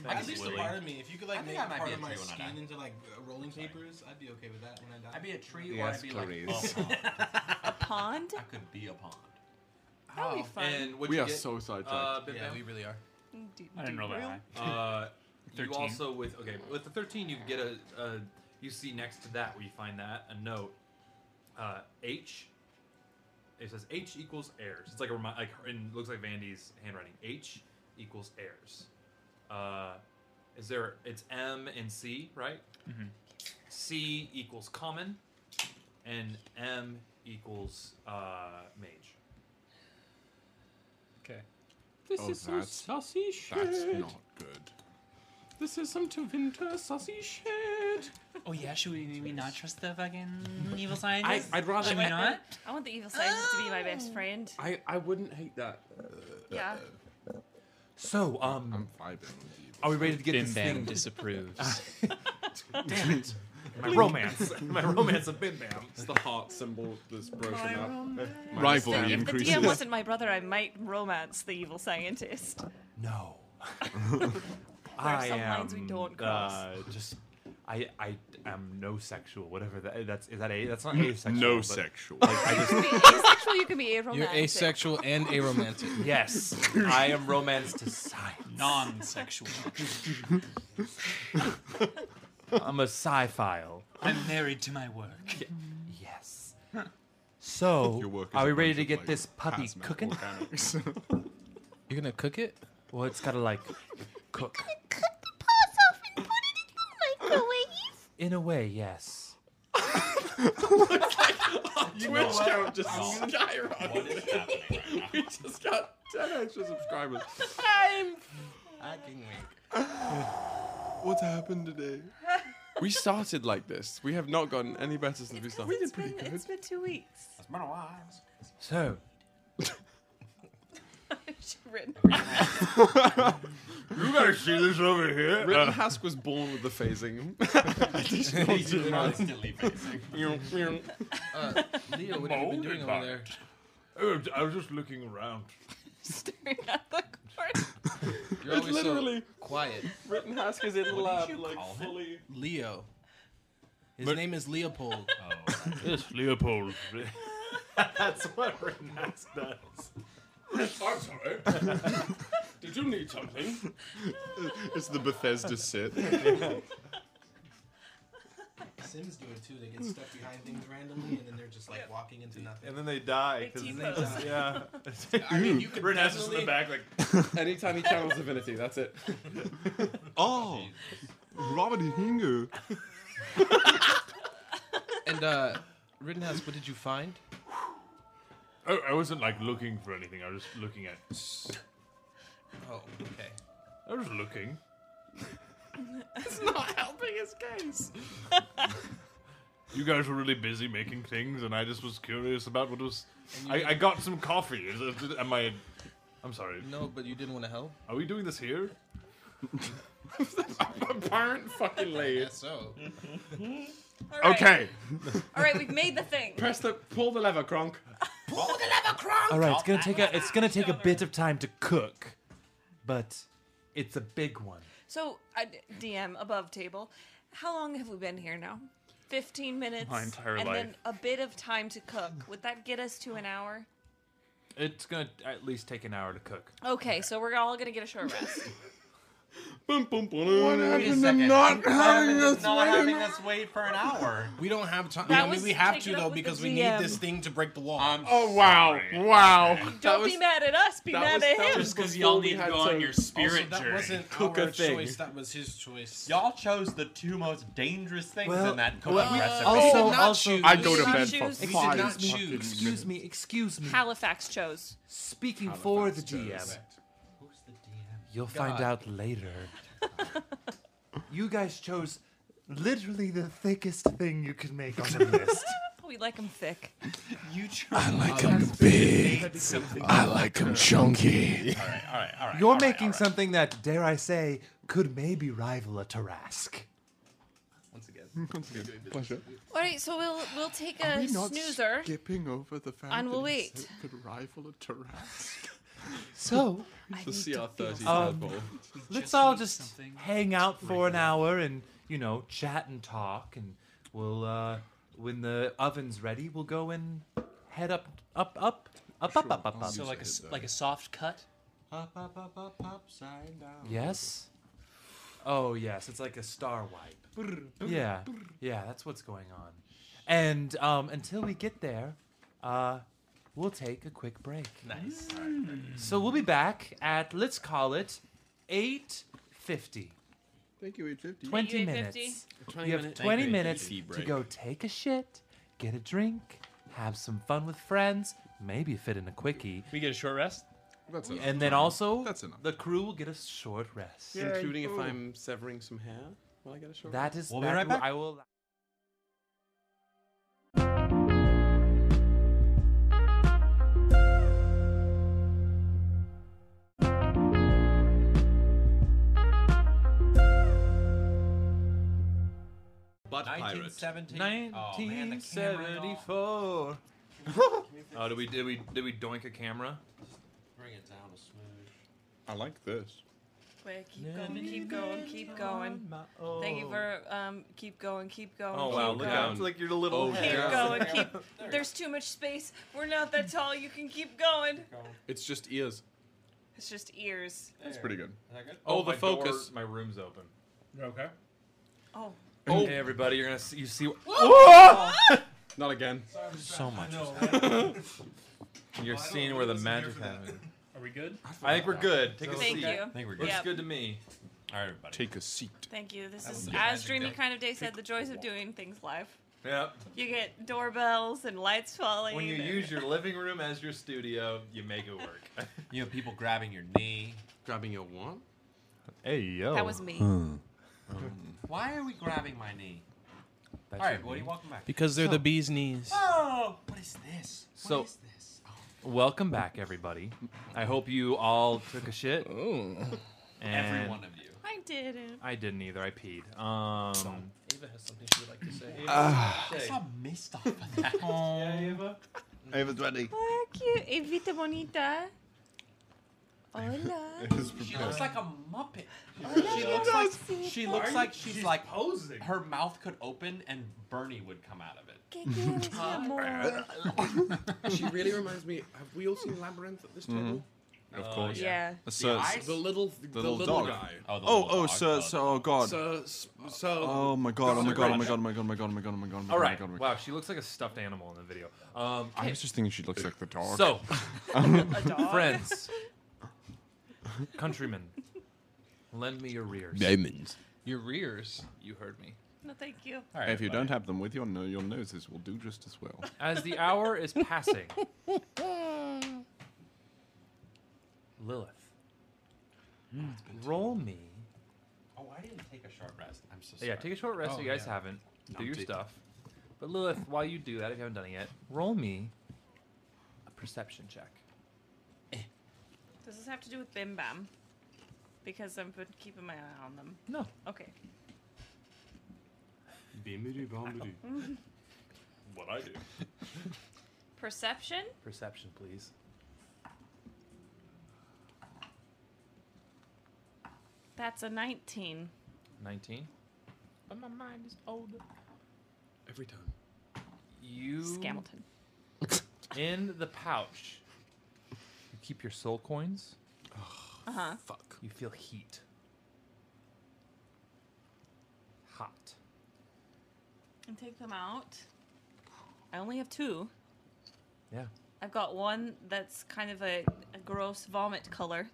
S17: I
S14: Thanks,
S17: could least a
S14: Willie.
S17: part of me. If you could
S14: I
S17: like
S14: think
S17: make
S14: I might
S17: part
S14: be a
S17: of my
S14: tree when I
S17: skin
S14: die.
S17: into like uh, rolling papers, I'd be okay with that when I die.
S14: I'd be a tree or
S17: Yes,
S14: I'd be like
S17: Clarice.
S14: a
S8: pond.
S14: I could be a pond.
S8: That would be fun.
S5: And what'd
S16: We
S5: you
S16: are
S5: get?
S16: so sidetracked.
S5: Uh, Big
S17: Yeah,
S5: Man?
S17: we really are.
S8: Do-
S31: I didn't
S5: do
S31: roll that
S5: you-
S31: high.
S5: Uh, you
S31: 13.
S5: also with okay with the thirteen, you get a, a you see next to that where you find that a note uh, H. It says H equals heirs. It's like a remi- like and looks like Vandy's handwriting. H equals heirs. Uh, is there? It's M and C, right?
S31: Mhm.
S5: C equals common, and M equals uh, mage.
S6: Okay.
S13: This
S5: Oh,
S13: is some
S5: that's-
S13: saucy shit.
S16: That's not good.
S13: This is some to winter saucy shit.
S15: Oh yeah, should we, we not trust the fucking evil scientist?
S13: I'd rather
S15: should we
S13: not.
S15: not.
S8: I want the evil scientist to be my best friend.
S13: I, I wouldn't hate that.
S8: Yeah.
S5: So um, I'm
S16: vibing with you.
S5: Are we ready to get
S6: Bim
S5: this
S6: Bam
S5: thing?
S6: disapproves.
S5: Damn it! My
S4: Blink.
S5: romance, my romance of Bim Bam.
S4: It's the heart symbol that's broken
S8: My
S4: up.
S8: romance.
S4: My
S16: Rivalry
S4: stamina.
S8: If the DM wasn't my brother, I might romance the evil scientist.
S5: No.
S8: There are
S5: I
S8: some
S5: am,
S8: lines we don't cross.
S5: Uh, just, I, I am no sexual. Whatever that that's is that a that's not asexual.
S16: No
S5: but,
S16: sexual.
S5: Like, I
S8: You
S5: just,
S8: can be asexual, you can be aromantic.
S17: You're asexual and aromantic.
S5: yes, I am romance to science.
S6: Non-sexual.
S5: I'm a sci-file.
S15: I'm married to my work.
S5: Yes. So, are we ready to get this puppy cooking?
S17: You're gonna cook it?
S5: Well, it's gotta like cook.
S17: eh?
S5: In a way, yes.
S4: Twitch
S5: know what?
S4: count just
S5: Oh.
S4: skyrocketed.
S5: What is happening right now?
S4: We just got 10 extra subscribers.
S13: I'm.
S17: I can wait.
S4: What's happened today?
S13: We started like this. We have not gotten any better since we started.
S8: It's been, it's been two weeks.
S14: It's been a while.
S5: So,
S8: written.
S4: You gotta see this over here. Rittenhask was born with the phasing. Additional
S17: He's
S4: two months.
S17: constantly phasing. Uh, Leo, what have you been doing over there?
S11: Oh, I was just looking around.
S8: Staring at the court.
S17: You're always so quiet.
S4: Rittenhask is in the
S17: What
S4: lab,
S17: did you
S4: like
S17: call him?
S4: fully.
S17: Leo. His
S11: Mer-
S17: name is Leopold.
S11: yes, Oh. Leopold.
S17: That's what Renas does.
S4: I'm sorry. Did you need something?
S16: It's the Bethesda sit.
S17: Sims do it too. They get stuck behind things randomly, and then they're just like walking into nothing.
S11: And then they die. 'cause
S17: They
S11: they
S17: T-pose.
S11: just- yeah.
S17: I mean, you could
S11: Rittenhask is in the
S17: definitely-
S11: back, like.
S4: Anytime he channels divinity, that's it.
S16: oh, Robert Hingo.
S17: And uh, Rittenhouse, what did you find?
S11: Oh, I wasn't like looking for anything. I was just looking at.
S17: Oh, okay.
S11: I was looking.
S8: it's not helping his case.
S11: You guys were really busy making things, and I just was curious about what was.
S17: And you
S11: I,
S17: didn't-
S11: I got some coffee. Is it- Am I? I'm sorry.
S17: No, but you didn't want to help.
S11: Are we doing this here?
S4: Apparent fucking lead.
S17: so.
S8: All right.
S4: Okay.
S8: All right, we've made the thing.
S4: Press the pull the lever, Kronk.
S8: Pull the lever, Kronk.
S5: All right, it's gonna take a it's gonna take a bit of time to cook, but it's a big one.
S32: So, uh, DM above table. How long have we been here now?
S8: 15 minutes.
S5: My entire
S8: and then
S5: life.
S8: a bit of time to cook. Would that get us to an hour?
S5: It's gonna at least take an hour to cook.
S8: Okay, so we're all gonna get a short rest.
S4: What
S8: happened
S4: to not
S8: having us
S14: not
S8: wait
S14: having
S8: an
S14: us wait for an hour?
S17: We don't have time.
S14: That
S17: I mean,
S14: was
S17: we have
S8: taken
S17: to
S8: up
S17: though
S8: with the
S17: because we need
S8: GM.
S17: this thing to break the wall.
S4: oh wow, wow.
S8: Don't be mad at us. Be mad at him.
S17: also, that wasn't
S14: cook
S17: our
S14: a thing.
S17: choice. That was his choice.
S14: Y'all chose the two most dangerous things
S5: Well,
S14: in that cooking
S5: well,
S14: recipe.
S5: also- We did not also- choose. I'd go to We did bed not for choose. five
S14: We did not
S5: fucking
S14: choose.
S5: minutes. Excuse me, excuse me.
S8: Halifax chose.
S5: Speaking for the GM, you'll find
S8: God.
S5: out later. you guys chose literally the thickest thing you could make on the list.
S8: We like him thick.
S15: You
S8: I
S15: like
S33: him big. I like him chunky.
S14: All right, all right.
S5: You're making something that, dare I say, could maybe rival a Tarask.
S17: Once again.
S16: Pleasure.
S8: All right, so we'll we'll take
S16: Are
S8: a
S16: we not
S8: snoozer.
S16: skipping over the fact
S8: and
S16: that
S8: we'll
S16: he
S8: wait.
S16: said it could rival a Tarask?
S5: So,
S16: the CR30
S5: um,
S16: tadpole.
S5: let's all just hang out for an hour and you know chat and talk, and we'll uh, when the oven's ready, we'll go and head up, up, up, up, up, up, up, up.
S15: So like a s- like a soft cut.
S14: Up, up, up, up, upside down.
S5: yes. Oh yes, it's like a star wipe. Yeah, yeah, that's what's going on. And um, until we get there, uh, we'll take a quick break.
S17: Nice.
S5: So we'll be back at let's call it eight fifty.
S16: Thank you, E 850.
S5: 20
S8: E
S5: minutes. you have 20 minutes to
S16: break.
S5: go take a shit, get a drink, have some fun with friends, maybe fit in a quickie.
S15: We get a short rest.
S4: That's enough.
S5: and then also, the crew will get a short rest.
S4: Including if I'm severing some hair. Will I get a short
S5: That is
S4: rest?
S5: that will- I will.
S4: Butt
S14: pirate.
S5: 1974.
S11: Oh, did we did we did we doink a camera?
S14: Oh, Bring it down to smooth.
S16: I like this.
S8: Wait, keep going, keep going, keep going.
S5: own.
S8: Thank you for um, keep going, keep going.
S11: Oh, wow,
S8: keep
S11: look
S8: going.
S11: out. It's like your little Oh,
S8: keep
S11: down.
S8: going,
S11: There
S8: keep. There's too much space. We're not that tall. You can keep going.
S4: It's just ears.
S8: It's just ears.
S16: That's pretty good.
S4: Oh, the focus.
S11: my room's open.
S5: Okay.
S8: Oh.
S5: Oh. Hey everybody, you're gonna see, you see.
S8: Whoa!
S4: Not again.
S5: So much.
S4: know.
S5: was happening. you're seeing where the magic happened.
S15: Are we good?
S5: I think we're good. Take a
S8: Thank
S5: seat.
S8: you. I think we're good.
S5: Looks
S8: Yep.
S5: good to me.
S11: All right, everybody.
S16: Take a seat.
S8: Thank you. This
S16: That
S8: is
S16: was good.
S8: as
S16: Magic
S8: dreamy
S16: day.
S8: kind of day said. The joys of doing things live.
S11: Yep.
S8: You get doorbells and lights falling.
S11: When you
S8: and-
S11: use your living room as your studio, you make it work.
S14: You know, people grabbing your knee, grabbing your what?
S11: Hey yo.
S13: Oh.
S8: That was me.
S4: Hmm.
S11: Hmm.
S14: Why are we grabbing my knee?
S5: That's
S14: All
S5: your
S14: right, what are
S5: knee?
S14: you walking back?
S17: Because they're
S5: So-
S17: the bee's knees.
S14: Oh, what is this?
S5: So,
S14: this?
S5: Welcome back, everybody. I hope you all took a shit.
S2: Every one of you.
S8: I didn't.
S5: I didn't either. I peed. Um,
S4: Ava has something she would like to say.
S5: Ah. I
S4: Ava, say.
S5: saw
S4: mist off of that. yeah, Ava.
S34: Ava's ready.
S35: Oh, cute. Evita Bonita. Hola.
S14: She looks like a muppet.
S2: She looks like
S14: she
S2: she
S14: looks
S2: looks
S14: Are
S2: like
S14: you-
S2: she's,
S14: she's
S2: like
S14: posing.
S2: Her mouth could open and Bernie would come out of it.
S13: she really reminds me. Have we all seen Labyrinth at this
S16: Mhm.
S13: table?
S16: Of Oh, course. yeah. Yeah.
S13: The,
S16: Sir-
S13: eyes- the little, the, little,
S16: dog.
S5: Uh,
S13: guy.
S16: Oh, oh, sir, sir, oh god.
S13: So, so.
S16: oh my god, oh my god, oh my god, oh my god, oh my god, oh my god, oh my god, oh my god.
S5: all
S16: oh my
S5: right.
S16: god, oh my god.
S5: Wow, she looks like a stuffed animal in the video. Um,
S16: I was just thinking she looks like the dog.
S5: So,
S16: A dog?
S5: friends, countrymen, lend me your rears.
S16: Diamonds.
S5: Your rears? You heard me.
S8: No, thank you.
S16: if you don't have them with your no, your noses will do just as well.
S5: As the hour is passing, Lilith,
S4: Mm,
S5: roll me.
S2: Oh, I didn't take a short rest. I'm so sorry.
S5: Yeah, take a short rest
S2: Oh,
S5: if you guys
S2: yeah.
S5: haven't. Do your
S2: Numpty.
S5: stuff. But Lilith, while you do that, if you haven't done it yet, roll me a perception check.
S8: Does this have to do with Bim Bam? Because I've been keeping my eye on them.
S5: No.
S8: Okay.
S13: Bimbidi bombidi.
S8: Mhm.
S36: What I do.
S8: Perception?
S5: Perception, please.
S8: That's a 19.
S5: 19.
S8: But my mind is old.
S13: Every time.
S5: You.
S8: Scamilton.
S5: In the pouch, you keep your soul coins.
S8: Uh huh.
S5: Fuck. You feel heat. Hot.
S8: And take them out. I only have two.
S5: Yeah.
S8: I've got one that's kind of a, a gross vomit color,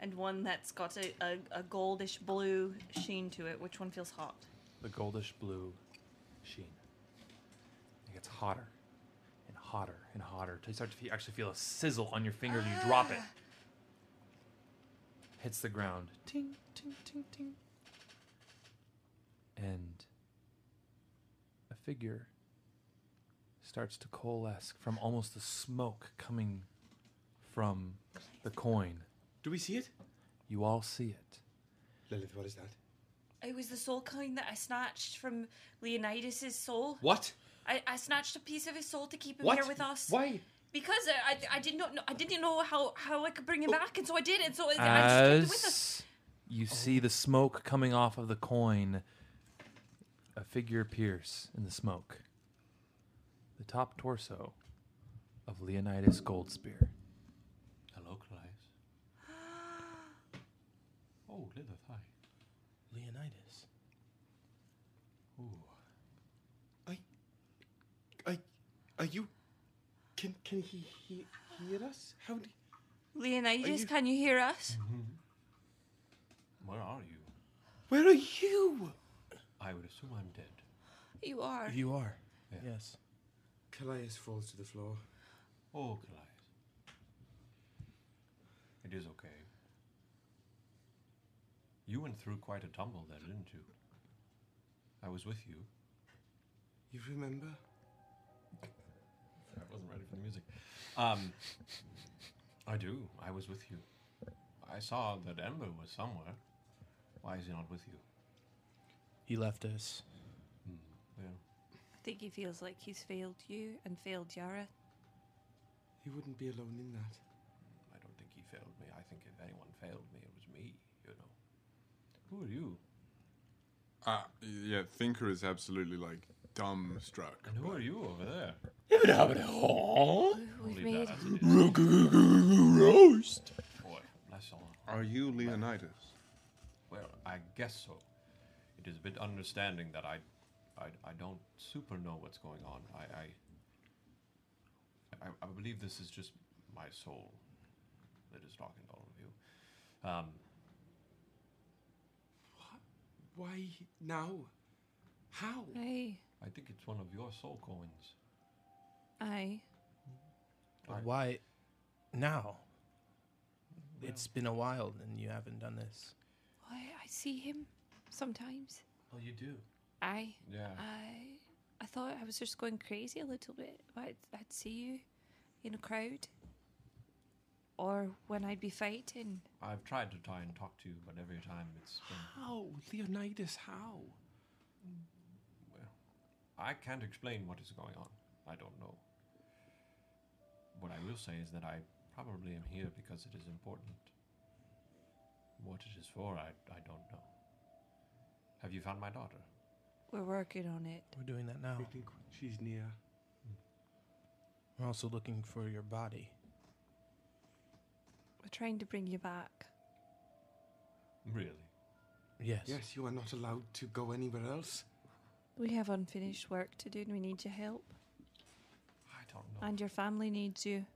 S8: and one that's got a, a, a goldish blue sheen to it. Which one feels hot?
S5: The goldish blue sheen. It gets hotter and hotter and hotter till you start to fe- actually feel a sizzle on your finger and you drop
S13: Ah.
S5: it. Hits the ground Ting, ting, ting, ting. and a figure starts to coalesce from almost the smoke coming from the coin.
S13: Do we see it?
S5: You all see it.
S13: Lilith, what is that?
S8: It was the soul coin that I snatched from Leonidas's soul.
S13: What?
S8: I, I snatched a piece of his soul to keep him
S13: What?
S8: here with us.
S13: Why?
S8: Because I, I, I did not know I didn't know how, how I could bring
S13: Oh.
S8: him back, and so I did, and so I, I just kept it with us.
S5: As you see the smoke coming off of the coin, a figure appears in the smoke. The top torso of Leonidas Goldspear.
S14: Hello, Clive. Oh, Lilith, hi.
S4: Leonidas.
S14: Ooh.
S13: Are you? Can can he, he hear us? How do?
S8: Leonidas, can you hear us?
S14: Where are you?
S13: Where are you?
S14: I would assume I'm dead.
S8: You are.
S13: You are.
S14: Yeah.
S13: Yes. Calais falls to the floor.
S14: Oh, Calais. It is okay. You went through quite a tumble there, didn't you? I was with you.
S13: You remember?
S14: I wasn't ready for the music. Um, I do. I was with you. I saw that Ember was somewhere. Why is he not with you?
S17: He left us.
S14: Yeah.
S35: I think he feels like he's failed you and failed Yara.
S13: He wouldn't be alone in that.
S14: I don't think he failed me. I think if anyone failed me, it was me, you know. Who are you?
S16: Uh, yeah, Thinker is absolutely like dumbstruck. And
S14: who are you over there?
S35: We've made
S16: Roast.
S14: Boy, that's all.
S16: Are you Leonidas?
S14: Well, I guess so. It is a bit understanding that I, I, I don't super know what's going on. I, I, I, I believe this is just my soul that is talking to all of you. Um,
S13: Why now? How?
S35: Aye,
S14: I think it's one of your soul coins.
S35: aye.
S17: But why now? It's been a while and you haven't done this.
S35: Why I see him sometimes.
S14: Oh, you do.
S35: Aye.
S14: Yeah.
S35: I I thought I was just going crazy a little bit. but I'd, I'd see you in a crowd.
S8: or when I'd be fighting.
S14: I've tried to try and talk to you, but every time it's been.
S13: How? Leonidas, how?
S14: I can't explain what is going on. I don't know. What I will say is that I probably am here because it is important. What it is for, I, I don't know. Have you found my daughter?
S8: We're working on it.
S17: We're doing that now.
S13: I think she's near.
S17: We're also looking for your body.
S8: We're trying to bring you back.
S14: Really?
S17: Yes.
S13: Yes, you are not allowed to go anywhere else.
S8: We have unfinished work to do and we need your help.
S14: I don't know.
S8: And your family needs you.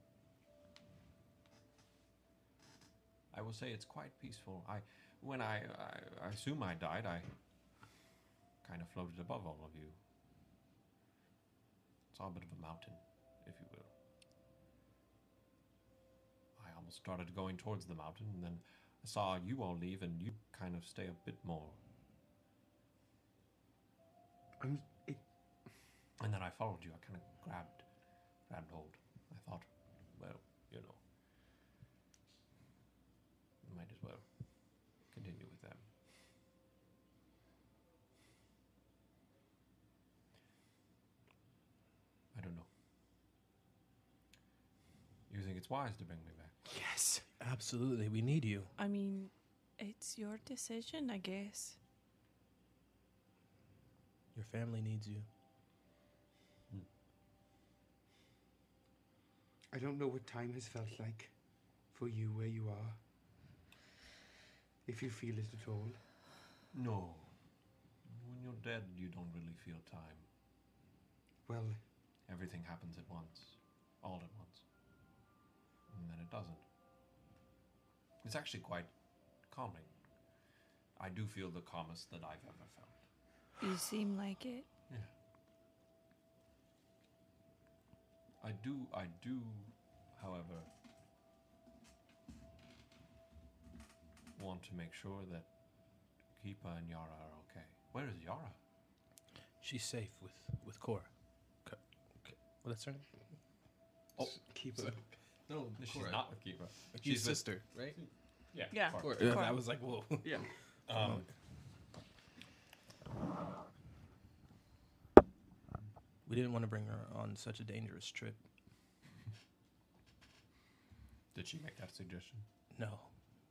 S14: I will say it's quite peaceful. I, when I, I, I assume I died, I kind of floated above all of you. It's all a bit of a mountain, if you will. I almost started going towards the mountain, and then I saw you all leave, and you kind of stay a bit more.
S13: I'm, it,
S14: And then I followed you. I kind of grabbed, grabbed hold. I thought, well, you know, might as well continue with them. I don't know. You think it's wise to bring me back?
S17: Yes. Absolutely. We need you.
S8: I mean, it's your decision, I guess.
S17: Your family needs you.
S13: I don't know what time has felt like for you where you are. If you feel it at all.
S14: No. When you're dead, you don't really feel time.
S13: Well,
S14: Everything happens at once, all at once. And then it doesn't. It's actually quite calming. I do feel the calmest that I've ever felt.
S8: You seem like it.
S14: I do, I do, however, want to make sure that Keepa and Yara are okay. Where is Yara?
S17: She's safe with with Cora. Co- co- What's her name?
S14: Oh,
S13: Keepa. No,
S14: she's
S13: Cora.
S14: not with Keepa.
S13: His
S14: She's with-
S13: sister, right?
S14: Yeah.
S13: Yeah.
S14: Cora.
S13: Cora. Yeah, I was like, whoa.
S14: Yeah.
S13: Um,
S14: Um,
S17: We didn't want to bring her on such a dangerous trip.
S14: Did she make that suggestion?
S17: No,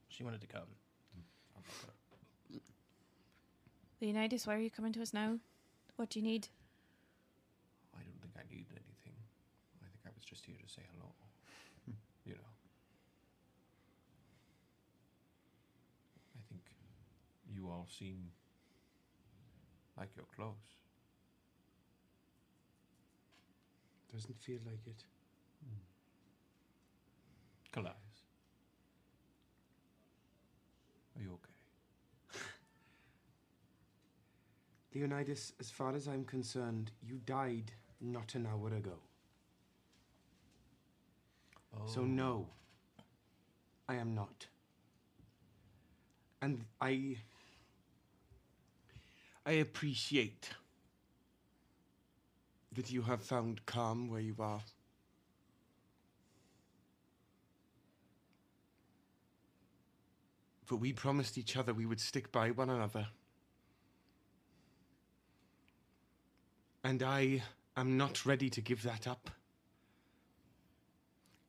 S17: she wanted to come.
S13: Mm.
S8: Leonidas, why are you coming to us now? What do you need?
S14: I don't think I need anything. I think I was just here to say hello.
S17: Hmm.
S14: you know. I think you all seem like you're close.
S13: Doesn't feel like it.
S14: Calais. Are you okay?
S13: Leonidas, as far as I'm concerned, you died not an hour ago. So,
S14: Oh.
S13: no, I am not. And I. I appreciate that you have found calm where you are. But we promised each other we would stick by one another. And I am not ready to give that up.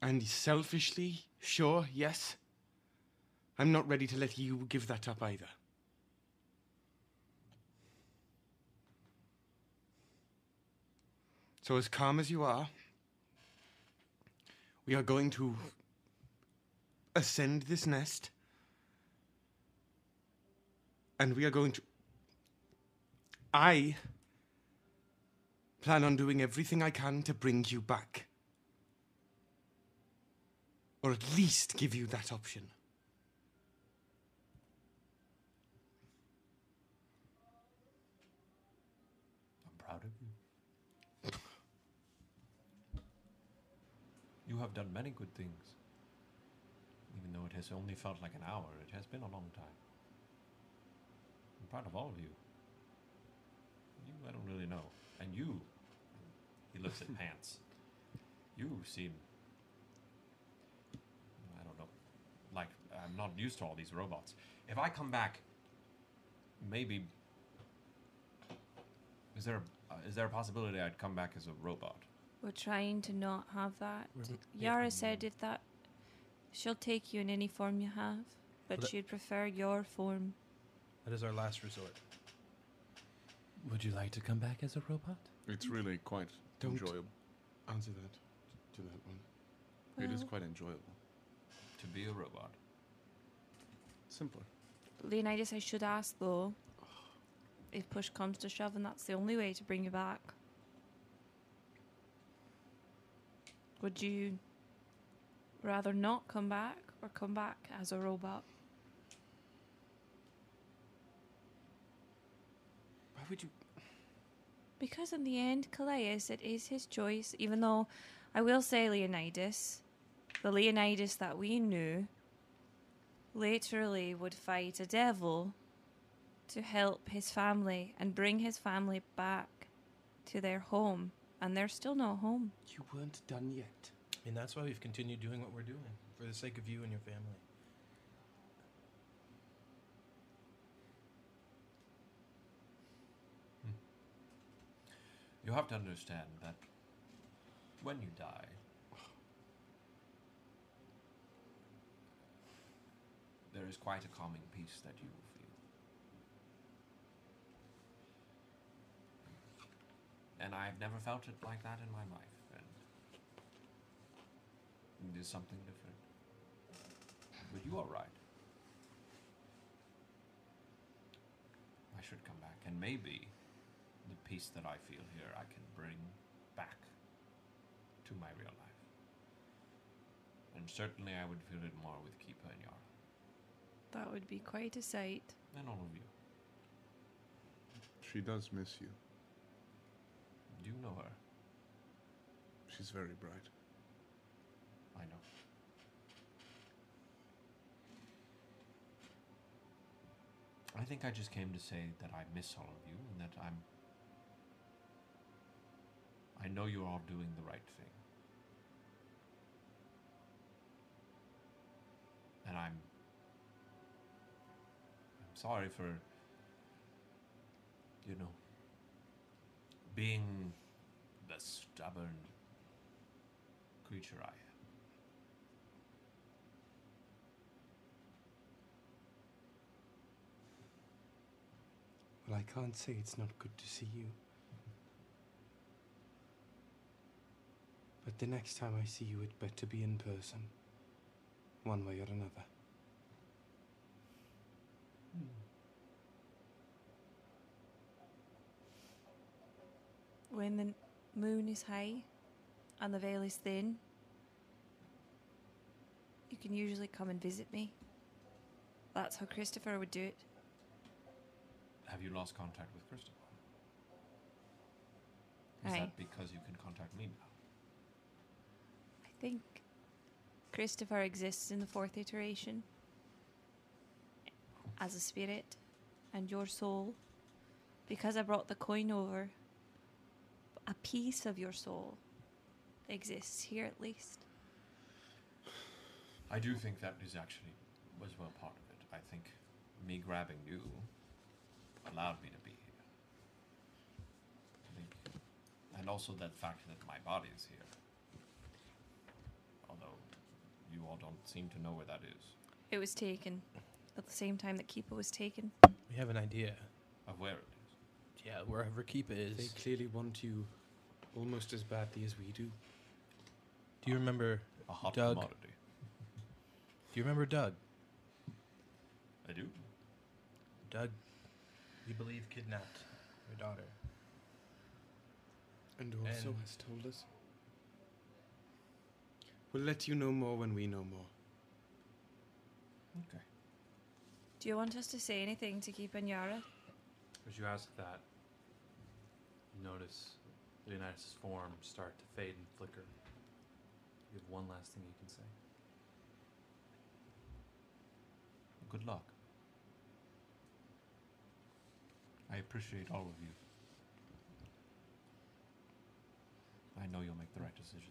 S13: And selfishly, sure, yes. I'm not ready to let you give that up either. So, as calm as you are, we are going to ascend this nest. And we are going to. I plan on doing everything I can to bring you back. Or at least give you that option.
S14: I'm proud of you. You have done many good things. Even though it has only felt like an hour, it has been a long time. I'm proud of all of you. You, I don't really know. And you, he looks at Pants. You seem. I don't know like I'm not used to all these robots. If I come back, maybe is there a, uh, is there a possibility I'd come back as a robot?
S8: We're trying to not have that.
S14: Rem- yeah.
S8: Yara said if that she'll take you in any form you have, but
S17: Well, that-
S8: she'd prefer your form.
S17: That is our last resort. Would you like to come back as a robot?
S16: It's really quite
S4: Don't
S16: enjoyable.
S4: Answer that. To that one.
S16: It is
S8: Well-
S16: quite enjoyable.
S14: To be a robot.
S16: Simpler.
S8: Leonidas, I should ask though. If push comes to shove, and that's the only way to bring you back. Would you rather not come back or come back as a robot?
S4: Why would you?
S8: Because in the end, Calais, it is his choice, even though I will say Leonidas, the Leonidas that we knew, laterally would fight a devil to help his family and bring his family back to their home, and they're still not home.
S13: You weren't done yet. I mean, that's why we've continued doing what we're doing for the sake of you and your family.
S14: You have to understand that when you die, there is quite a calming peace that you will feel. And I've never felt it like that in my life, and it is something different. But you are right. I should come back, and maybe the peace that I feel here I can bring back to my real life. And certainly I would feel it more with Keeper and Yara.
S8: That would be quite a sight.
S14: And all of you.
S16: She does miss you.
S14: Do you know her?
S16: She's very bright.
S14: I know. I think I just came to say that I miss all of you and that I'm. I know you're all doing the right thing. And I'm. I'm sorry for. You know. Being the stubborn creature I am.
S13: Well, I can't say it's not good to see you. But the next time I see you, it better be in person. One way or another.
S8: When the n- moon is high and the veil is thin, you can usually come and visit me. That's how Christopher would do it.
S14: Have you lost contact with Christopher? Is
S8: Aye.
S14: that because you can contact me now?
S8: I think Christopher exists in the fourth iteration as a spirit and your soul. Because I brought the coin over, a piece of your soul exists here at least.
S14: I do think that is actually was well part of it. I think me grabbing you allowed me to be here. I think, and also that fact that my body is here. Although you all don't seem to know where that is.
S8: It was taken at the same time that Keeper was taken.
S17: We have an idea.
S14: Of where it
S17: Yeah, wherever Keeper is.
S13: They clearly want you almost as badly as we do.
S17: Do you remember
S14: A hot
S17: Doug?
S14: commodity.
S17: Do you remember Doug?
S14: I do.
S17: Doug,
S13: You believe kidnapped your daughter. And
S4: also
S13: has told us. We'll let you know more when we know more.
S14: Okay.
S8: Do you want us to say anything to Keeper and Yara?
S5: As you ask that, you notice Leonidas' form start to fade and flicker. You have one last thing you can say.
S14: Good luck. I appreciate all of you. I know you'll make the right decisions.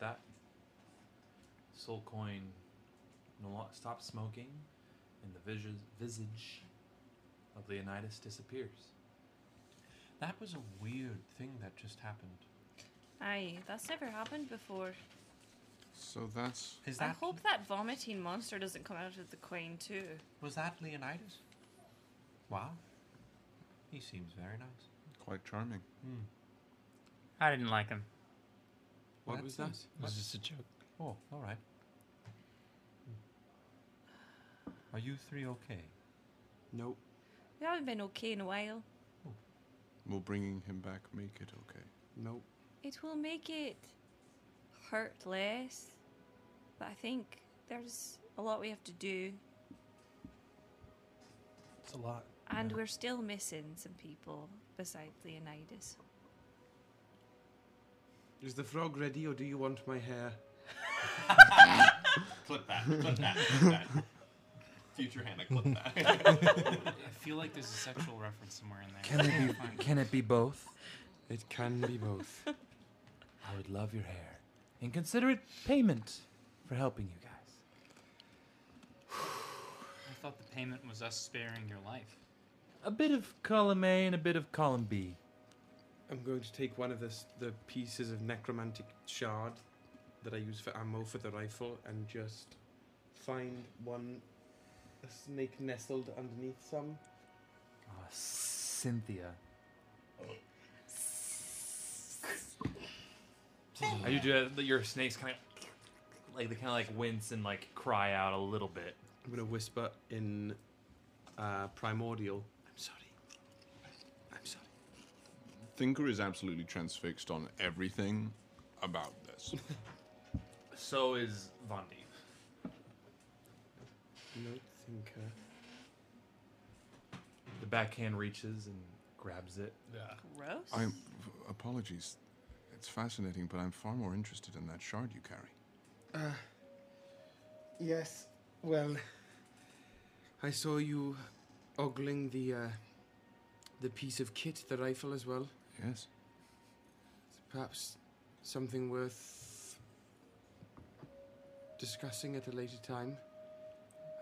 S5: that soul coin no lo- stops smoking, and the visage, visage of Leonidas disappears.
S14: That was a weird thing that just happened.
S7: Aye, that's never happened before.
S16: So that's.
S14: Is
S7: I
S14: that
S7: hope that vomiting monster doesn't come out of the coin too.
S14: was that Leonidas? Wow. He seems very nice.
S16: Quite charming.
S15: Hmm.
S31: I didn't like him.
S14: What
S16: That's
S14: was that?
S16: nice. It was
S14: just a joke. Oh, all right. Are you three okay?
S13: Nope.
S7: We haven't been okay in a while.
S16: Will bringing him back make it okay?
S13: Nope.
S7: It will make it hurt less, but I think there's a lot we have to do,
S20: It's a lot.
S7: and we're still missing some people besides Leonidas.
S13: Is the frog ready, or do you want my hair?
S14: Clip that, clip that, clip that.
S2: Future Hannah,
S14: clip
S13: that.
S15: I feel like there's a sexual reference somewhere in there.
S20: Can it be-
S15: Fine.
S20: can it be both?
S13: It can be both.
S20: I would love your hair. And consider it payment for helping you guys.
S15: I thought the payment was us sparing your life.
S20: A bit of column A and a bit of column B.
S13: I'm going to take one of the, s- the pieces of necromantic shard that I use for ammo for the rifle and just find one a snake nestled underneath some.
S20: Oh, Cynthia.
S5: Are you do that- your snakes kind of like they kind of like wince and like cry out a little bit.
S13: I'm going to whisper in uh, primordial. I'm sorry. I'm sorry.
S16: Thinker is absolutely transfixed on everything about this.
S5: So is Vondi.
S13: No thinker.
S5: The backhand reaches and grabs it.
S7: Yeah. Gross.
S16: I apologies. It's fascinating, but I'm far more interested in that shard you carry.
S13: Uh, yes, well, I saw you ogling the uh, the piece of kit, the rifle as well.
S16: Yes.
S13: Perhaps something worth discussing at a later time.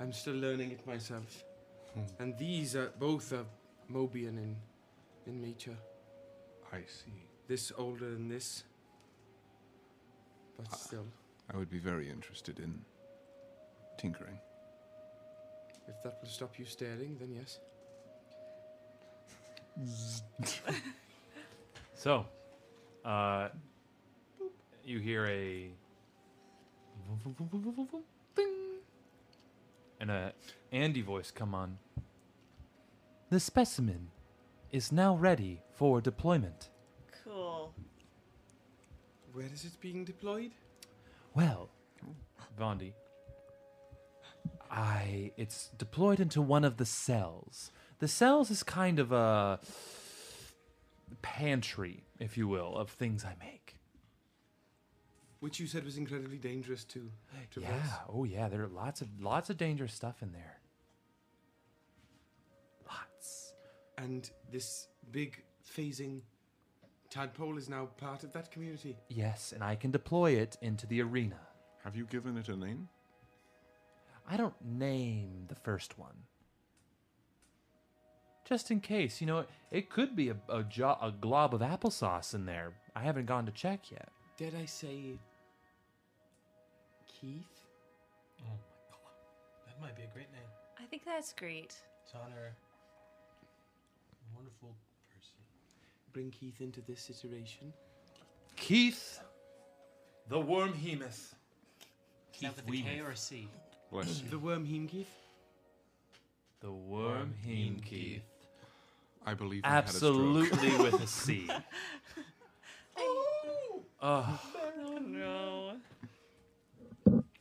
S13: I'm still learning it myself.
S16: Hmm.
S13: And these are both are Mobian in in nature.
S16: I see.
S13: This older than this, but
S16: Ah.
S13: still.
S16: I would be very interested in tinkering.
S13: If that will stop you staring, then yes.
S5: So, uh, you hear a and a Andy voice come on.
S20: The specimen is now ready for deployment.
S7: Cool.
S13: Where is it being deployed?
S20: Well,
S5: Vondi.
S20: I it's deployed into one of the cells. The cells is kind of a
S5: pantry, if you will, of things I make.
S13: Which you said was incredibly dangerous to traverse.
S20: yeah. Oh yeah, there are lots of lots of dangerous stuff in there.
S13: Lots. And this big phasing tadpole is now part of that community.
S20: Yes, and I can deploy it into the arena.
S16: Have you given it a name?
S20: I don't name the first one. Just in case, you know, it could be a a, jo- a glob of applesauce in there. I haven't gone to check yet.
S13: Did I say Keith?
S17: That might be a great name.
S7: I think that's great.
S17: It's honor a wonderful person.
S13: Bring Keith into this iteration.
S5: Keith, the worm hemoth.
S15: Is that with a K or a C?
S16: Bless
S13: The worm heme Keith?
S5: The worm heme Keith.
S16: I believe I had a stroke.
S5: Absolutely with a C. Oh,
S7: Oh no.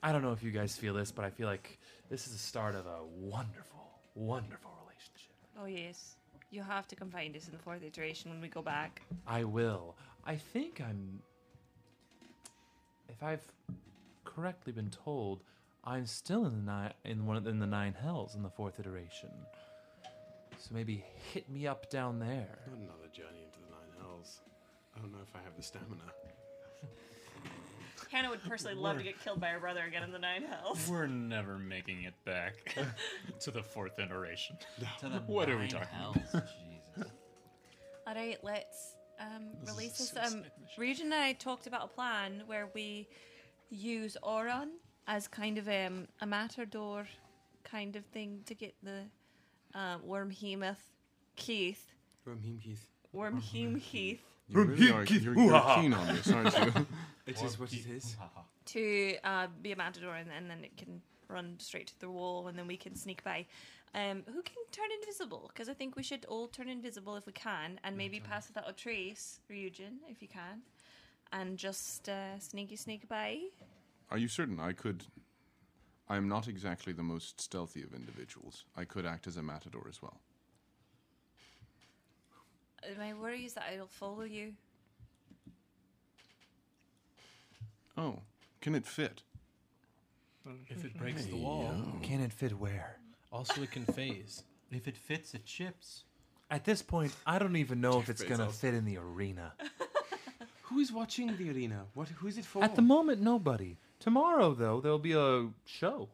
S5: I don't know if you guys feel this, but I feel like this is the start of a wonderful, wonderful relationship.
S7: Oh yes. You have to come find us in the fourth iteration when we go back.
S5: I will. I think I'm. If I've correctly been told, I'm still in the nine in one of, in the nine hells in the fourth iteration. So maybe hit me up down there.
S10: Not another journey into the Nine Hells. I don't know if I have the stamina.
S7: Hannah would personally love to get killed by her brother again in the Nine Hells.
S6: We're never making it back to the fourth iteration.
S7: To the
S6: what are we
S7: nine
S6: talking about?
S8: All right, let's um,
S6: This is
S8: release
S6: a
S8: this. Um, Region and I talked about a plan where we use Oron as kind of um, a matador kind of thing to get the um, Worm Hemoth Keith.
S13: From him, Keith.
S8: Worm Heme Heath.
S16: You really are, you're, you're keen on this, aren't you?
S13: It is what it is.
S8: to uh, be a matador and, and then it can run straight to the wall and then we can sneak by. Um, who can turn invisible? Because I think we should all turn invisible if we can and maybe pass without a trace, Ryujin, if you can, and just uh, sneaky sneak by.
S16: Are you certain I could? I am not exactly the most stealthy of individuals. I could act as a matador as well.
S8: Uh, My worry is that I'll follow you.
S16: Oh, can it fit?
S20: If it breaks the
S16: Hey,
S20: wall,
S16: yo.
S20: can it fit where?
S13: Also, it can phase. If it fits, it chips.
S5: At this point, I don't even know if it's
S13: Bezos.
S5: going to fit in the arena.
S13: Who is watching the arena? What? Who is it for?
S5: At the moment, nobody. Tomorrow, though, there'll be a show.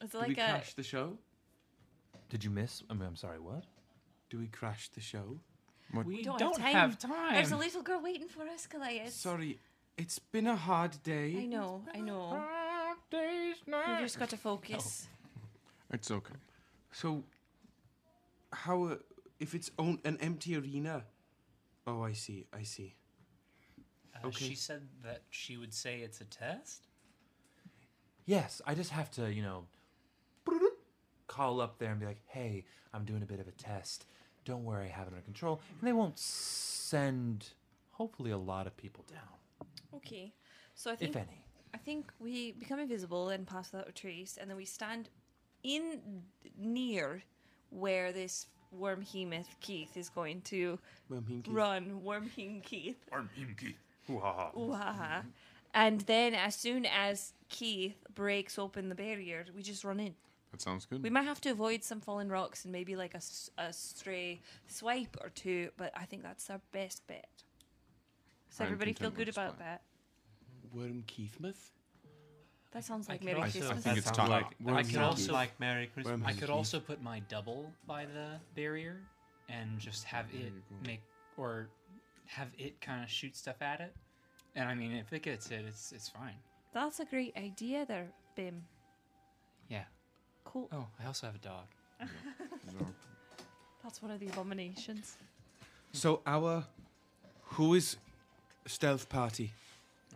S8: It's
S13: Do we
S8: like a.
S13: crash the show?
S5: Did you miss? I mean, I'm sorry, what?
S13: Do we crash the show?
S8: We don't, have, time. There's a little girl waiting for us, Calais.
S13: Sorry, it's been a hard day.
S8: I know, I know. We've just got to focus.
S16: It's okay.
S13: So, how uh, if it's on an empty arena? Oh, I see. I see.
S15: Uh, She said that she would say it's a test.
S5: Yes, I just have to, you know, call up there and be like, hey, I'm doing a bit of a test. Don't worry, I have it under control. And they won't send, hopefully, a lot of people down.
S8: Okay. So I
S5: If
S8: think
S5: any.
S8: I think we become invisible and pass without a trace, and then we stand in near where this worm hemoth Keith is going to
S13: Worm Hemoth Keith.
S8: run. Worm hemoth Keith.
S11: Arm Himki. Hoo ha ha.
S8: Ooh, ha, ha. And then as soon as Keith breaks open the barrier, we just run in.
S16: That sounds good.
S8: We might have to avoid some fallen rocks and maybe like a, s- a stray swipe or two, but I think that's our best bet. So
S13: I'm
S8: everybody feel
S13: content with
S8: good
S13: this
S8: about that.
S13: Worm Keithmouth.
S8: That sounds
S15: I
S8: like
S15: could
S8: Merry
S15: also-
S8: Christmas.
S15: I think
S13: it's time. Like,
S15: I could
S13: Wormhole
S15: also
S13: Keith.
S15: like
S13: Merry Christmas.
S15: I could
S13: Wormhole
S15: also put my double by the barrier and just have it make or have it kind of shoot stuff at it. And I mean, if it gets it, it's it's fine.
S8: That's a great idea there, Bim.
S15: Yeah.
S8: Cool.
S15: Oh, I also have a dog.
S8: That's one of the abominations.
S13: So our who is stealth party?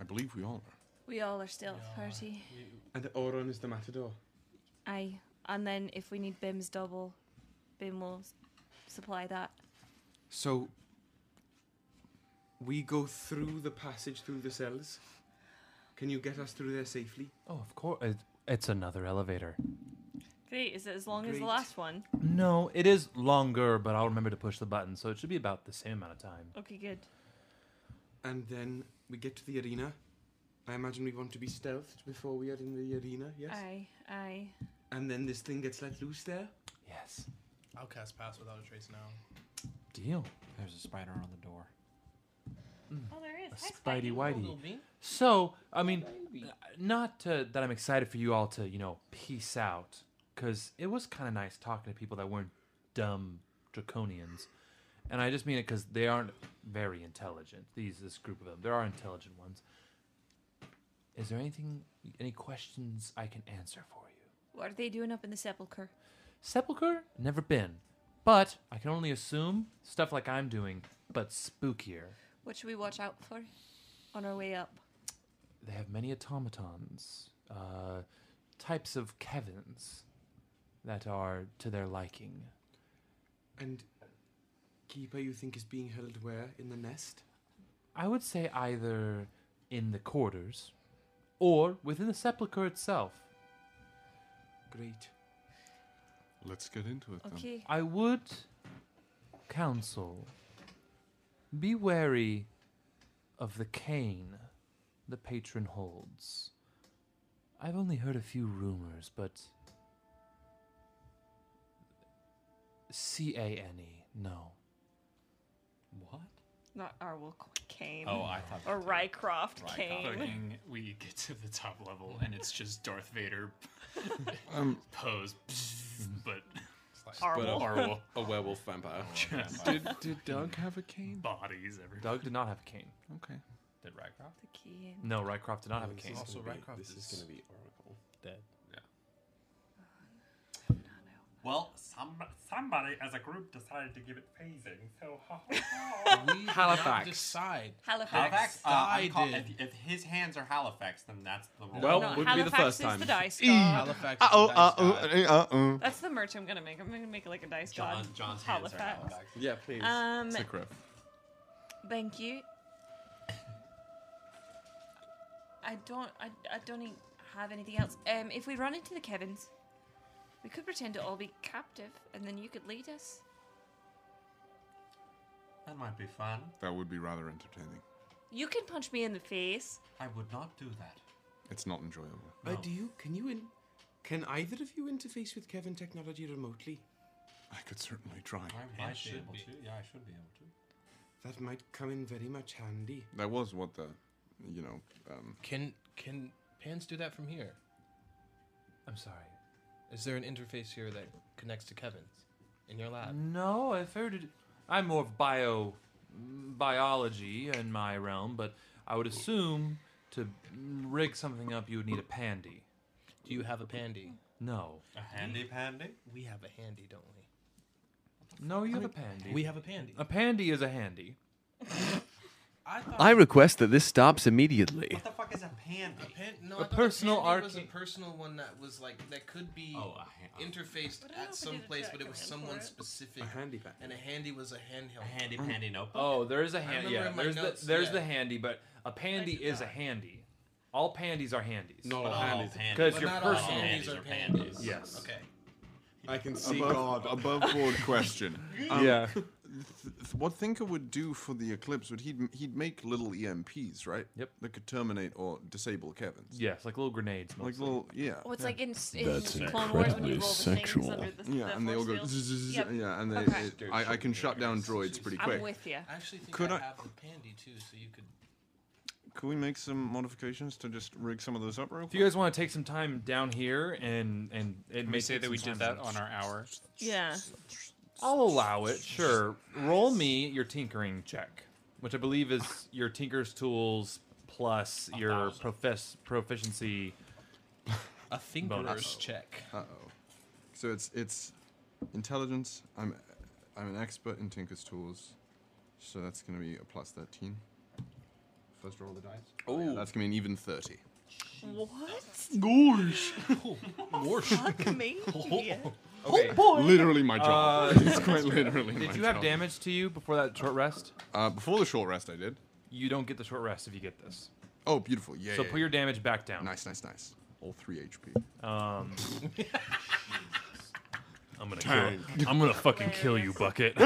S16: I believe we all
S8: We all are still party.
S13: And Oron is the matador.
S8: Aye. And then if we need Bim's double, Bim will s- supply that.
S13: So we go through the passage through the cells. Can you get us through there safely?
S5: Oh, of course. It's another elevator.
S7: Great. Is it as long as the
S13: Great.
S7: last one?
S5: No, it is longer, but I'll remember to push the button, so it should be about the same amount of time.
S7: Okay, good.
S13: And then we get to the arena. I imagine we want to be stealthed before we are in the arena, yes?
S8: Aye, aye.
S13: And then this thing gets let loose there.
S5: Yes.
S17: I'll cast pass without a trace now.
S5: Deal.
S3: There's a spider on the door.
S7: Oh, there is.
S5: Spidey
S17: Little
S5: Whitey.
S17: bee.
S5: So, I mean, uh, not to, that I'm excited for you all to, you know, peace out, because it was kind of nice talking to people that weren't dumb draconians. And I just mean it because they aren't very intelligent. These, this group of them, there are intelligent ones. Is there anything, any questions I can answer for you?
S8: What are they doing up in the sepulchre?
S5: Sepulchre? Never been. But I can only assume stuff like I'm doing, but spookier.
S8: What should we watch out for on our way up?
S5: They have many automatons, uh, types of Kevins that are to their liking.
S13: And Keeper, you think is being held where? In the nest?
S5: I would say either in the quarters or within the sepulchre itself.
S13: Great.
S16: are. Let's get into it then.
S8: Okay.
S5: I would counsel be wary of the cane the patron holds. I've only heard a few rumors, but C A N E, no.
S15: What?
S8: Not Arwell came.
S2: Oh, I thought
S8: Or Rycroft came.
S2: Fucking, we get to the top level and it's just Darth Vader
S4: Um,
S2: pose, but
S4: But a-
S2: Arwol.
S4: A, werewolf vampire.
S11: Oh,
S2: Just
S4: did, did Doug have a cane?
S2: Bodies everywhere.
S5: Doug did not have a cane.
S4: Okay.
S37: Did Rycroft?
S8: The key.
S5: No, Rycroft did not have a
S4: This
S5: cane.
S4: is
S17: Also,
S4: gonna be-
S17: Rycroft
S4: This
S17: is
S4: is going to be Oracle.
S17: Dead.
S37: Yeah.
S2: Well, some Um, somebody as a group decided to give it phasing, so ha
S17: We did not
S2: Halifax.
S17: Decide.
S2: Halifax.
S17: Uh,
S2: I'm
S17: I
S2: call-
S17: did.
S2: if, if his hands are Halifax, then that's the rule.
S4: Well, No, wouldn't be the Halifax first is time.
S8: The dice
S4: Eee.
S8: god.
S17: Halifax
S38: Uh oh, uh oh, uh oh.
S8: That's the merch I'm gonna make. I'm gonna make it like a dice
S2: Mm. John-
S8: god.
S2: John's hands are
S8: Halifax.
S2: Halifax.
S4: Yeah, please.
S8: Um,
S4: Sychraph.
S8: Thank you. I don't. I, I don't e- have anything else. Um, if we run into the Kevins, we could pretend to all be captive, and then you could lead us.
S2: That might be fun.
S16: That would be rather entertaining.
S8: You can punch me in the face.
S2: I would not do that.
S16: It's not enjoyable.
S13: Uh, do you? Can you? In, can either of you interface with Kevin technology remotely?
S16: I could certainly try.
S2: I might be able to. Yeah, I should be able to.
S13: That might come in very much handy.
S16: That was what the, you know, um,
S39: Can can Pans do that from here? I'm sorry. Is there an interface here that connects to Kevin's in your lab?
S5: No, I've heard it. I'm more of bio biology in my realm, but I would assume to rig something up, you would need a pandy.
S39: Do you have a pandy?
S5: No.
S2: A handy pandy?
S39: We have a handy, don't we?
S5: No, you
S39: I
S5: have a
S39: mean,
S5: pandy.
S39: we have a pandy.
S5: A pandy is a handy.
S38: I request that this stops immediately.
S2: What the fuck is a pandy?
S17: A pan- no,
S5: A
S17: I thought
S5: personal
S17: a pandy was a
S5: arcane-
S17: personal one that was like that could be
S2: Oh, a ha-
S17: interfaced at some place, but it was someone specific.
S13: A handy pan-
S17: And a handy was a handheld.
S2: A handy pandy notebook.
S5: Oh, there is a
S17: I
S5: hand.
S17: remember
S5: Yeah,
S17: in my
S5: there's
S17: notes,
S5: the there's
S17: yeah.
S5: the handy, but a pandy is a handy. All pandies are handies.
S4: Not all But all handies. pandies-
S5: Because
S4: But
S5: your
S4: not all
S5: personal.
S4: handies
S17: are
S4: pandies.
S5: Yes.
S17: Okay.
S4: I can see
S16: above,
S4: God.
S16: above board question.
S4: Yeah.
S16: th- th- what Thinker would do for the eclipse would he'd he'd make little EMPs, right?
S5: Yep.
S16: That could terminate or disable Kevin's.
S5: Yes, like little grenades.
S16: Like little, yeah.
S8: Oh, it's like in, s- in Clone Wars when you roll the things under the
S16: yeah,
S8: the
S16: and they all
S8: force
S16: go.
S8: field.
S16: zzz,
S8: Yep.
S16: Yeah, and they.
S8: Okay.
S16: it- I, I can shut down droids pretty
S8: I'm
S16: quick.
S8: with ya.
S17: I actually think
S16: Could
S17: I,
S16: I-
S17: have a pandy too, so you could.
S16: Could we make some modifications to just rig some of those up real
S5: If you guys want to take some time down here and and and
S2: Can we
S5: make
S2: say
S5: it
S2: that we
S5: some
S2: did
S5: time-
S2: that on our hour?
S8: Yeah.
S5: I'll allow it. Sure. Roll me your tinkering check, which I believe is your tinker's tools plus your profess proficiency.
S39: A finger's
S5: bonus.
S39: check.
S16: Uh oh. So it's it's intelligence. I'm I'm an expert in Tinker's tools, so that's going to be a plus thirteen. First roll of the dice. Oh, yeah, that's going to be an even thirty.
S8: What?
S16: Gosh.
S8: Fuck me. Oh,
S5: Okay.
S16: Literally my job.
S5: Uh,
S16: it's quite literally.
S5: Did
S16: my
S5: you have
S16: job.
S5: damage to you before that short rest?
S16: Uh, before the short rest, I did.
S5: You don't get the short rest if you get this.
S16: Oh, beautiful. Yeah.
S5: so
S16: yeah,
S5: put your damage back down.
S16: Nice, nice, nice. All three HP.
S5: Um, I'm gonna
S11: kill- I'm gonna fucking kill you, Bucket.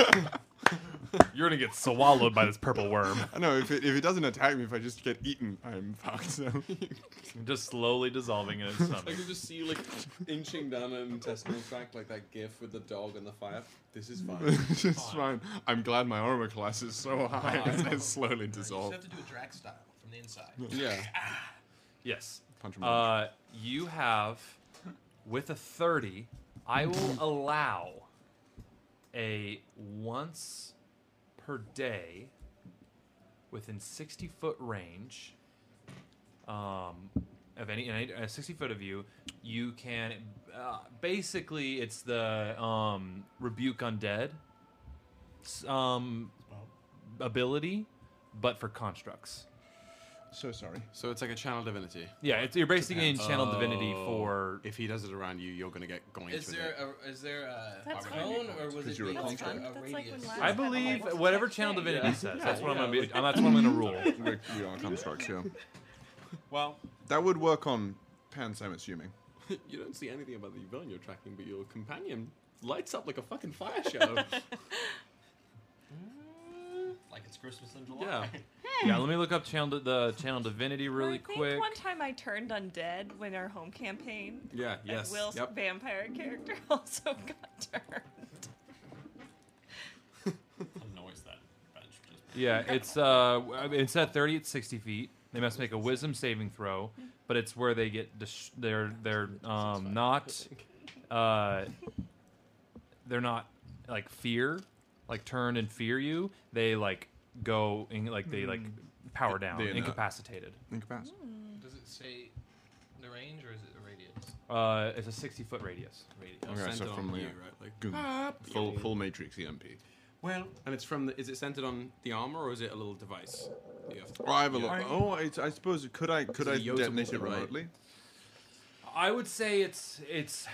S11: You're gonna get swallowed by this purple worm.
S16: I know if it, if it doesn't attack me, if I just get eaten, I'm fucked. So.
S5: Just slowly dissolving in its
S4: I
S5: stomach.
S4: can just see you like inching down an intestinal tract, like that GIF with the dog and the fire. This is fine.
S16: it's just fine. I'm glad my armor class is so high. as It slowly
S17: You just
S16: dissolves.
S17: have to do a drag style from the inside.
S5: Yes.
S16: Punch him in the
S5: Uh, you have, with a 30, I will allow a once per day within 60 foot range um, of any, any uh, 60 foot of you, you can uh, basically it's the um, rebuke undead s- um, ability, but for constructs.
S16: So sorry.
S40: So it's like a channel divinity.
S5: Yeah, it's, you're basically in
S40: Depends.
S5: channel divinity
S40: Oh.
S5: for
S40: If he does it around you, you're gonna get going.
S17: Is
S40: to
S17: there
S40: it.
S17: a is there a
S40: That's
S17: cone
S40: fine.
S17: or was it
S40: Because you're a
S17: being
S40: conqueror.
S17: a, a
S40: That's like
S17: radius?
S5: I believe whatever channel divinity
S16: Yeah.
S5: says.
S16: Yeah,
S5: that's what I'm
S16: yeah,
S5: gonna be.
S16: like-
S5: I'm, that's what I'm gonna rule.
S16: we, we are constructs, yeah.
S2: Well,
S16: that would work on pants. I'm assuming.
S4: you don't see anything about the villain you're tracking, but your companion lights up like a fucking fire show.
S17: Like it's Christmas in
S5: Yeah.
S17: July.
S5: Yeah. Let me look up channel the channel divinity really
S8: I think
S5: quick.
S8: one time I turned undead when our home campaign.
S5: Yeah,
S8: and
S5: yes,
S8: Will's
S5: yep.
S8: vampire character also got turned.
S2: What noise that bench just
S5: Yeah, it's uh I mean, instead of thirty, it's sixty feet. They must make a wisdom saving throw, but it's where they get dis- they're they're um not uh they're not like fear like turn and fear you. They like go in like they like power down
S16: They're Mm. not-
S5: incapacitated.
S16: Incapacitated.
S17: Hmm.
S20: Does it say the range or is it a radius?
S5: Uh, it's a sixty foot radius.
S20: Radius.
S16: Okay, so
S20: Center
S16: from
S20: on
S16: the
S20: you, right? Like-
S16: Goom.
S20: Up.
S16: full full matrix E EMP.
S10: Well, and it's from the. Is it centered on the armor or is it a little device? that you have to-
S16: Oh, I have a look.
S10: Yeah.
S16: Oh, I, I suppose could I
S10: Is
S16: could
S10: it
S16: I
S10: a Yotam
S16: detonate it
S10: right?
S16: remotely?
S5: I would say it's it's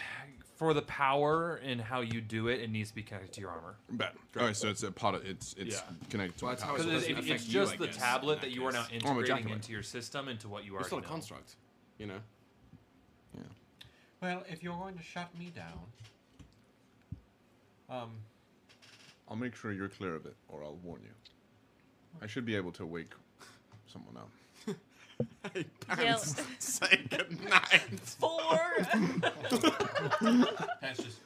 S5: for the power and how you do it. It needs to be connected to your armor.
S16: But all right, Oh, so it's a part of it's it's
S5: Yeah.
S16: connected to.
S5: Well,
S16: my
S5: that's
S16: power.
S5: how it's supposed to Because it- affect it's you, just I the guess, tablet in that that you are now case.
S16: Oh, I'm a
S5: integrating
S16: jackalope.
S5: into your system, into what you
S10: It's
S5: already
S10: still a
S5: know.
S10: construct, you know.
S14: Well, if you're going to shut me down, um,
S16: I'll make sure you're clear of it, or I'll warn you. I should be able to wake someone up.
S7: Yell-
S16: say goodnight.
S10: That's just.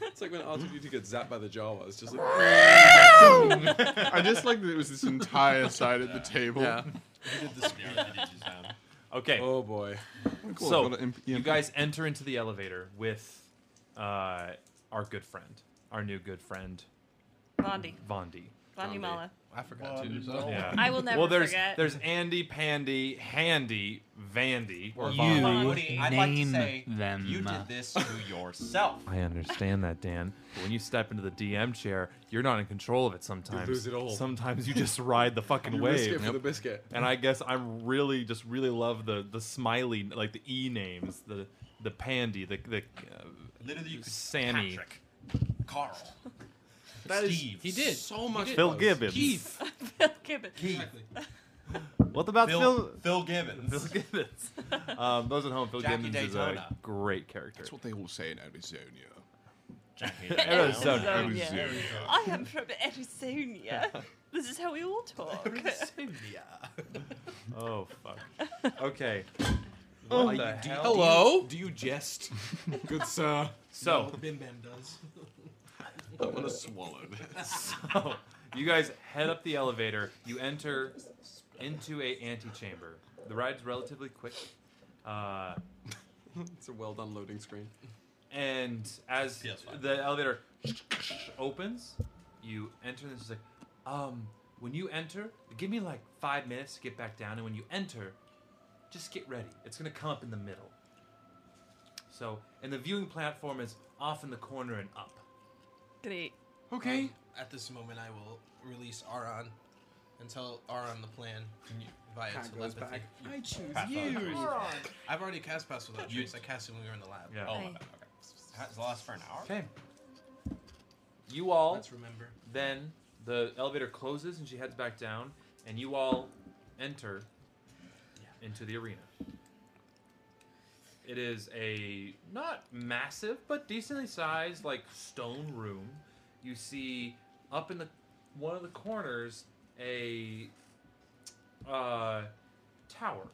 S10: it's like when R2D2 gets zapped by the Jawa. It's just like.
S16: I just like that it was this entire side of the table.
S10: Yeah.
S5: Okay.
S10: Oh boy.
S16: Cool,
S5: So
S16: I've got an imp-
S5: you
S16: EMP.
S5: guys enter into the elevator with uh, our good friend, our new good friend,
S7: Vondi.
S5: Vondi.
S7: Vondi Mala.
S20: I forgot
S7: Vondi
S20: to. So.
S5: Yeah.
S7: I will never
S5: well, there's,
S7: forget.
S5: There's Andy, Pandy, Handy, Vandy, or
S6: You
S5: Vondi.
S6: I'd like to name say them. you did
S5: this
S6: to
S5: yourself. I understand that, Dan. But when you step into the DM chair, you're not in control of it sometimes.
S10: lose it all.
S5: Sometimes you just ride the fucking
S10: You
S5: wave.
S10: risk it for Yep. the biscuit.
S5: And I guess I'm really just really love the the smiley like the e names, the the Pandy, the the uh,
S2: Literally, you could-
S5: Sammy.
S2: Patrick. Carl.
S5: That is-
S2: Steve.
S5: he did.
S10: So much.
S5: Phil
S10: love.
S5: Gibbons.
S10: Keith.
S7: Phil Gibbons.
S5: What about
S2: Phil-
S5: Phil?
S2: Phil Gibbons.
S5: Phil Gibbons. um, those at home, Phil
S2: Jackie
S5: Gibbons is a
S2: Daytona.
S5: great character.
S16: That's what they all say in Arizona.
S2: Jackie
S5: Arizona.
S7: Arizona. I am from Arizona. this is how we all talk.
S5: Oh fuck. Okay.
S10: Oh,
S5: What
S10: you-
S5: the
S10: do you-
S5: hell?
S10: Hello? do you jest? Good sir.
S5: So-
S17: No, Bim Bam does.
S10: I want to swallow this.
S5: So you guys head up the elevator. You enter into a antechamber. The ride's relatively quick. Uh,
S10: it's a well done loading screen.
S5: and as the elevator opens, you enter. And it's like, um, when you enter, give me like five minutes to get back down. And when you enter, just get ready. It's gonna come up in the middle. So, and the viewing platform is off in the corner and up.
S7: Great.
S10: Okay.
S17: at this moment, I will release Aron and tell Aron the plan via
S10: Pat goes
S17: telepathy.
S10: back, "I choose
S17: Pass
S10: you."
S17: without trace.
S10: Aron.
S17: I've already cast Pass Without Trace. I cast it when we were in the lab.
S5: Yeah. Oh, my bad.
S2: That's lost for an hour.
S5: Okay. You all.
S17: Let's remember.
S5: Then the elevator closes and she heads back down, and you all enter into the arena. It is a not massive but decently sized like stone room. You see up in the one of the corners a uh, tower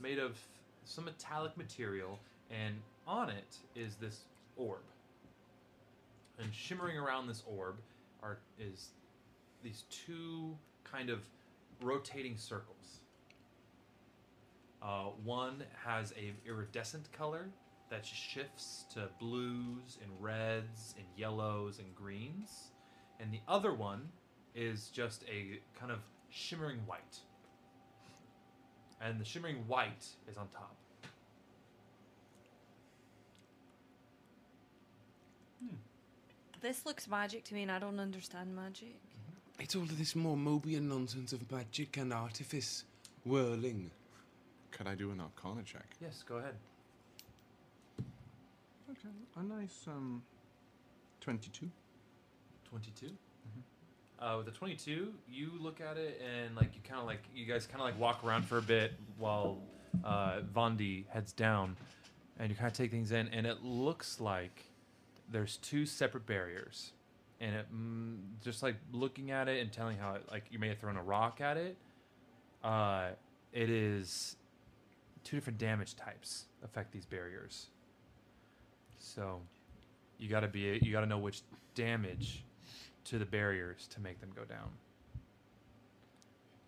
S5: made of some metallic material, and on it is this orb. And shimmering around this orb are is these two kind of rotating circles. Uh, one has a iridescent color that shifts to blues and reds and yellows and greens, and the other one is just a kind of shimmering white. And the shimmering white is on top.
S7: This looks magic to me, and I don't understand magic.
S13: It's all of this more Mobian nonsense of magic and artifice whirling.
S16: Could I do an Arcana check?
S5: Yes, go ahead.
S16: Okay, a nice um, twenty-two.
S5: 22 uh, with the 22 you look at it and like you kind of like you guys kind of like walk around for a bit while uh, vondi heads down and you kind of take things in and it looks like there's two separate barriers and it mm, just like looking at it and telling how it, like you may have thrown a rock at it uh, it is two different damage types affect these barriers so you got to be you got to know which damage to the barriers to make them go down.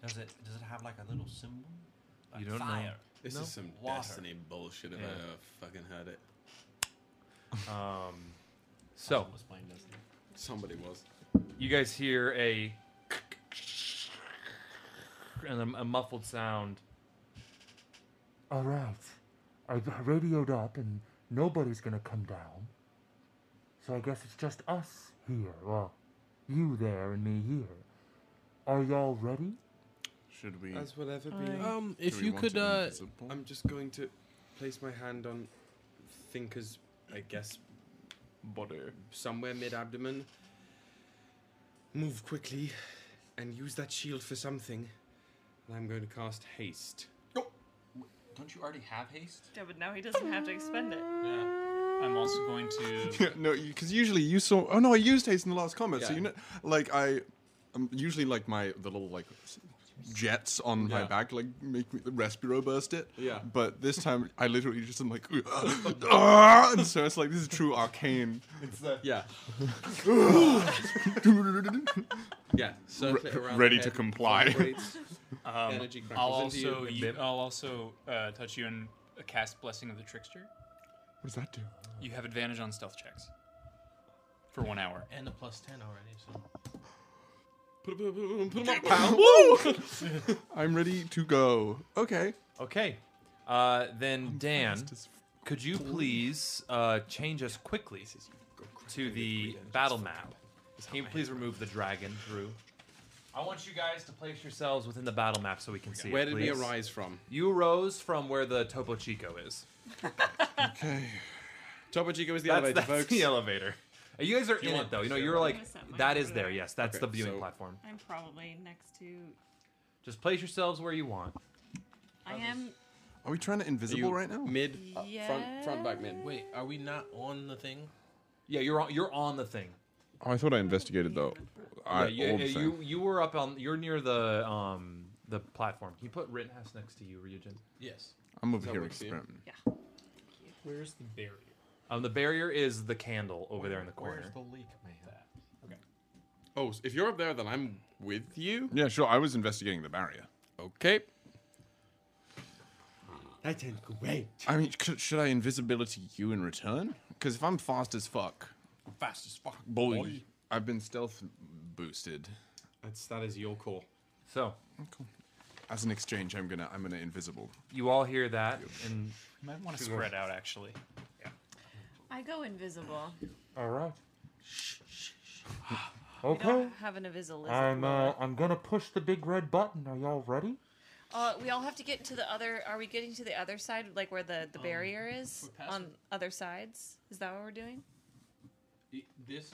S14: Does it does it have like a little symbol? Like
S4: You don't know.
S14: fire.
S4: This is some
S14: Water.
S4: Destiny bullshit if
S14: Yeah.
S4: I ever fucking heard it.
S5: Um, so
S4: Somebody was.
S5: you guys hear a and a, a muffled sound.
S41: All right. I I radioed up and nobody's going to come down. So I guess it's just us here. Well, you there and me here. Are y'all ready?
S16: Should we?
S13: As will ever be.
S41: Um,
S4: Do if we you want could, to uh, invisible?
S13: I'm just going to place my hand on Thinker's, I guess, body, somewhere mid-abdomen. Move quickly, and use that shield for something. And I'm going to cast haste.
S14: Don't you already have haste?
S8: Yeah, but now he doesn't have to expend it.
S15: Yeah. I'm also going to.
S16: Yeah, no, because usually you saw. Oh no, I used haste in the last comment. So
S15: Yeah.
S16: you know, like I, um, usually like my the little like s- jets on my
S4: Yeah.
S16: back like make me the respiro burst it.
S4: Yeah.
S16: But this time I literally just am like, "Ah," and so it's like this is true arcane. It's the
S4: yeah. yeah. Circle it
S16: Re-
S4: around the
S16: ready
S4: head,
S16: to comply.
S4: vibrates,
S15: Um,
S4: energy
S15: I'll
S4: crackles into you,
S15: also,
S4: and
S15: you,
S4: bim.
S15: I'll also uh, touch you and cast Blessing of the Trickster.
S16: does that do?
S15: You have advantage on stealth checks for one hour.
S17: And a plus 10 already, so.
S4: Put 'em- put 'em up, pal.
S16: Woo! I'm ready to go. Okay.
S5: Okay. Uh, then Dan, could you please uh, change us quickly to the battle map? Can you please remove the dragon through? I want you guys to place yourselves within the battle map so we can see.
S4: Where
S5: it,
S4: did we
S5: please.
S4: arise from?
S5: You arose from where the Topo Chico is.
S16: okay.
S4: Topo Chico is the
S5: that's,
S4: elevator,
S5: that's
S4: folks.
S5: the elevator. You guys are
S4: Do you
S5: in
S4: want
S5: it though. You know,
S4: this
S5: you're
S4: over?
S5: like
S4: I'm gonna set mine
S5: that
S4: over
S5: is there.
S4: there.
S5: Yes, that's the
S4: Okay,
S5: viewing
S4: so-
S5: platform.
S8: I'm probably next to.
S5: Just place yourselves where you want.
S8: I am.
S16: Are we trying to invisible right now?
S4: Mid,
S5: uh,
S8: front- Uh, front, back, mid.
S17: Wait, are we not on the thing?
S5: Yeah, you're on, you're on the thing.
S16: Oh, I thought I investigated though. I,
S5: yeah,
S16: old
S5: you,
S16: thing.
S5: you you were up on you're near the um the platform. Can you put Rittenhouse next to you, Ryujin?
S17: Yes.
S16: I'm over here experimenting.
S15: Where's the barrier?
S5: Um, the barrier is the candle over there in the corner.
S14: Where's the leak, man?
S4: Oh, so if you're up there, then I'm with you.
S16: Yeah, sure. I was investigating the barrier.
S4: Okay.
S16: That sounds great. I mean, c- should I invisibility you in return? Because if I'm fast as fuck,
S14: Fast as fuck.
S16: boy,
S4: Boy.
S16: I've been stealth boosted.
S4: That's that is your call.
S5: So,
S16: as an exchange, I'm gonna I'm gonna invisible.
S5: You all hear that, and
S15: You might want to spread out, actually.
S8: I go invisible.
S41: All right.
S8: We don't
S41: Okay.
S8: have an invisible.
S41: I'm uh, I'm going to push the big red button. Are y'all ready?
S8: Uh, we all have to get to the other. Are we getting to the other side, like where the,
S14: Um,
S8: the barrier is on other sides? Is that what we're doing?
S17: This.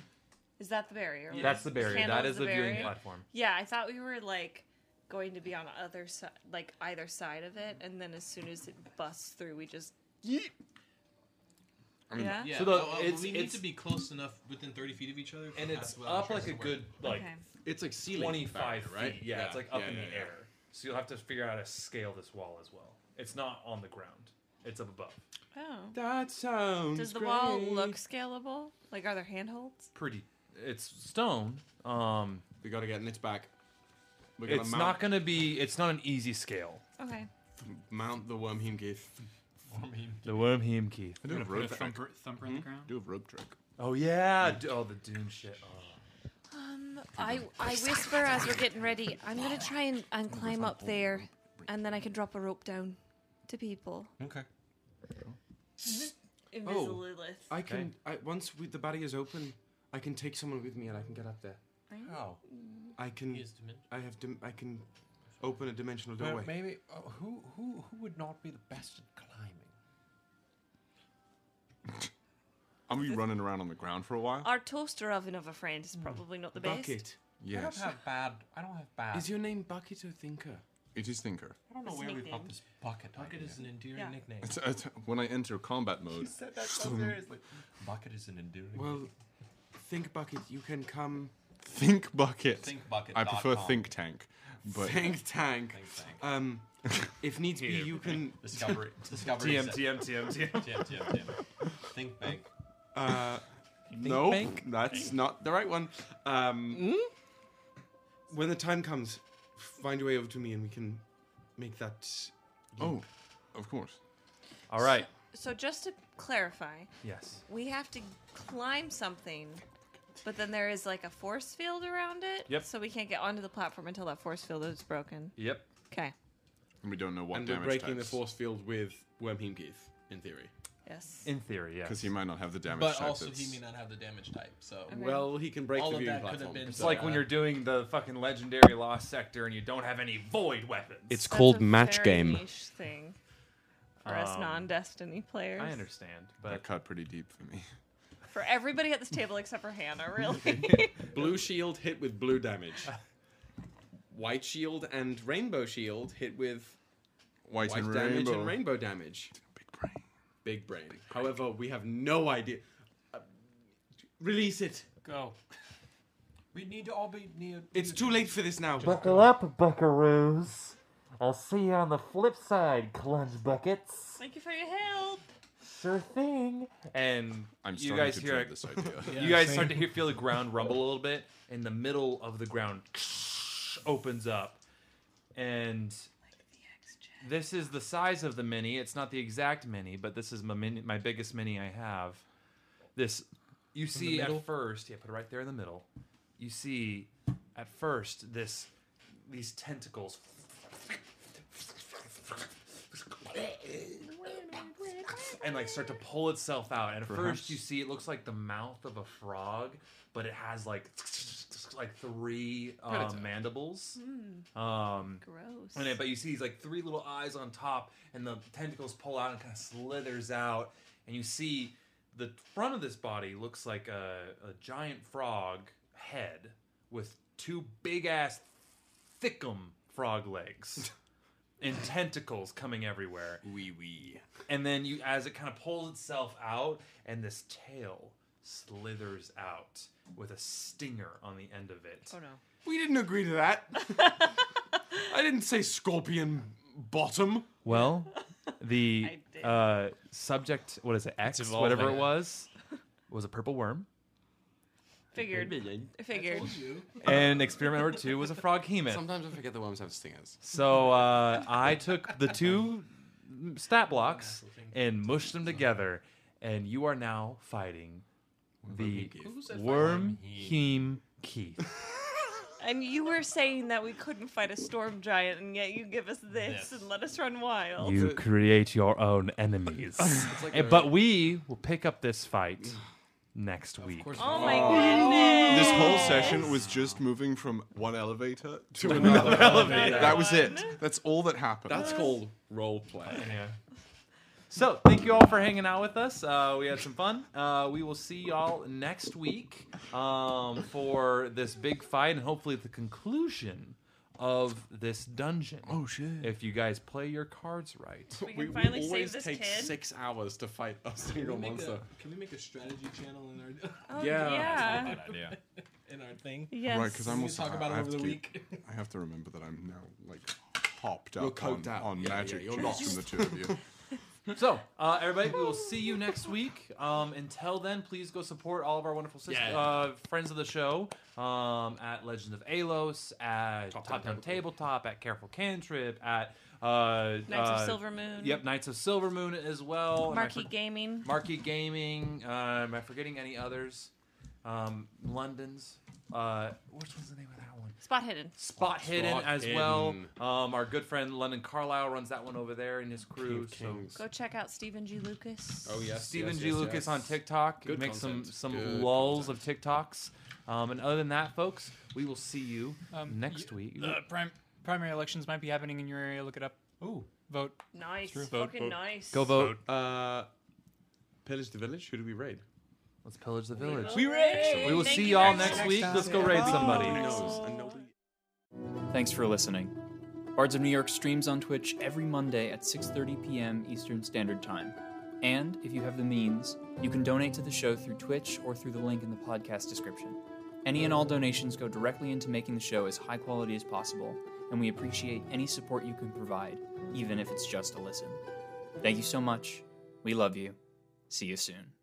S8: Is that the barrier?
S5: Yeah. That's the barrier.
S8: Candle
S5: That is the viewing platform.
S8: Yeah, I thought we were like going to be on other side, like either side of it, and then as soon as it busts through, we just. yeah.
S17: yeah. Oh,
S5: So the-
S17: well, well,
S5: it's-
S17: we need
S5: it's-
S17: to be close enough within 30 feet of each other.
S5: and it's
S17: That's what I'm
S5: up
S17: trying
S5: like
S17: to
S5: a
S17: work.
S5: good like
S8: Okay.
S4: it's like ceiling
S5: twenty five
S4: barrier, right?
S5: feet. Yeah,
S4: Yeah,
S5: it's like up
S4: yeah,
S5: in
S4: yeah,
S5: the
S4: yeah.
S5: air. So you'll have to figure out how to scale this wall as well. It's not on the ground. It's up above.
S8: Oh.
S4: That
S13: uh,
S4: sounds.
S8: Does the wall look scalable? Like, are there handholds?
S5: Pretty. It's stone. Um,
S4: we gotta get Nitz back. We're gonna
S5: it's
S4: mount-
S5: not gonna be. It's not an easy scale.
S8: Okay.
S4: Mount the Wormheim Gith.
S5: The worm him Keith.
S16: I do have rope trick.
S15: thumper, thumper in the ground.
S16: Hmm? do have rope trick.
S5: Oh yeah. d- Oh the Dune shit. Oh.
S8: Um, I I whisper as we're getting ready. I'm gonna try and, and climb up there, and then I can drop a rope down to people.
S4: Okay.
S8: Invisibilith.
S13: Oh. I can. I, once we, the barrier's open, I can take someone with me and I can get up there.
S8: How?
S13: I can. I have. Dim, I can open a dimensional
S42: Well,
S13: doorway.
S42: maybe uh, who who who would not be the best at climbing?
S16: I'm gonna be running around on the ground for a while.
S8: Our toaster oven of a friend is probably not the best.
S13: Bucket.
S16: Yes.
S42: I don't have bad. I don't have bad.
S13: Is your name Bucket or Thinker?
S16: It is thinker.
S42: I don't know
S17: His
S42: where we
S17: nickname.
S42: got this bucket.
S17: Bucket
S42: idea.
S17: is an endearing
S42: Yeah.
S17: nickname.
S16: It's, it's, when I enter combat mode.
S17: You said that so
S16: Stum.
S17: seriously.
S42: Bucket is an endearing.
S13: Well, Think Bucket, you can come.
S16: Think bucket.
S13: Thinkbucket
S16: I
S13: dot
S16: prefer
S13: com.
S16: think tank. But
S13: Think Tank. Um, if needs be, you can.
S14: Discovery- Discovery
S5: TM, set. TM, Tm, Tm.
S14: TM, Tm, TM. Think bank.
S13: Uh,
S14: Think
S13: no,
S14: bank? Hmm?
S13: that's not the right one. Um, When the time comes, find your way over to me and we can make that.
S16: Oh, of course.
S5: All right.
S8: So just to clarify,
S5: Yes.
S8: we have to climb something, but then there is like a force field around it.
S16: Yep.
S8: So we can't get onto the platform until that force field is broken.
S5: Yep.
S8: Okay.
S16: And we don't know what
S4: and we're
S16: damage
S4: breaking the
S16: types.
S4: force field with Wormheim Keith, in theory.
S8: Yes.
S5: In theory, yes.
S16: Because he might not have the damage
S17: But
S16: type
S17: also,
S16: that's-
S17: he may not have the damage type. So
S4: Well, he can break
S17: All
S4: the
S17: of
S4: viewing
S17: that could have
S4: platform.
S17: been
S5: It's
S17: for,
S5: like when
S17: uh,
S5: you're doing the fucking legendary lost sector and you don't have any void weapons.
S43: It's That's called a match
S8: Very
S43: game.
S8: niche thing for us
S5: Um,
S8: non-destiny players.
S5: I understand,
S16: That
S5: but
S16: cut pretty deep for me.
S8: For everybody at this table except for Hannah, really.
S4: Blue shield hit with blue damage. White shield and rainbow shield hit with
S16: White and
S4: damage
S16: rainbow.
S4: and rainbow damage. Big brain. Big brain. However, we have no idea. Uh, release it.
S44: Go. We need to all be near.
S4: It's too late for this now.
S45: Buckle up, buckaroos. I'll see you on the flip side, clunge buckets.
S8: Thank you for your help.
S45: Sure thing.
S5: and
S16: I'm
S5: you
S16: starting
S5: guys
S16: to
S5: hear
S16: dread
S5: it-
S16: this idea.
S5: you
S16: Yeah,
S5: guys
S16: same.
S5: start to hear feel the ground rumble a little bit. In the middle of the ground opens up, and this is the size of the mini. It's not the exact mini, but this is my mini, my biggest mini I have. This you see
S46: middle?
S5: at first. Yeah, put it right there in the middle. You see at first this these tentacles and like start to pull itself out. And at
S46: Perhaps.
S5: first you see it looks like the mouth of a frog, but it has like like three uh,
S46: Predator.
S5: mandibles.
S46: Mm.
S5: Um,
S46: Gross.
S5: And it, but you see these like three little eyes on top, and the tentacles pull out and kind of slithers out, and you see the front of this body looks like a, a giant frog head with two big ass thickum frog legs and tentacles coming everywhere.
S4: Wee wee.
S5: And then you, as it kind of pulls itself out, and this tail slithers out with a stinger on the end of it.
S8: Oh no!
S4: We didn't agree to that. I didn't say scorpion bottom.
S5: Well, the uh, subject, what is it, X, whatever it
S46: evolving.
S5: was, was a purple worm.
S8: Figured. I figured.
S5: And experiment number two was a frog he-man.
S4: Sometimes I forget the worms have stingers.
S5: So uh, I took the two stat blocks and mushed them together, and you are now fighting the worm heme Keith.
S8: And you were saying that we couldn't fight a storm giant, and yet you give us this and let us run wild.
S5: You create your own enemies.
S8: like
S5: Eh,
S8: a-
S5: but we will pick up this fight next week.
S8: Oh my
S16: This whole
S8: goodness.
S16: session was just moving from one elevator to
S4: To
S16: another,
S4: another elevator.
S16: That was it. That's all that happened.
S4: That's called role play.
S5: Yeah. So, thank you all for hanging out with us. Uh, we had some fun. Uh, we will see y'all next week um, for this big fight and hopefully the conclusion of this dungeon. Oh, shit. If you guys play your cards right.
S8: We can finally save
S4: always
S8: this
S4: take
S8: kid.
S4: six hours to fight a
S17: Can we,
S4: single
S17: make
S4: monster.
S17: a, can we make a strategy channel in our?
S8: Oh, Yeah. yeah.
S16: That's a good idea.
S17: in our thing.
S16: Right, because I'm
S17: We
S16: also.
S17: talk about
S16: I
S17: it
S16: have
S17: over
S16: to
S17: the week.
S16: keep- I have to remember that I'm now like hopped
S4: You're
S16: up on,
S4: coked out.
S16: on
S4: Yeah, yeah,
S16: magic
S4: you're
S16: just from the
S4: lost.
S16: two of you.
S5: So, uh, everybody, we will see you next week. Um, until then, please go support all of our wonderful sis-
S46: Yeah.
S5: uh, friends of the show um, at Legends of Alos, at Top, Down Tabletop, at Careful Cantrip, at uh,
S8: Knights of
S5: uh,
S8: Silver Moon.
S5: Yep, Knights of Silver Moon as well. Am I
S8: Marquee
S5: for-
S8: Gaming.
S5: Marquee Gaming. Uh, am I forgetting any others? Um, London's. Uh, which one's the name of that one?
S8: Spot hidden.
S5: Spot Hidden
S4: Spot
S5: as well.
S4: Hidden.
S5: Um, our good friend London Carlisle runs that one over there in his crew.
S4: King
S5: So
S8: Go
S4: of
S8: check out Stephen G. Lucas.
S4: Oh, yes,
S5: Stephen
S4: yes,
S5: G.
S4: yes,
S5: Lucas
S4: yes.
S5: on TikTok.
S4: Good
S5: makes some
S4: content.
S5: some
S4: Good
S5: lulls of TikToks. Um, and other than that, folks, we will see you
S47: Um,
S5: next week.
S47: Uh, prim- primary elections might be happening in your area. Look it up. Ooh, vote.
S8: Nice.
S47: True.
S8: Fucking nice.
S5: Go vote.
S4: Uh, pillage the village. Who do we raid?
S5: Let's pillage the village.
S4: We raid.
S5: We will
S4: Thank
S5: see
S4: you
S5: y'all
S4: very
S5: next
S4: much.
S5: week.
S4: Next
S5: Let's go
S4: time.
S5: raid somebody.
S15: Thanks for listening. Bards of New York streams on Twitch every Monday at 6:30 p.m. Eastern Standard Time. And if you have the means, you can donate to the show through Twitch or through the link in the podcast description. Any and all donations go directly into making the show as high quality as possible, and we appreciate any support you can provide, even if it's just a listen. Thank you so much. We love you. See you soon.